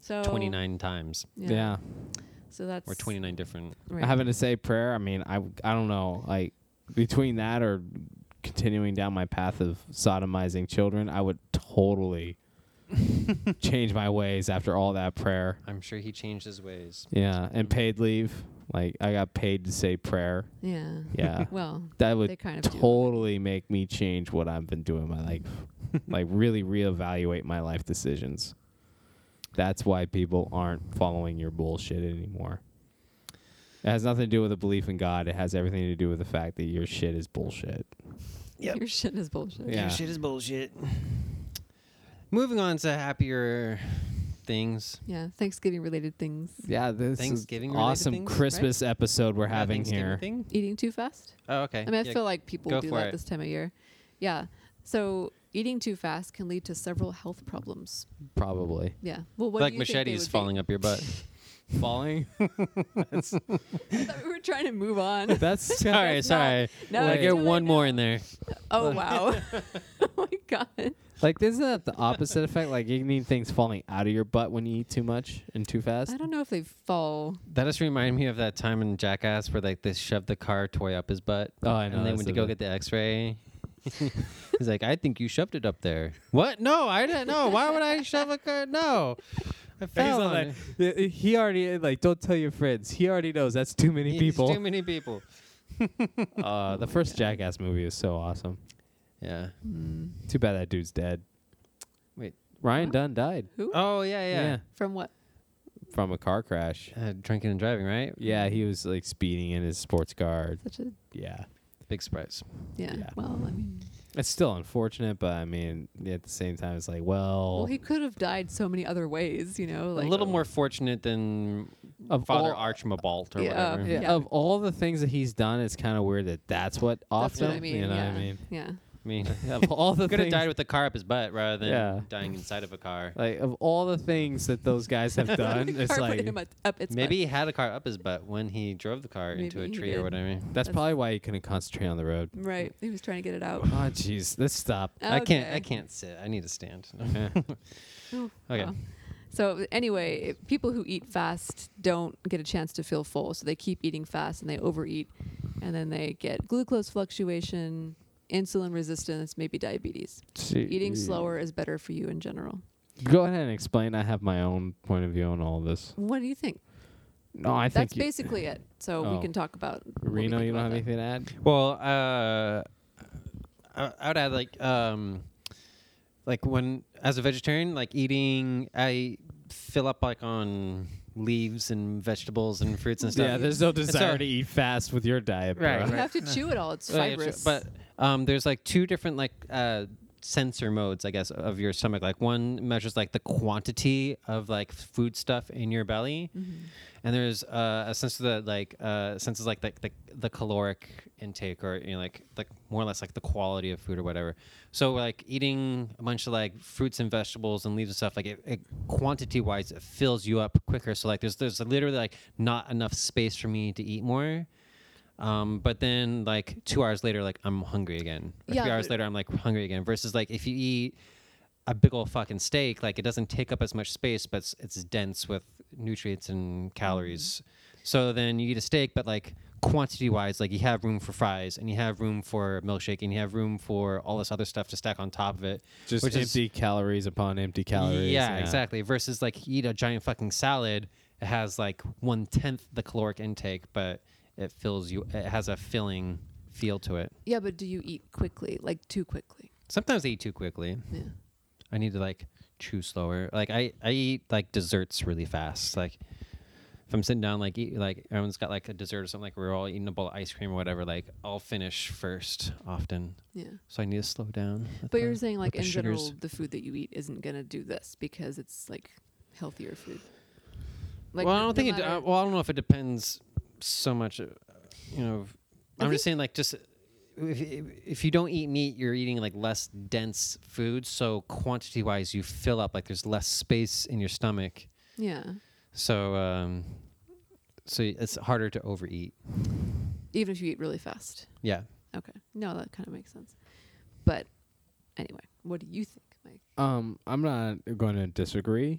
B: So
A: Twenty nine times
C: Yeah.
B: So that's
A: or twenty nine different.
B: Right.
C: having to say prayer. I mean, I I don't know. Like between that or continuing down my path of sodomizing children, I would totally change my ways after all that prayer.
A: I'm sure he changed his ways.
C: Yeah, and paid leave. Like I got paid to say prayer.
B: Yeah.
C: Yeah.
B: Well,
C: that
B: they
C: would
B: kind of do.
C: totally make me change what I've been doing in my life, like really reevaluate my life decisions. That's why people aren't following your bullshit anymore. It has nothing to do with a belief in God. It has everything to do with the fact that your shit is bullshit.
A: Yep.
B: Your shit is bullshit.
C: Yeah.
A: Your shit is bullshit. Moving on to happier things.
B: Yeah, Thanksgiving related things.
C: Yeah, this
A: is Thanksgiving related
C: awesome
A: things,
C: Christmas episode we're
A: Yeah,
C: having
A: Thanksgiving
C: here.
A: Thing?
B: Eating too fast?
A: Oh, okay.
B: I mean, I
A: Yeah,
B: feel like people
A: go
B: do
A: for
B: that
A: it.
B: this time of year. Yeah. So eating too fast can lead to several health problems.
C: Probably
B: Yeah. Well, what
A: like
B: do you think they
A: machetes
B: would be?
A: falling up your butt.
C: falling.
B: I thought we were trying to move on.
C: That's
A: sorry, sorry.
B: No,
A: I
B: Wait.
A: get
B: do it
A: one
B: now.
A: more in there.
B: oh wow. oh my god.
C: like isn't that the opposite effect? Like you need things falling out of your butt when you eat too much and too fast.
B: I don't know if they fall.
A: That just reminded me of that time in Jackass where like they shoved the car toy up his butt.
C: Oh, I know,
A: And then
C: that's
A: went to
C: the
A: go
C: best.
A: get the X-ray. He's like, I think you shoved it up there. What? No, I didn't. No, why would I shove a car? No, I
C: He's
A: fell
C: all
A: on
C: like,
A: it.
C: "Uh, uh, he already like don't tell your friends. He already knows that's too many
A: It's
C: people.
A: Too many people.
C: uh, the first Jackass movie is so awesome.
A: Yeah.
B: hmm,
C: Too bad that dude's dead.
A: Wait.
C: Ryan
B: Huh?
C: Dunn died.
B: Who?
A: Oh yeah, yeah.
B: From what?
C: from a car crash.
A: Uh, drinking and driving, right?
C: Yeah, he was like speeding in his sports car.
B: Such a
C: Yeah,
A: Big surprise.
B: yeah.
C: Yeah.
B: Well, I mean,
C: It's still unfortunate, but I mean, at the same time, it's like, well,
B: Well, he could have died so many other ways, you know. Like
A: a little more fortunate than
C: Of
A: Father
C: all-
A: Archibald or
B: Yeah.
A: whatever.
C: yeah,
B: Yeah.
C: of all the things that he's done, it's kind of weird that that's what offed
B: That's what
C: him,
B: I mean.
C: You know
B: yeah.
C: what I mean?
B: Yeah.
A: I mean,
C: Of all the
A: could have
C: things,
A: died with a car up his butt rather than
C: Yeah.
A: dying inside of a car.
C: like of all the things that those guys have done,
B: The
C: it's
B: car put
C: like
B: him at- up its butt.
A: Maybe he had a car up his butt when he drove the car into a
B: Maybe he
A: tree or
B: did.
A: whatever.
C: that's probably why he couldn't concentrate on the road.
B: Right. He was trying to get it out.
C: Oh, jeez, let's stop.
A: I can't. I
B: Okay.
A: can't sit. I need to stand.
C: Eh.
B: Ooh,
A: Okay.
B: wow. So anyway, people who eat fast don't get a chance to feel full, so they keep eating fast and they overeat, and then they get glucose fluctuation, insulin resistance, maybe diabetes. Eating
C: Mm.
B: slower is better for you in general.
C: Go ahead and explain. I have my own point of view on all this.
B: What do you think?
C: No, I
B: That's
C: think you,
B: basically it. So
C: Oh.
B: we can talk about what we
C: Reno.
B: think
C: You don't
B: about
C: have
B: that.
C: anything to add?
A: Well, uh, I, I would add like um, like when as a vegetarian, like eating, I fill up like on leaves and vegetables and fruits and stuff.
C: Yeah, there's no desire
A: Sorry.
C: to eat fast with your diet,
A: Right,
C: bro.
B: You
A: right.
B: have to chew it all. It's
A: Right, Oh, sure.
B: fibrous.
A: But um, there's like two different like uh, sensor modes, I guess, of your stomach. Like one measures like the quantity of like food stuff in your belly,
B: Mm-hmm.
A: and there's uh, a sensor that like uh, senses like the, the the caloric intake or you know like like more or less like the quality of food or whatever. So like eating a bunch of like fruits and vegetables and leaves and stuff like it, it quantity wise it fills you up quicker. So like there's there's literally like not enough space for me to eat more. Um, but then like two hours later, like I'm hungry again. Or
B: Yeah,
A: three hours
B: but-
A: later, I'm like hungry again. Versus like if you eat a big old fucking steak, like it doesn't take up as much space, but it's, it's dense with nutrients and calories. So then you eat a steak, but like quantity wise, like you have room for fries and you have room for a milkshake and you have room for all this other stuff to stack on top of it.
C: Just
A: which is-
C: empty calories upon empty calories.
A: yeah, exactly. Versus like you eat a giant fucking salad, it has like one tenth the caloric intake, but it fills you. It has a filling feel to it.
B: yeah, but do you eat quickly? Like too quickly?
A: Sometimes I eat too quickly.
B: Yeah.
A: I need to like chew slower. Like I, I eat like desserts really fast. Like if I'm sitting down, like eat, like everyone's got like a dessert or something. Like we're all eating a bowl of ice cream or whatever. Like I'll finish first often.
B: Yeah.
A: So I need to slow down. with
B: But
A: the-
B: you're saying like
A: the
B: in
A: sugars.
B: general, the food that you eat isn't gonna do this because it's like healthier food. Like,
A: well, I
B: no-
A: don't
B: no
A: think it.
B: matter-
A: Uh, well, I don't know if it depends so much. uh, You know, if-
B: I
A: I'm just saying like just uh, if, if you don't eat meat, you're eating like less dense food, so quantity wise, you fill up. Like there's less space in your stomach,
B: yeah,
A: so um, so it's harder to overeat.
B: even if you eat really fast.
A: Yeah.
B: Okay, no, that kind of makes sense. But anyway, what do you think, Mike?
C: Um, I'm not going to disagree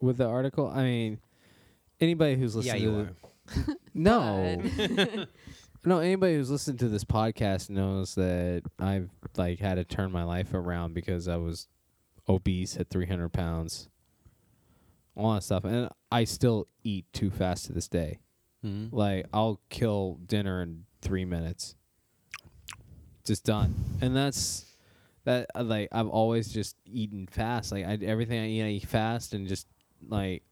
C: with the article. I mean, anybody who's listening to the- No. no, anybody who's listened to this podcast knows that I've like had to turn my life around because I was obese at 300 pounds, all that stuff, and I still eat too fast to this day.
A: Mhm.
C: Like I'll kill dinner in three minutes, just done, and that's that. uh, Like I've always just eaten fast. Like I, everything I eat, I eat fast, and just like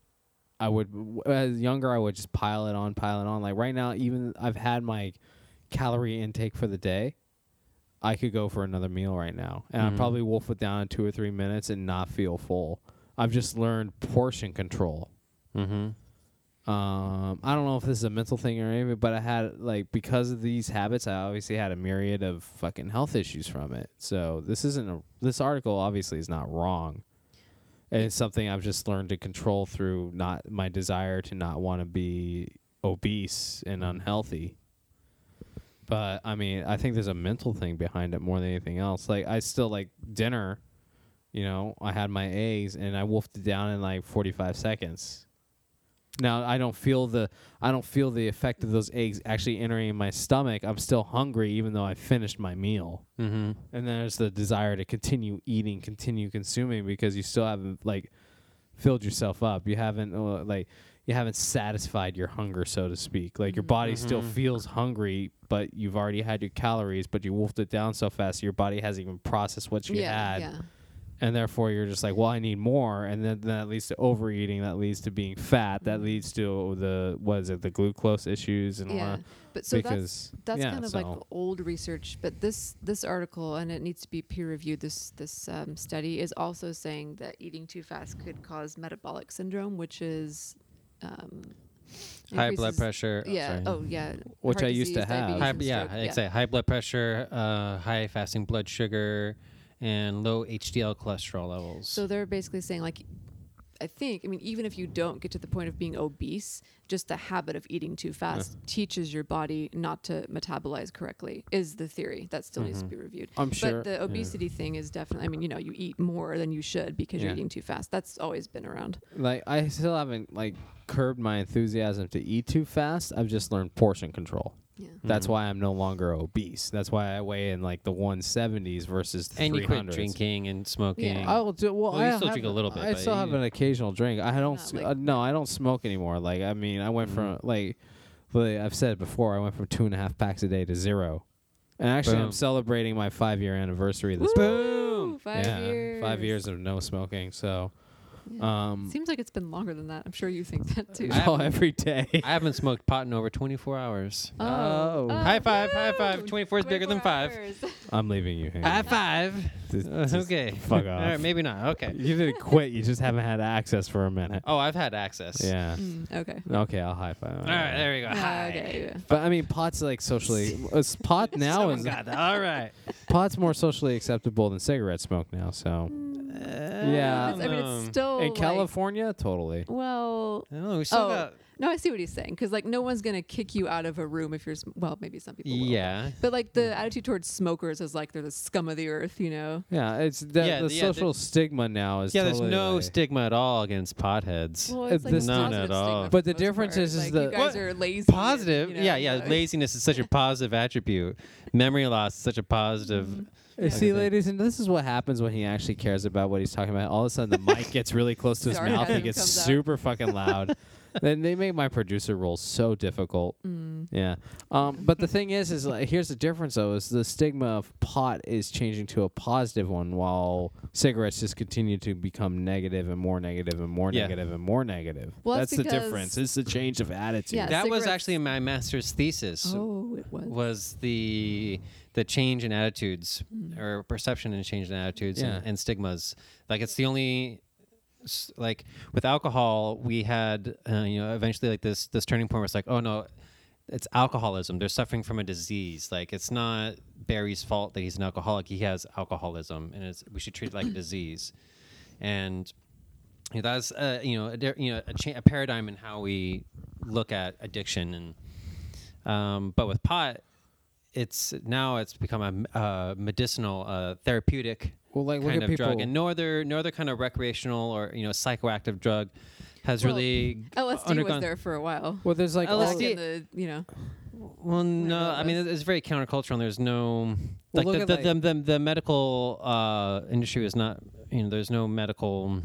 C: I would w- as younger, I would just pile it on, pile it on. Like right now, even I've had my calorie intake for the day. I could go for another meal right now, and I
A: Mhm.
C: probably wolf it down in two or three minutes and not feel full. I've just learned portion control.
A: Mhm.
C: Um, I don't know if this is a mental thing or anything, but I had like because of these habits, I obviously had a myriad of fucking health issues from it. So this isn't a this article obviously is not wrong. And it's something I've just learned to control through not my desire to not want to be obese and unhealthy. But I mean, I think there's a mental thing behind it more than anything else. Like I still like dinner, you know, I had my eggs and I wolfed it down in like 45 seconds. Now I don't feel the I don't feel the effect of those eggs actually entering my stomach. I'm still hungry even though I finished my meal.
A: Mhm.
C: And then there's the desire to continue eating, continue consuming because you still haven't like filled yourself up. You haven't uh, like you haven't satisfied your hunger, so to speak. Like your body still
B: Mm-hmm.
C: feels hungry, but you've already had your calories, but you wolfed it down so fast your body hasn't even processed what you
B: yeah,
C: had
B: yeah,
C: and therefore you're just like, well, I need more, and then that leads to overeating, that leads to being fat,
B: Mm-hmm.
C: that leads to the what is it, the glucose issues and all
B: yeah.
C: that.
B: But so that's
C: because
B: that's
C: yeah,
B: kind of like
C: so-
B: old research, but this this article and it needs to be peer reviewed. This this um, study is also saying that eating too fast could cause metabolic syndrome, which is um,
A: High blood
B: increases-
A: pressure. oh,
B: Yeah.
A: sorry.
B: Oh, yeah.
C: Which
B: heart
C: I used to
B: disease,
C: have.
B: diabetes,
A: High,
B: and
A: yeah,
B: stroke,
A: exactly. High blood pressure, uh, high fasting blood sugar, and low HDL cholesterol levels.
B: So they're basically saying like I think, I mean, even if you don't get to the point of being obese, just the habit of eating too fast
C: Uh-huh.
B: teaches your body not to metabolize correctly, is the theory. That still needs to be reviewed.
C: Mm-hmm. I'm sure-
B: But the obesity thing is definitely, I mean, you know, you eat more than you should because
C: Yeah.
B: you're eating too fast. That's always been around.
C: like I still haven't like curbed my enthusiasm to eat too fast. I've just learned portion control.
B: Yeah.
C: That's why I'm no longer obese. That's why I weigh in like the 170s versus the
A: and you
C: 300s.
A: quit drinking and smoking.
B: Yeah. Oh.
C: I will do well.
A: Well,
C: I
A: you still
C: have-
A: drink a little bit,
C: I
A: but
C: still
A: you-
C: have an occasional drink. I don't.
B: Not
C: s
B: like-
C: uh, no, I don't smoke anymore. Like I mean, I went from
A: Mm-hmm.
C: like, like I've said it before. I went from two and a half packs a day to zero. And actually, I'm
A: Boom.
C: celebrating my five year anniversary this.
B: Boom! Five
C: yeah,
B: years.
C: five years of no smoking. So,
B: Yeah.
C: um,
B: Seems like it's been longer than that. I'm sure you think that too.
A: I-
C: all every day.
A: I haven't smoked pot in over 24 hours.
C: Oh.
A: High five, high five.
B: woo!
A: 24 is bigger than
B: 24
A: five.
B: hours.
C: I'm leaving you.
A: High
C: Hanging.
A: five.
C: Just-
A: Uh,
C: just
A: okay.
C: fuck
A: All right,
C: off.
A: maybe not. Okay.
C: You didn't quit. You just haven't had access for a minute.
A: Oh, I've had access.
C: Yeah.
B: Mm, okay.
C: Okay, I'll high five.
A: All right, there we go. Hi.
B: Okay. yeah.
C: But I mean, pot's like socially. uh, s- pot now
A: Someone
C: is
A: got that. Oh All right.
C: pot's more socially acceptable than cigarette smoke now. So
B: Uh,
C: Yeah.
B: It's- I mean, it's
A: Uh, Um,
B: still
C: in
B: like-
C: California, totally.
B: Well,
A: No, we still
B: Oh,
A: got.
B: no, I see what he's saying because like no one's gonna kick you out of a room if you're sm- well, maybe some people. will.
A: Yeah.
B: But like the attitude towards smokers is like they're the scum of the earth, you know.
C: Yeah, it's the,
A: Yeah,
C: the
A: yeah, the-
C: social stigma now is.
A: Yeah, there's
C: totally
A: no
C: like-
A: stigma at all against potheads.
B: Well, it's like
C: it's, like, a This-
A: Uh, none at all.
C: But the difference is- is
B: like,
C: the-
B: you guys
A: What?
B: are lazy. and,
A: positive.
B: you know,
A: yeah, yeah.
B: like-
A: Laziness is such a positive attribute. Memory loss is such a
B: Mm-hmm.
A: positive.
C: Uh, See,
A: Yeah.
C: ladies, and this is what happens when he actually cares about what he's talking about. All of a sudden, the mic gets really close to his mouth. He
B: Sarcasm
C: gets
B: comes out.
C: super fucking loud. Then they make my producer role so difficult.
B: Mm.
C: Yeah. Um, but the thing is, is like, here's the difference though: is the stigma of pot is changing to a positive one, while cigarettes just continue to become negative and more negative and more
A: Yeah.
C: negative and more negative.
B: Well,
C: that's
B: that's
C: the
B: because-
C: difference. It's the change of attitude.
B: Yeah.
A: That was
B: cigarettes-
A: actually my master's thesis.
B: Oh, it was.
A: Was the the change in attitudes or perception and change in attitudes and,
C: Yeah.
A: and stigmas? Like it's the only s- like with alcohol we had uh, you know eventually like this this turning point where it's like oh no it's alcoholism they're suffering from a disease like it's not barry's fault that he's an alcoholic he has alcoholism and it's, we should treat it like a disease and you know, that's uh, you know a, di- you know a, cha- a paradigm in how we look at addiction and um, but with pot it's now it's become a uh, medicinal uh, therapeutic
C: Well, like, look
A: kind
C: at
A: of drug
C: people-
A: and no other no other kind of recreational or you know psychoactive drug has
B: Well,
A: really
B: LSD
A: undergone-
B: was there for a while.
C: Well, there's like all-
B: Back
A: LSD
B: in the, you know,
A: well no
B: that
A: i mean
B: was-
A: it- it's very countercultural and there's no
C: Well,
A: like,
C: look
A: the,
C: at,
A: the,
C: like-
A: the, the, the medical uh, industry is not you know there's no medical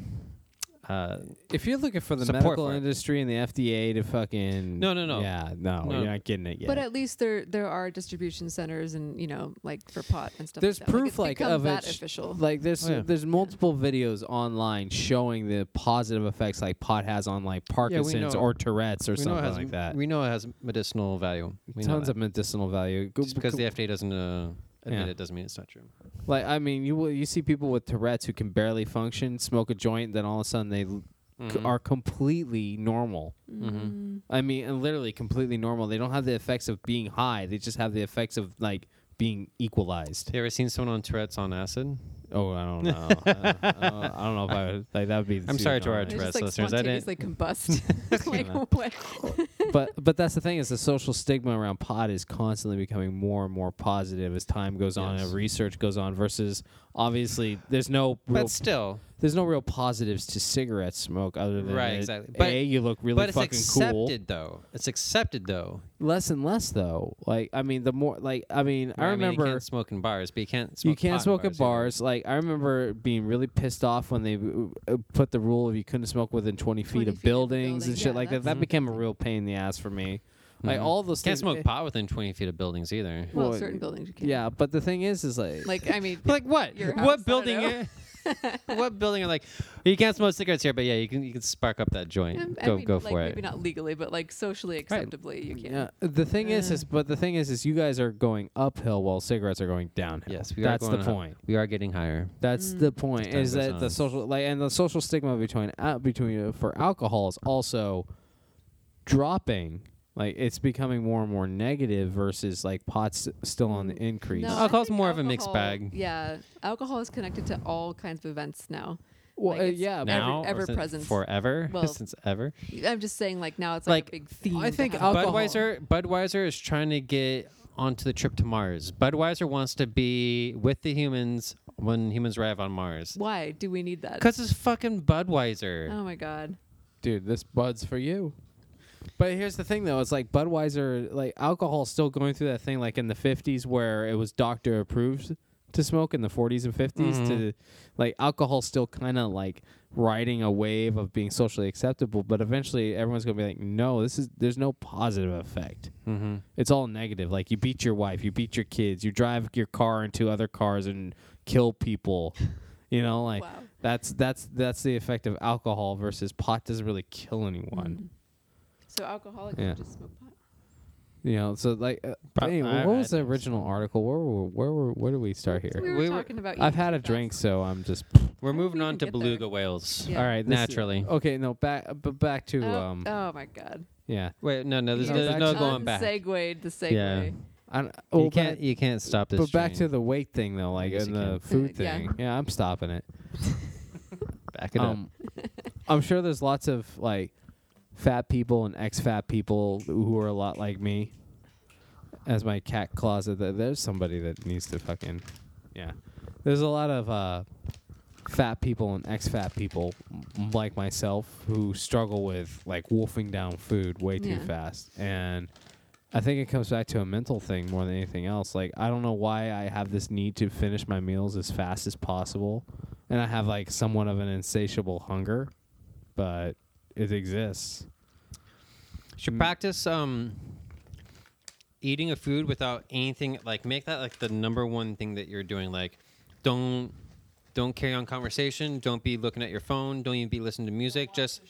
A: uh,
C: If you're looking for the
A: Support
C: medical
A: for it.
C: industry and the FDA to fucking
A: No, no, no.
C: yeah no,
A: No.
C: you're not getting it yet.
B: but at least there there are distribution centers and you know like for pot and stuff.
C: there's
B: like that.
C: proof
B: it's
C: like,
B: become
C: of
B: that
C: it. sh-
B: official.
C: Like there's
A: Oh, yeah.
C: there's multiple videos online showing the positive effects like pot has on like Parkinson's
A: know-
C: or Tourette's or
A: we know it
C: something
A: has
C: like that.
A: we know it has medicinal value we know
C: Tons
A: that.
C: of medicinal value. Go-
A: just because the FDA doesn't uh, admit
C: Yeah.
A: it doesn't mean it's not true.
C: like I mean, you will you see people with Tourette's who can barely function, smoke a joint, then all of a sudden they l c
A: Mhm.
C: are completely normal.
A: Mhm.
C: I mean, and literally completely normal. They don't have the effects of being high. They just have the effects of like being equalized.
A: You ever seen someone on Tourette's on acid?
C: Oh, I don't know. I, don't, I don't- I don't know if I would, like that would be.
A: I'm sorry to our
C: pseudonym.
B: They just
A: Tourette's
B: like
A: listeners, I didn't-
B: spontaneously combust. like
C: Yeah.
B: what?
C: but but that's the thing is the social stigma around pot is constantly becoming more and more positive as time goes on
A: Yes.
C: and research goes on. Versus obviously there's no real,
A: But still,
C: there's no real positives to cigarette smoke other than
A: Right,
C: that,
A: exactly.
C: a
A: But-
C: you look really
A: but it's
C: fucking cool.
A: accepted though. It's accepted though.
C: Less and less though. Like I mean the more like I mean
A: mean,
C: I
A: you
C: remember.
A: can't smoke in bars, but you can't. Smoke
C: you can't
A: pot in
C: smoke at
A: either.
C: bars. Like I remember being really pissed off when they uh, put the rule of you couldn't smoke within 20 feet
B: 20
C: of
B: feet of
C: buildings and
B: buildings.
C: shit
B: Yeah,
C: like that. That
B: that's-
C: became a real pain in the ass for me. Like
A: Mhm.
C: all those
A: Can't
C: things. eh,
A: smoke pot within 20 feet of buildings either.
B: Well,
C: Well,
B: certain buildings you can.
C: Yeah, but the thing is, is like,
B: Like I mean,
A: Like what?
B: Your house, I
A: what
B: don't
A: building?
B: know.
A: i- what building are like? You can't smoke cigarettes here, but yeah, you can. You can spark up that joint.
B: Um, I
A: go
B: mean,
A: go
B: like,
A: for it.
B: Maybe not legally, but like socially acceptably, you can.
C: Yeah. The thing is,
A: Uh.
C: is but the thing is, is you guys are going uphill while cigarettes are going downhill.
A: Yes, we are
C: that's the
A: going up.
C: point.
A: We are getting higher.
B: Mm.
C: That's the point.
A: Just
C: Is
A: time goes
C: that the
A: on.
C: social like and the social stigma between uh, between uh, for alcohol is also dropping. Like it's becoming more and more negative versus like pots still on
B: Mm.
C: the increase.
A: No,
B: I
A: Alcohol's
B: think
A: more of a mixed
B: alcohol-
A: bag.
B: Yeah, alcohol is connected to all kinds of events now.
C: well,
B: like,
C: uh,
B: it's
C: yeah. but
A: Now, or
B: ever
A: since
B: present.
A: forever,
B: Well,
A: since ever.
B: I'm just saying, like now it's like,
A: Like,
B: a big theme.
C: I
B: to
C: think
B: have
C: alcohol-
A: Budweiser Budweiser is trying to get onto the trip to Mars. Budweiser wants to be with the humans when humans arrive on Mars.
B: Why do we need that?
A: Cause it's fucking Budweiser.
B: Oh my god.
C: dude, this bud's for you. But here's the thing, though. It's like Budweiser, like alcohol's still going through that thing, like in the 50s, where it was doctor approved to smoke in the 40s and 50s. To like alcohol's still kind of like riding a wave of being socially acceptable. But eventually, everyone's gonna be like, no, this is there's no positive effect.
B: Oh.
A: Mm-hmm.
C: It's all negative. Like you beat your wife, you beat your kids, you drive your car into other cars and kill people. You know, like
B: Wow.
C: that's that's that's the effect of alcohol versus pot doesn't really kill
B: Mm.
C: anyone.
B: So alcoholics
C: Yeah.
B: would just smoke pot.
C: You know, so like uh,
A: But
C: anyway,
A: I've
C: what was
A: had
C: the original article? Where were where were where do we start
B: We
C: here?
B: were
A: We were-
B: talking about.
C: I've
B: eating
C: had a
B: fast
C: drink,
B: food.
C: so I'm just
A: We're
B: How did
A: moving
B: we
A: on
B: even
A: to
B: get there?
A: beluga whales.
B: Yeah.
C: all right. this-
A: Naturally.
C: okay, no, back but back to
B: Oh,
C: um
B: oh my god.
C: yeah.
A: Wait, no, no, there's,
C: Yeah.
A: there's no
C: Back to-
A: going back.
B: Segued the segue.
A: Yeah.
C: I don't, well,
A: You can't you can't stop
C: But,
A: this.
C: but back to
A: train.
C: the weight thing though, like
A: guess
C: and
A: you can.
C: the food
B: Uh, Yeah.
C: thing. Yeah, I'm stopping it.
A: back it up.
C: Um, I'm sure there's lots of like fat people and ex-fat people who are a lot like me. As my cat closet, th- there's somebody that needs to fucking, yeah. There's a lot of uh, fat people and ex-fat people m- like myself who struggle with like wolfing down food way too
B: Yeah.
C: fast, and I think it comes back to a mental thing more than anything else. Like I don't know why I have this need to finish my meals as fast as possible, and I have like somewhat of an insatiable hunger, but it exists.
A: Should practice um eating a food without anything like make that like the number one thing that you're doing. Like don't don't carry on conversation, don't be looking at your phone, don't even be listening to music. Just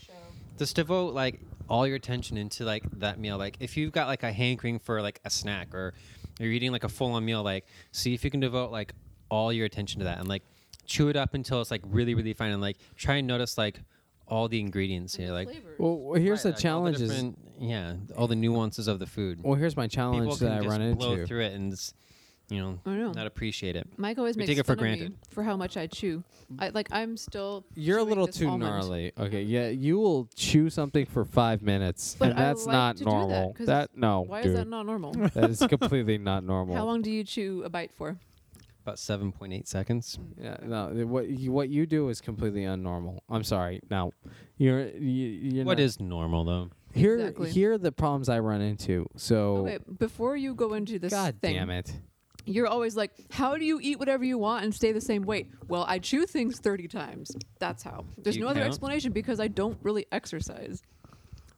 A: just devote like all your attention into like that meal. Like if you've got like a hankering for like a snack or you're eating like a full on meal, like see if you can devote like all your attention to that and like chew it up until it's like really, really fine and like try and notice like all the ingredients here. Like
C: Well,
A: Right,
C: here's the
A: like, all
C: challenge is.
A: different- yeah, all the nuances of the food.
C: Well, here's my
A: People
C: challenge
A: can
C: that I
A: just
C: run
A: blow
C: into.
A: through it and s- you know,
B: I know.
A: not appreciate it.
B: Mike always
A: We
B: makes
A: take it for
B: fun of me
A: granted.
B: for how much I chew. I like. I'm still.
C: You're a
B: chewing
C: little
B: this
C: too
B: almond.
C: gnarly. Okay, yeah, you will chew something for five minutes,
B: But
C: and
B: I
C: that's
B: like
C: not
B: to do that,
C: normal.
B: 'cause
C: no,
B: Why
C: dude,
B: is that not normal?
C: that is completely not normal.
B: how long do you chew a bite for?
A: About 7.8 seconds.
C: Yeah, no. th- What you, what you do is completely unnormal. I'm sorry. Now, you're you, you're
A: What
C: not-
A: is normal though?
C: here?
B: Exactly.
C: Here are the problems I run into. So,
B: Okay, before you go into this
C: Oh. god
B: thing,
C: damn it.
B: you're always like, "How do you eat whatever you want and stay the same weight?" Well, I chew things 30 times. That's how. There's
A: you
B: no other
A: count?
B: explanation because I don't really exercise.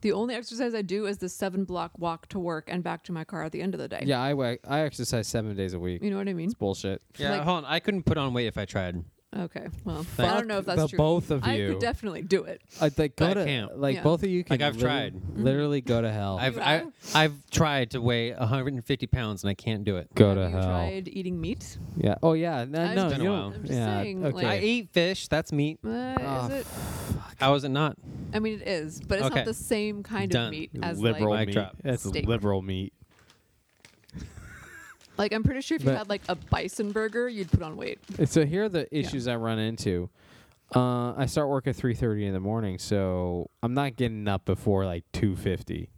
B: The only exercise I do is the seven block walk to work and back to my car at the end of the day.
C: Yeah, I wa- I exercise seven days a week.
B: You know what I mean?
C: It's bullshit.
A: Yeah,
B: Like-
A: hold on. I couldn't put on weight if I tried.
B: Okay. Well, I don't know if that's
C: the
B: true.
C: both of
B: I
C: you.
B: could definitely do it.
C: I like go
A: I
C: to
A: can't.
C: like
B: Yeah. Mm-hmm.
C: both of you can.
A: Like, I've
C: literally-
A: tried.
C: Literally go to hell.
A: I've
B: You
A: I,
B: have?
A: I've tried to weigh 150 pounds and I can't do it.
C: go
B: Have
C: to
B: you
C: hell.
B: tried eating meat?
C: Yeah. Oh yeah. No.
B: I've
C: no
A: been a
C: you
A: while.
C: don't-
B: I'm just
C: yeah.
B: saying,
C: okay.
A: I
B: like-
A: eat fish. That's meat.
B: Uh,
C: Ah,
B: is it?
A: How is it not?
B: I mean, it is, but it's
A: Okay.
B: not the same kind
A: Done.
B: of meat as
C: liberal
B: like.
A: Mic
C: meat.
A: drop.
C: That's
B: steak.
C: liberal meat.
B: Like, I'm pretty sure if
C: But-
B: you had like a bison burger, you'd put on weight.
C: And so here are the issues I run into. Uh, I start work at three thirty in the morning, so I'm not getting up before like two fifty.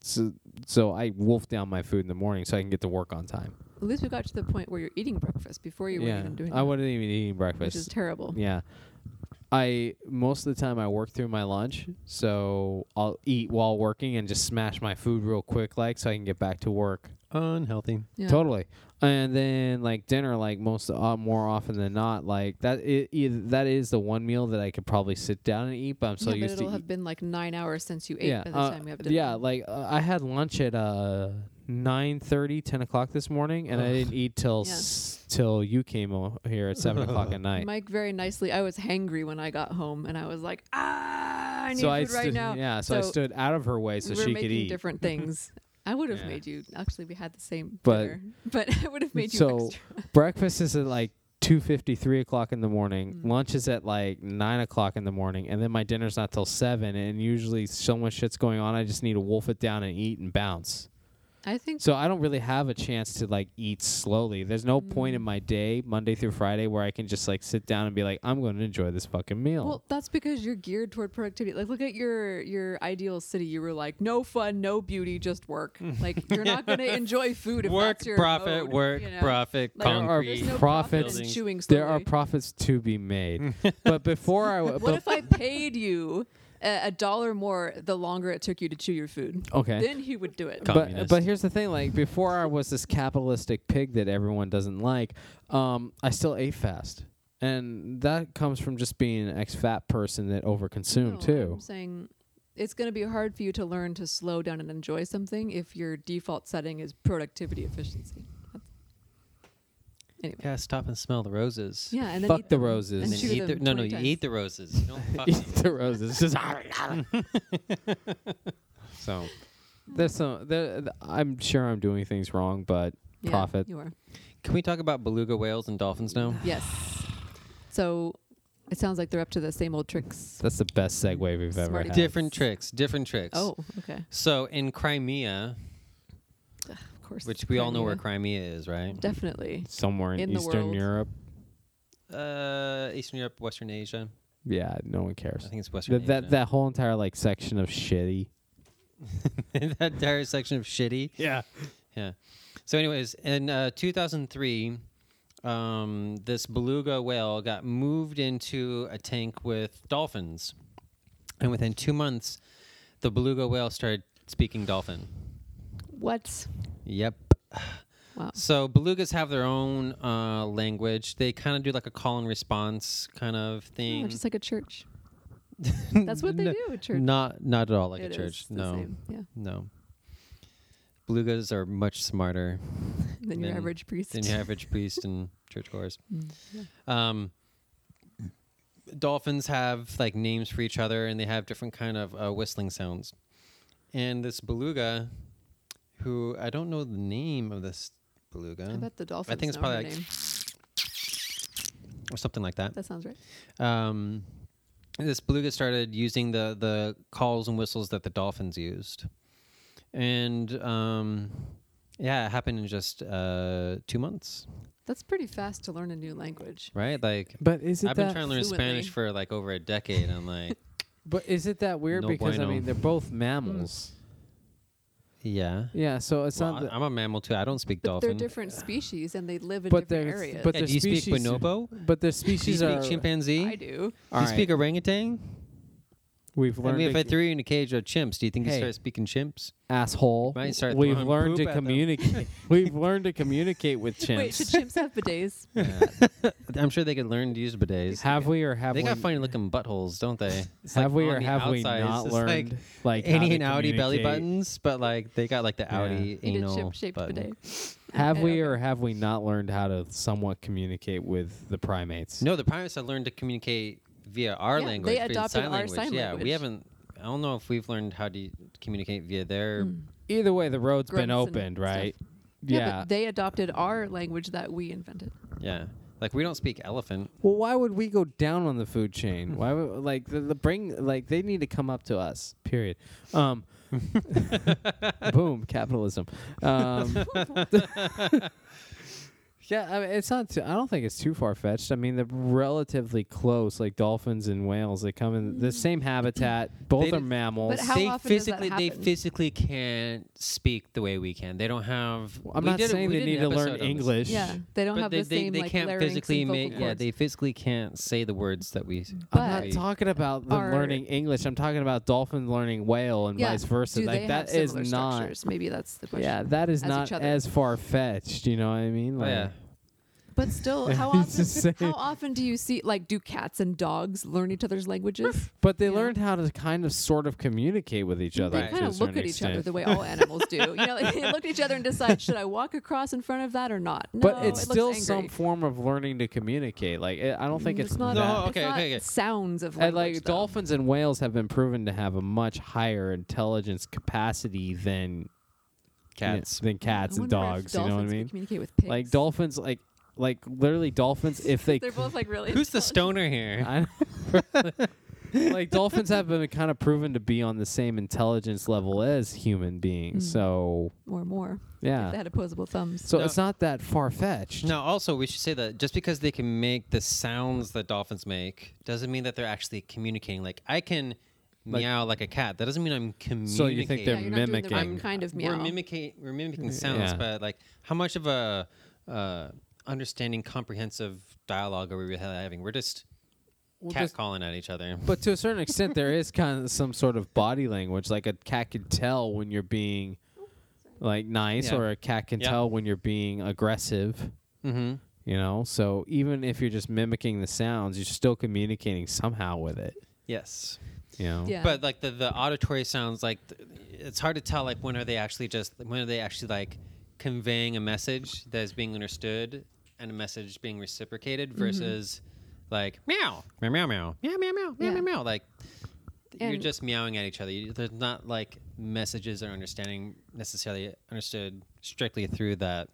C: So, so I wolf down my food in the morning so I can get to work on time.
B: At least we got to the point where you're eating breakfast before you were
C: yeah,
B: even doing
C: I
B: that,
C: wasn't even eating
B: which is
C: breakfast.
B: terrible.
C: Yeah, I most of the time I work through my lunch, so I'll eat while working and just smash my food real quick, like so I can get back to work.
A: Unhealthy.
B: Yeah.
C: Totally. And then like dinner, like most uh, more often than not, like that it, either, that is the one meal that I could probably sit down and eat. But I'm so
B: yeah, but
C: used
B: it'll
C: to.
B: have been like nine hours since you
C: eat-
B: ate
C: yeah,
B: by the
C: uh,
B: time you have dinner.
C: yeah. Like uh, I had lunch at uh 9:30, 10 o'clock this morning, and I didn't eat till
B: Yeah.
C: s- till you came o- here at seven o'clock at night.
B: Mike very nicely. I was hangry when I got home, and I was like, ah, I need food
C: so I
B: right
C: stood,
B: now.
C: yeah. So, I stood out of her way so
B: we were
C: she
B: making
C: could eat.
B: different things. I would have
C: Yeah.
B: made you. Actually, we had the same
C: But-
B: dinner, but I would have made you
C: So-
B: extra.
C: Breakfast is at like two fifty, three o'clock in the morning.
B: Mm-hmm.
C: Lunch is at like nine o'clock in the morning, and then my dinner's not till seven. And usually, so much shit's going on, I just need to wolf it down and eat and bounce.
B: I think
C: So I don't really have a chance to like eat slowly. There's no point in
B: Mm.
C: my day, Monday through Friday, where I can just like sit down and be like, I'm going to enjoy this fucking meal.
B: Well, that's because you're geared toward productivity. Like, look at your your ideal city. You were like, no fun, no beauty, just work. Like, you're not gonna enjoy food if
A: work,
B: that's your
A: profit,
B: mode,
A: work,
B: you know?
A: profit,
B: Like,
C: There are
A: concrete.
B: There's no
C: Profits.
B: profit in chewing slowly.
C: there are profits to be made, but before I w-
B: what
C: but,
B: if I paid you a, a dollar more the longer it took you to chew your food?
C: okay.
B: Then he would do it.
A: Come-
C: but,
A: Communist.
C: but here's the thing like before i was this capitalistic pig that everyone doesn't like um, i still ate fast and that comes from just being an ex-fat person that overconsumed
B: No,
C: too
B: I'm saying it's going to be hard for you to learn to slow down and enjoy something if your default setting is productivity efficiency. That's- Anyway.
A: yeah, stop and smell the roses.
B: Yeah, and then
C: fuck
B: eat
C: the
B: them.
A: And
C: roses
A: then
B: chew
A: eat the,
B: them
A: no, no,
B: 20
A: you
B: times.
A: eat the roses. You don't fuck
C: eat
A: them.
C: the roses just so there's some there i'm sure i'm doing things wrong but
B: Yeah,
C: profit
B: You are.
A: Can we talk about beluga whales and dolphins now?
B: Yes. So it sounds like they're up to the same old tricks.
C: that's the best segue we've ever
B: Smarty
C: had
A: Different tricks, different tricks.
B: Oh, okay.
A: So in Crimea,
B: Of course.
A: which we all know where
B: Crimea.
A: Crimea is, right?
B: Definitely.
C: somewhere in,
B: In the
C: eastern
B: world.
C: europe
A: Uh, Eastern Europe, Western Asia.
C: yeah no one
A: I
C: cares
A: think it's Western
C: that, that
A: Asia.
C: that whole entire like section of shitty
A: that entire section of shitty.
C: yeah
A: Yeah. So, anyways, in uh, 2003, um, this beluga whale got moved into a tank with dolphins, and within two months, the beluga whale started speaking dolphin.
B: What? Oh,
A: Yep.
B: Wow.
A: So belugas have their own uh, language. They kind of do like a call and response kind of
B: Yeah,
A: thing.
B: Oh, just like a church. That's what they
A: No,
B: do at church.
A: Not not at all like
B: It
A: a
B: is
A: church.
B: the
A: No,
B: same, Yeah.
A: no. Belugas are much smarter.
B: Than your
A: Then-
B: average priest.
A: than your average priest and church chorus.
B: Mm, yeah.
A: Um, dolphins have like names for each other, and they have different kind of uh, whistling sounds. And this beluga, who I don't know the name of this
B: I
A: beluga
B: bet the dolphins.
A: think it's
B: know
A: probably
B: her
A: like-
B: name.
A: or something like that.
B: That sounds right.
A: Um, this beluga started using the the calls and whistles that the dolphins used, and um, yeah, it happened in just uh, two months,
B: That's pretty fast to learn a new language.
A: right? Like
C: But is it
A: I've
C: that?
A: been trying to learn
B: fluently.
A: Spanish for like over a decade. I'm like,
C: but is it that weird?
A: No
C: because
A: bueno.
C: I mean, they're both mammals.
A: yeah.
C: Yeah, so it's
A: Well,
C: not. That,
A: I'm a mammal too. I don't speak
B: But
A: dolphin.
B: they're different species and they live in
C: But
B: different
C: they're-
B: areas.
C: but
A: Yeah,
C: they're
A: do you speak
C: species-
A: bonobo?
C: but their
A: Do you
C: species
A: speak
C: are.
A: chimpanzee?
B: I do.
A: Do you speak orangutan?
C: We've
A: I
C: learned.
A: mean, if
C: to
A: I threw you in a cage of chimps, do you think you
C: Hey.
A: start speaking chimps?
C: asshole.
A: Might start
C: we've
A: throwing
C: learned to
A: poop at them.
C: communicate. we've learned to communicate with chimps.
B: Wait, should chimps have bidets?
A: I'm sure they could learn to use bidets.
C: have we or have
A: they
C: we?
A: got funny looking buttholes, don't they? It's
C: have
A: like
C: we
A: on
C: or
A: the
C: have we
A: outside, it's
C: not
A: just
C: learned
A: Like,
C: like how
A: any
C: to
A: and outy belly
C: communicate?
A: buttons, but like they got like the
C: Yeah.
A: outy
B: Eat a
A: anal
B: chimp shaped
A: button.
B: bidet.
C: Have
B: I
C: we
B: don't
C: or have we not learned how to somewhat communicate with the primates?
A: No, the primates have learned to communicate via our
B: Yeah,
A: language.
B: they
A: via
B: adopted
A: sign
B: our
A: language.
B: sign
A: yeah, we
B: language.
A: haven't. I don't know if we've learned how to communicate via their.
B: Hmm.
C: Either way, the road's been
B: Grunts and
C: opened,
B: stuff.
C: right?
B: but they adopted our language that we invented.
A: Yeah, like we don't speak elephant.
C: Well, why would we go down on the food chain? Why would like the, the bring like they need to come up to us? Period. Um, boom, capitalism. Um, yeah, I mean, it's not. Too, I don't think it's too far fetched. I mean, they're relatively close, like dolphins and whales. They come in the same habitat. Both
A: They
C: are
A: did-
C: mammals.
B: Mm. But how
A: they
B: often does that
A: physically they
B: happen?
A: physically can't speak the way we can. They don't have.
C: I'm
A: we
C: not
A: did a-
C: saying
A: we
C: they
A: did
C: need
A: an
C: to learn
A: episode on this.
C: English.
B: Yeah, they don't
A: But
B: have
A: they,
B: the same
A: they, they
B: like
A: can't
B: larynx and
A: physically
B: vocal
A: make. Yeah,
B: cords.
A: they physically can't say the words that we.
B: But-
C: I'm not talking about them
B: Are-
C: learning English. I'm talking about dolphin learning whale and
B: Yeah,
C: vice versa.
B: Do
C: like
B: they
C: that
B: have
C: is
B: similar
C: not.
B: structures? Maybe that's the question.
C: Yeah, that is
B: as
C: not
B: each other.
C: as far fetched. You know what I mean?
A: Oh, yeah.
B: But still, how
C: It's the
B: often?
C: same.
B: How often do you see like do cats and dogs learn each other's languages?
C: But they
B: Yeah.
C: learned how to kind of sort of communicate with each other.
B: They kind
C: to a
B: of look
C: certain
B: at each other
C: extent.
B: the way all animals do. You know, they look at each other and decide should I walk across in front of that or not. No,
C: But it's
B: it looks
C: still
B: angry.
C: some form of learning to communicate. Like it, I don't think it's,
B: not.
C: that.
A: No,
B: it's
A: okay,
B: not
A: okay, okay.
B: Sounds of
C: And,
B: language,
C: like
B: though.
C: dolphins and whales have been proven to have a much higher intelligence capacity than
A: Cats.
C: than cats
B: I
C: and
B: wonder if
C: dogs. You know what I
B: dolphins can
C: mean?
B: Communicate with pigs.
C: Like dolphins, like like literally dolphins. If they
B: They're both like really.
A: Who's the
B: intelligent.
A: stoner here?
C: I like dolphins have been kind of proven to be on the same intelligence level as human beings.
B: Mm.
C: So
B: Or more. If they
C: yeah,
B: had opposable thumbs.
C: so
A: No.
C: it's not that far fetched.
A: Now, also, we should say that just because they can make the sounds that dolphins make doesn't mean that they're actually communicating. Like, I can
C: Like-
A: meow like a cat. That doesn't mean I'm communicating.
C: So you think
B: yeah,
C: they're
B: you're not doing the right
C: mimicking.
B: kind of
A: We're
B: meow.
A: mimicking, we're mimicking sounds,
C: Yeah.
A: but like, how much of a uh, understanding, comprehensive dialogue are we really having? We're just cat calling at each other.
C: but to a certain extent, there is kind of some sort of body language. Like a cat can tell when you're being like nice,
A: Yeah.
C: or a cat can
A: Yeah.
C: tell when you're being aggressive.
A: Mm-hmm.
C: You know, so even if you're just mimicking the sounds, you're still communicating somehow with it.
A: Yes.
C: You know,
B: Yeah.
A: But like the, the auditory sounds, like th- it's hard to tell. Like when are they actually just when are they actually like conveying a message that is being understood and a message being reciprocated
B: Mm-hmm.
A: versus like meow meow meow meow meow meow meow meow
B: Yeah.
A: meow meow. Like you're
B: And-
A: just meowing at each other. You, there's not like messages or understanding necessarily understood strictly through that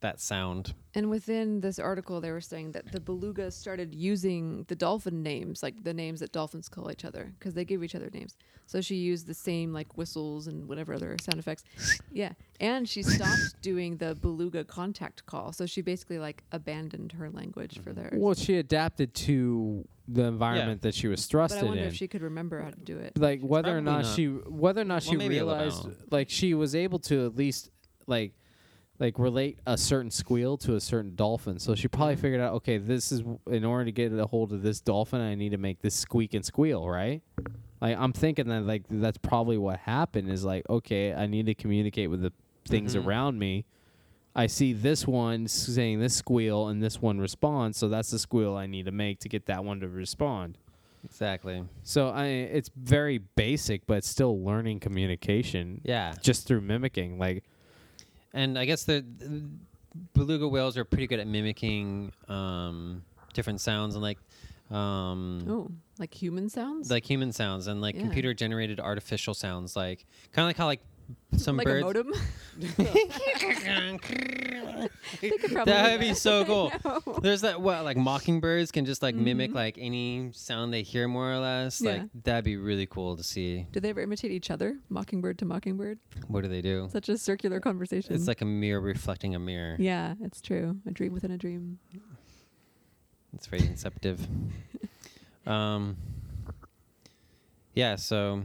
A: that sound.
B: And within this article, they were saying that the belugas started using the dolphin names, like the names that dolphins call each other, because they give each other names. So she used the same like whistles and whatever other sound effects. Yeah, and she stopped doing the beluga contact call. So she basically like abandoned her language for theirs.
C: Well, she adapted to the environment that she was
B: but
C: thrusted
B: I wonder
C: in.
B: if she could remember how to do it.
C: like whether or
A: Probably
C: not,
A: not.
C: she whether or not
A: Well,
C: she
A: maybe a little
C: realized
A: bit.
C: like she was able to at least like like relate a certain squeal to a certain dolphin. So she
A: Mm-hmm.
C: probably figured out okay, this is in order to get a hold of this dolphin, I need to make this squeak and squeal, right? Like I'm thinking that like that's probably what happened is like okay, I need to communicate with the things
A: Mhm.
C: around me. I see this one s- saying this squeal and this one responds, so that's the squeal I need to make to get that one to respond.
A: Exactly.
C: So I it's very basic, but it's still learning communication
A: Yeah.
C: just through mimicking. Like
A: And I guess the, the beluga whales are pretty good at mimicking um, different sounds and like um,
B: oh, like human sounds.
A: like human sounds and like
B: Yeah.
A: computer generated artificial sounds, like kind of like how like some
B: like a
A: birds.
B: modem. They could probably
A: that
B: do
A: would be
B: that.
A: so cool.
B: know.
A: There's that what like mockingbirds can just like mimic like any sound they hear more or less.
B: Mm-hmm. Yeah.
A: Like that'd be really cool to see.
B: Do they ever imitate each other, mockingbird to mockingbird?
A: What do they do?
B: Such a circular conversation.
A: It's like a mirror reflecting a mirror.
B: yeah, it's true. A dream within a dream.
A: It's very inceptive. um, yeah, so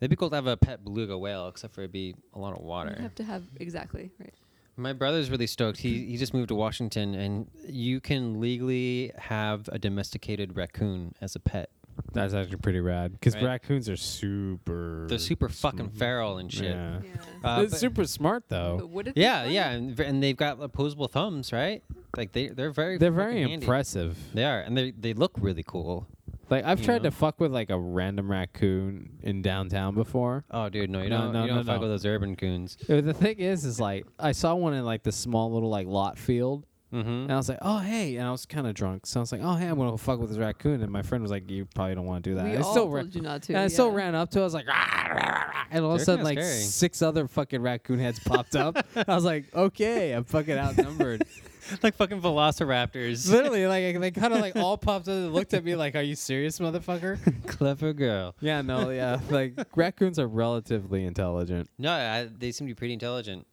A: it'd be cool to have a pet beluga whale, except for it'd be a lot of
B: You
A: water.
B: have to have exactly right.
A: My brother's really stoked. He he just moved to Washington, and you can legally have a domesticated raccoon as a pet.
C: that's actually pretty rad because
A: Right.
C: raccoons are super.
A: They're super fucking feral and shit.
C: Yeah.
B: Yeah.
A: Uh,
C: They're
A: but-
C: super smart though.
B: But would it be
A: yeah,
B: fun?
A: yeah, and, v- and they've got opposable thumbs, right? Like they they're very
C: They're very
A: fucking handy.
C: impressive.
A: They are, and they they look really cool.
C: Like I've
A: You
C: tried
A: know?
C: to fuck with like a random raccoon in downtown before.
A: Oh, dude, no, you
C: No,
A: don't
C: no,
A: you don't
C: no,
A: fuck
C: no.
A: with those urban coons.
C: Uh, The thing is, is like I saw one in like the small little like lot field,
A: Mm-hmm.
C: and I was like, oh hey, and I was kind of drunk, so I was like, oh hey, I'm gonna go fuck with this raccoon, and my friend was like, you probably don't want to do
A: Uh,
C: that.
B: We
C: I
B: all
C: still
B: told
C: ra-
B: you not to.
C: And I still
B: yeah.
C: ran up to it. I was like, "Rah, rah, rah, rah," and all of a
A: They're
C: sudden,
A: kinda
C: like
A: scary.
C: six other fucking raccoon heads popped up. I was like, okay, I'm fucking outnumbered.
A: like fucking velociraptors.
C: Literally, like they kind of like all popped up and looked at me like, are you serious, motherfucker?
A: Clever girl.
C: yeah, no, yeah. Like raccoons are relatively intelligent.
A: No, I, they seem to be pretty intelligent,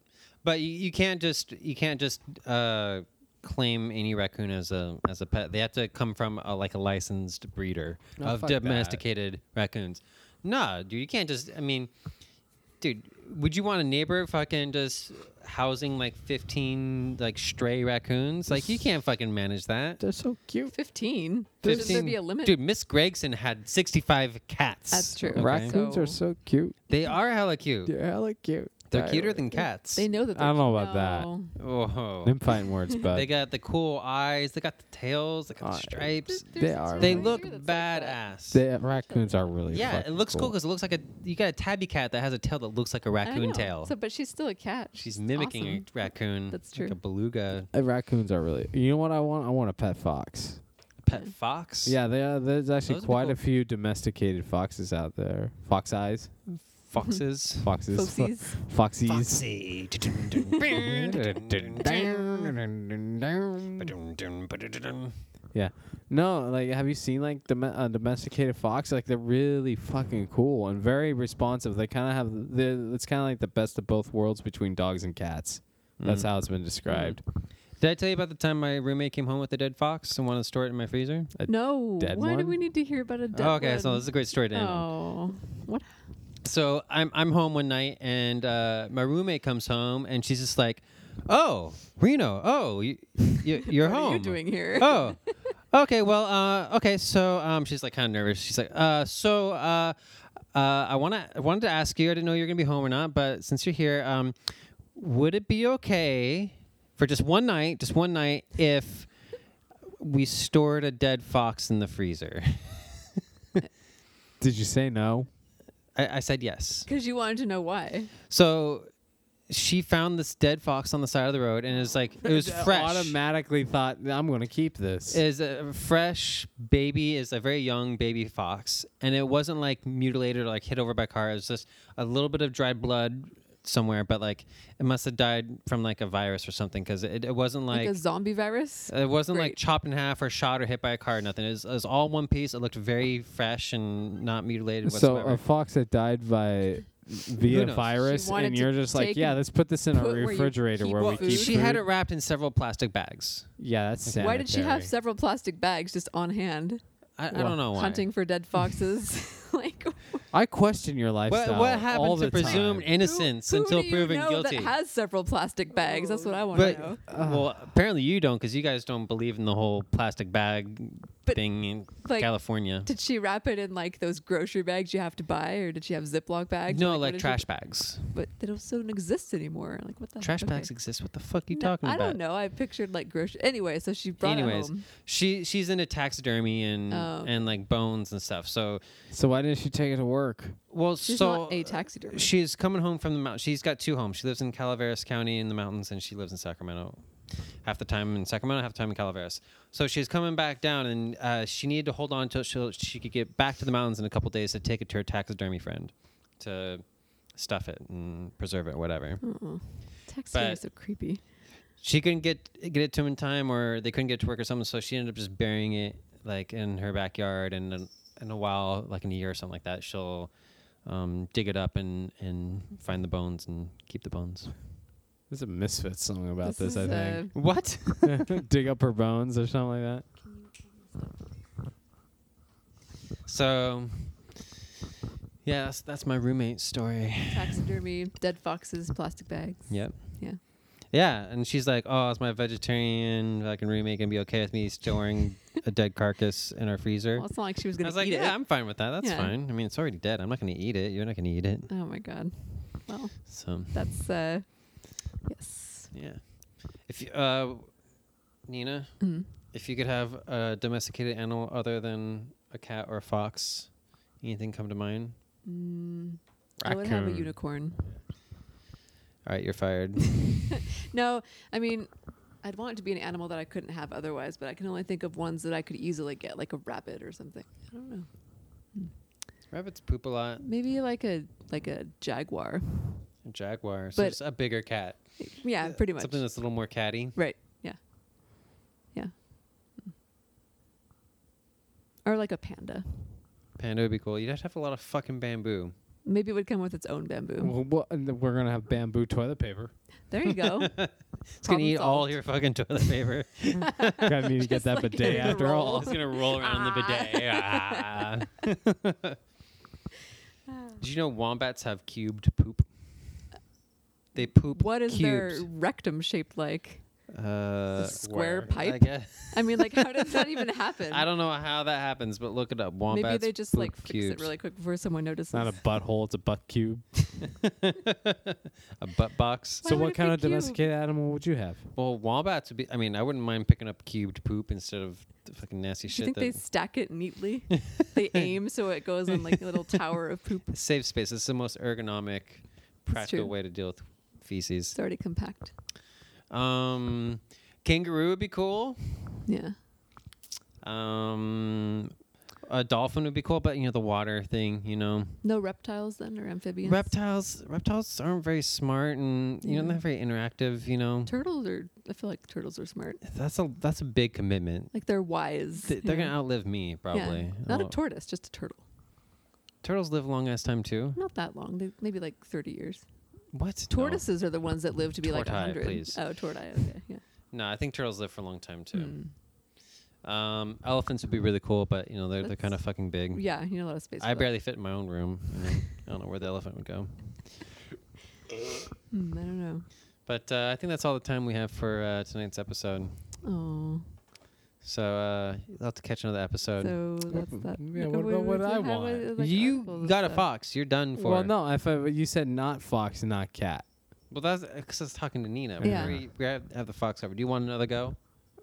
A: but you, you can't just you can't just uh, claim any raccoon as a as a pet. They have to come from a, like a licensed breeder
C: No,
A: of
C: fuck that.
A: domesticated raccoons. Nah, dude, you can't just. I mean, dude, would you want a neighbor fucking just housing like fifteen like stray raccoons? Like you can't fucking manage that.
C: They're so cute.
B: Fifteen. Should there be a limit?
A: Dude, Miss Gregson had sixty-five cats.
B: That's true.
A: Okay.
C: Raccoons are
B: So-
C: so cute.
A: They are hella cute.
C: They're hella cute.
A: They're
B: Sorry,
A: cuter
B: what-
A: than cats.
B: They know that.
C: I don't
B: they're-
C: know about that.
B: No.
A: Oh.
C: Them fighting words, but
A: They got the cool eyes. They got the tails. They got the
C: Uh,
A: stripes.
B: There's
C: They
B: this
C: are-
B: one
A: They
B: right
A: look
B: here that's like that.
A: badass.
C: the raccoons are really.
A: yeah, it
C: fucking
A: looks cool because it looks like a you got a tabby cat that has a tail that looks like a
B: I
A: raccoon
B: know.
A: tail.
B: So, but she's still a cat.
A: She's
B: It's
A: mimicking
B: awesome.
A: a raccoon.
B: That's
A: Like
B: true.
A: a beluga,
C: Uh, raccoons are really. You know what I want? I want a pet fox.
A: pet fox.
C: Yeah, they are, there's actually
A: Those would be
C: quite
A: cool.
C: a few domesticated foxes out there. Fox eyes,
A: foxes.
C: foxes, fo-
B: Foxies.
C: foxies.
A: Foxy.
C: Yeah. No, like, have you seen like dom- uh, domesticated fox? Like, they're really fucking cool and very responsive. They kind of have the. It's kind of like the best of both worlds between dogs and cats. That's
A: Mm.
C: how it's been described.
A: Did I tell you about the time my roommate came home with a dead fox and wanted to store it in my freezer?
B: No.
C: dead
B: Why do
C: one?
B: we need to hear about a dead
A: oh, okay, so
B: one?
A: this is a great story to end on.
B: Oh, what?
A: so I'm I'm home one night and uh, my roommate comes home and she's just like, "Oh, Reno, oh, you, you you're
B: what
A: home.
B: are you doing here?
A: Oh, okay. Well, uh, okay. So um, she's like kind of nervous. She's like, uh, so uh, uh, I want to I wanted to ask you. I didn't know you were gonna be home or not, but since you're here, um, would it be okay for just one night, just one night, if we stored a dead fox in the freezer?
C: Did you say no?
A: I, I said yes.
B: Because you wanted to know why.
A: So she found this dead fox on the side of the road, and it's like it was
C: I
A: fresh.
C: Automatically thought I'm gonna keep this.
A: Is a fresh baby is a very young baby fox, and it wasn't like mutilated or like hit over by a car. It was just a little bit of dried blood somewhere, but like it must have died from like a virus or something because it, it wasn't
B: Like,
A: like.
B: a zombie virus?
A: it wasn't like
B: Great.
A: chopped in half or shot or hit by a car or nothing. It was, it was all one piece. It looked very fresh and not mutilated
C: so uh,
A: whatsoever.
C: a fox that died by via
A: knows?
C: virus,
B: She wanted
C: and
B: to
C: you're just
B: take
C: like, yeah,
B: and
C: let's put this in
B: put
C: a
B: where you
C: refrigerator
B: keep
C: where we
B: food.
C: keep.
A: she had
C: food."
A: it wrapped in several plastic bags.
C: Yeah, that's sanitary.
B: Why did she have several plastic bags just on hand?
A: I, I
C: Well,
A: don't know why.
B: Hunting for dead foxes. like
C: I question your
A: What,
C: lifestyle.
A: what
C: all
A: happened to
C: the
A: presumed
C: time.
A: innocence
B: who
A: until
B: do you
A: proven
B: know
A: guilty?
B: That has several plastic bags. That's what I want
A: but
B: to know.
A: well, apparently you don't, because you guys don't believe in the whole plastic bag
B: But,
A: thing in
B: like,
A: California.
B: Did she wrap it in like those grocery bags you have to buy, or did she have Ziploc bags?
A: no,
B: what
A: like
B: did she-
A: trash bags.
B: But they don't, so don't exist anymore. Like what the
A: Trash
B: heck? Oh, Okay.
A: bags exist. What the fuck are you
B: No,
A: talking
B: I
A: about?
B: don't know. I pictured like grocery. Anyway, so she brought
A: Anyways,
B: it home.
A: she she's into taxidermy and
B: Oh.
A: and like bones and stuff. So
C: So why didn't she take it to work?
A: well,
B: She's
A: so uh,
B: not a taxidermist.
A: She's coming home from the mountain. She's got two homes. She lives in Calaveras County in the mountains, and she lives in Sacramento. Half the time in Sacramento, half the time in Calaveras. So she's coming back down, and uh, she needed to hold on till she, she could get back to the mountains in a couple days to take it to her taxidermy friend to stuff it and preserve it, whatever.
B: Uh-uh. Taxidermy
A: But-
B: is so creepy.
A: She couldn't get get it to him in time, or they couldn't get it to work or something. So she ended up just burying it like in her backyard, and in, in a while, like in a year or something like that, she'll. Um, dig it up and, and find the bones and keep the bones.
C: There's a Misfits song about
B: This
C: this,
B: is, uh,
C: I
A: What?
C: think. Dig up her bones or something like that.
A: So, yeah, that's, that's my roommate story.
B: Taxidermy, dead foxes, plastic bags.
A: Yep.
B: Yeah.
A: Yeah, and she's like, "Oh, is my vegetarian fucking roommate gonna be okay with me storing a dead carcass in our freezer?"
B: Well, it's not like she was
A: I
B: gonna
A: was like,
B: eat
A: "Yeah,
B: it.
A: I'm fine with that. That's
B: Yeah.
A: fine. I mean, it's already dead. I'm not gonna eat it. You're not gonna eat it."
B: Oh my god. Well,
A: So,
B: that's uh, yes.
A: yeah. If you, uh, Nina,
B: Mm.
A: if you could have a domesticated animal other than a cat or a fox, anything come to mind?
B: Mm, I would have a
C: Raccoon.
B: unicorn.
A: All right, you're fired.
B: No, I mean, I'd want it to be an animal that I couldn't have otherwise, but I can only think of ones that I could easily get, like a rabbit or something. I don't know.
A: Rabbits poop a lot.
B: Maybe like a like a jaguar.
A: A jaguar. So
B: But-
A: it's a bigger cat.
B: Yeah, pretty much.
A: Something that's a little more catty.
B: right. Yeah. Yeah. Mm. Or like a panda.
A: Panda would be cool. You'd have to have a lot of fucking bamboo.
B: Maybe it would come with its own bamboo.
C: Well, what, and then we're gonna have bamboo toilet paper.
B: There you go.
A: It's gonna
B: Problem
A: eat all
B: solved.
A: your fucking toilet paper.
C: I need to get
B: Just
C: that
B: like
C: bidet
B: in the
C: after
B: roll.
C: all.
A: it's gonna roll around the bidet. Ah.
B: Ah.
A: Did you know wombats have cubed poop? They poop.
B: What is
A: cubes.
B: their rectum shaped like?
A: Uh,
B: square
A: were, I
B: pipe?
A: guess.
B: I mean, like, how did that even happen?
A: I don't know how that happens, but look it up. Wombats.
B: Maybe they just like
A: poop
B: fix it
A: cubes.
B: really quick before someone notices.
C: It's not a butthole. It's a butt cube.
A: a butt box.
B: Why
C: so
B: would
C: what
B: it
C: kind
B: be
C: of
B: cube?
C: domesticated animal would you have?
A: Well, wombats would be. I mean, I wouldn't mind picking up cubed poop instead of the fucking nasty
B: Do you
A: shit.
B: think they
A: That
B: stack it neatly? they aim so it goes on like a little tower of poop.
A: save space. It's the most ergonomic, practical
B: true.
A: way to deal with
B: It's
A: feces.
B: already compact.
A: Um, kangaroo would be cool.
B: Yeah.
A: Um, a dolphin would be cool, but you know the water thing. You know,
B: No reptiles then, or amphibians.
A: reptiles. Reptiles aren't very smart, and you know
B: Yeah.
A: they're not very interactive. You know,
B: turtles are. I feel like turtles are smart.
A: that's a that's a big commitment.
B: Like they're wise.
A: Th- They're
B: yeah.
A: gonna outlive me
B: Yeah.
A: probably.
B: Not a
A: Well,
B: tortoise, just a turtle.
A: turtles live a long ass time too.
B: Not that long. They, maybe like thirty years.
A: What No.
B: Tortoises are the ones that live to be like
A: Tortai,
B: like hundred.
A: please.
B: Oh, tortoise. Okay. Yeah.
A: No, I think turtles live for a long time too.
B: Mm.
A: Um, elephants would be really cool, but you know they're they're
B: That's-
A: kind of fucking big.
B: Yeah. You know a lot of space.
A: I
B: for that.
A: barely fit in my own room. You know? I don't know where the elephant would go.
B: Mm, I don't know.
A: But uh, I think that's all the time we have for uh, tonight's episode.
B: Oh.
A: So uh, you'll have to catch another episode.
B: So that's
C: Mm,
B: that.
C: yeah,
B: Like,
C: what
B: we-
C: about
B: we
C: what
B: do
C: I
B: have,
C: want?
B: uh, like,
A: you
B: articles and
A: got a
B: stuff.
A: fox. You're done for.
C: Well, no. If I, you said not fox and not cat.
A: Well, that's because I was talking to Nina.
B: Yeah.
A: We, we have, have the fox over. Do you want another go?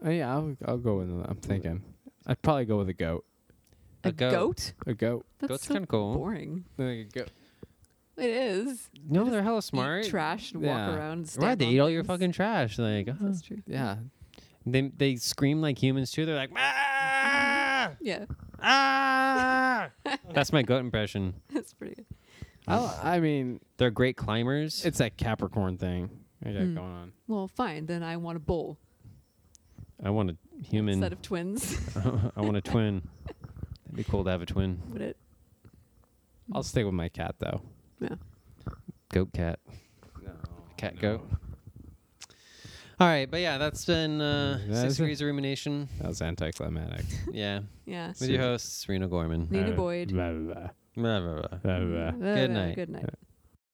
C: Oh, yeah, I'll, I'll go with. I'm thinking. I'd probably go with a goat.
B: A,
A: A goat.
B: goat.
C: A goat.
B: That's
A: Goat's
B: so
A: kinda cool.
B: boring.
C: I think a goat.
B: It is.
A: No, they're hella
B: Eat
A: smart.
B: trash and
C: Yeah.
B: walk around. And
A: Right,
B: stamp
A: they
B: on
A: eat all your
B: things.
A: fucking trash. Like, uh,
B: That's true.
C: Yeah.
A: they they scream like humans too. They're like, ah,
B: Yeah,
A: ah. That's my goat impression.
B: that's pretty good.
C: I'll, I mean,
A: They're great climbers.
C: it's that Capricorn thing I got
B: Mm.
C: going on.
B: Well, fine. Then I want a bull
A: I want a
B: instead
A: human.
B: of twins.
A: I want a twin. It'd be cool to have a twin.
B: Would it?
C: I'll stick with my cat though.
B: Yeah.
A: Goat cat.
C: No.
A: Cat goat. All right, but yeah, that's been uh,
C: That
A: six
C: is it.
A: degrees of rumination.
C: That was anticlimactic.
A: Yeah,
B: Yeah.
A: with your hosts Serena Gorman.
B: Nina Boyd.
C: Blah, blah,
A: Blah, blah, blah.
C: blah, blah.
B: Uh,
A: night.
B: Good night.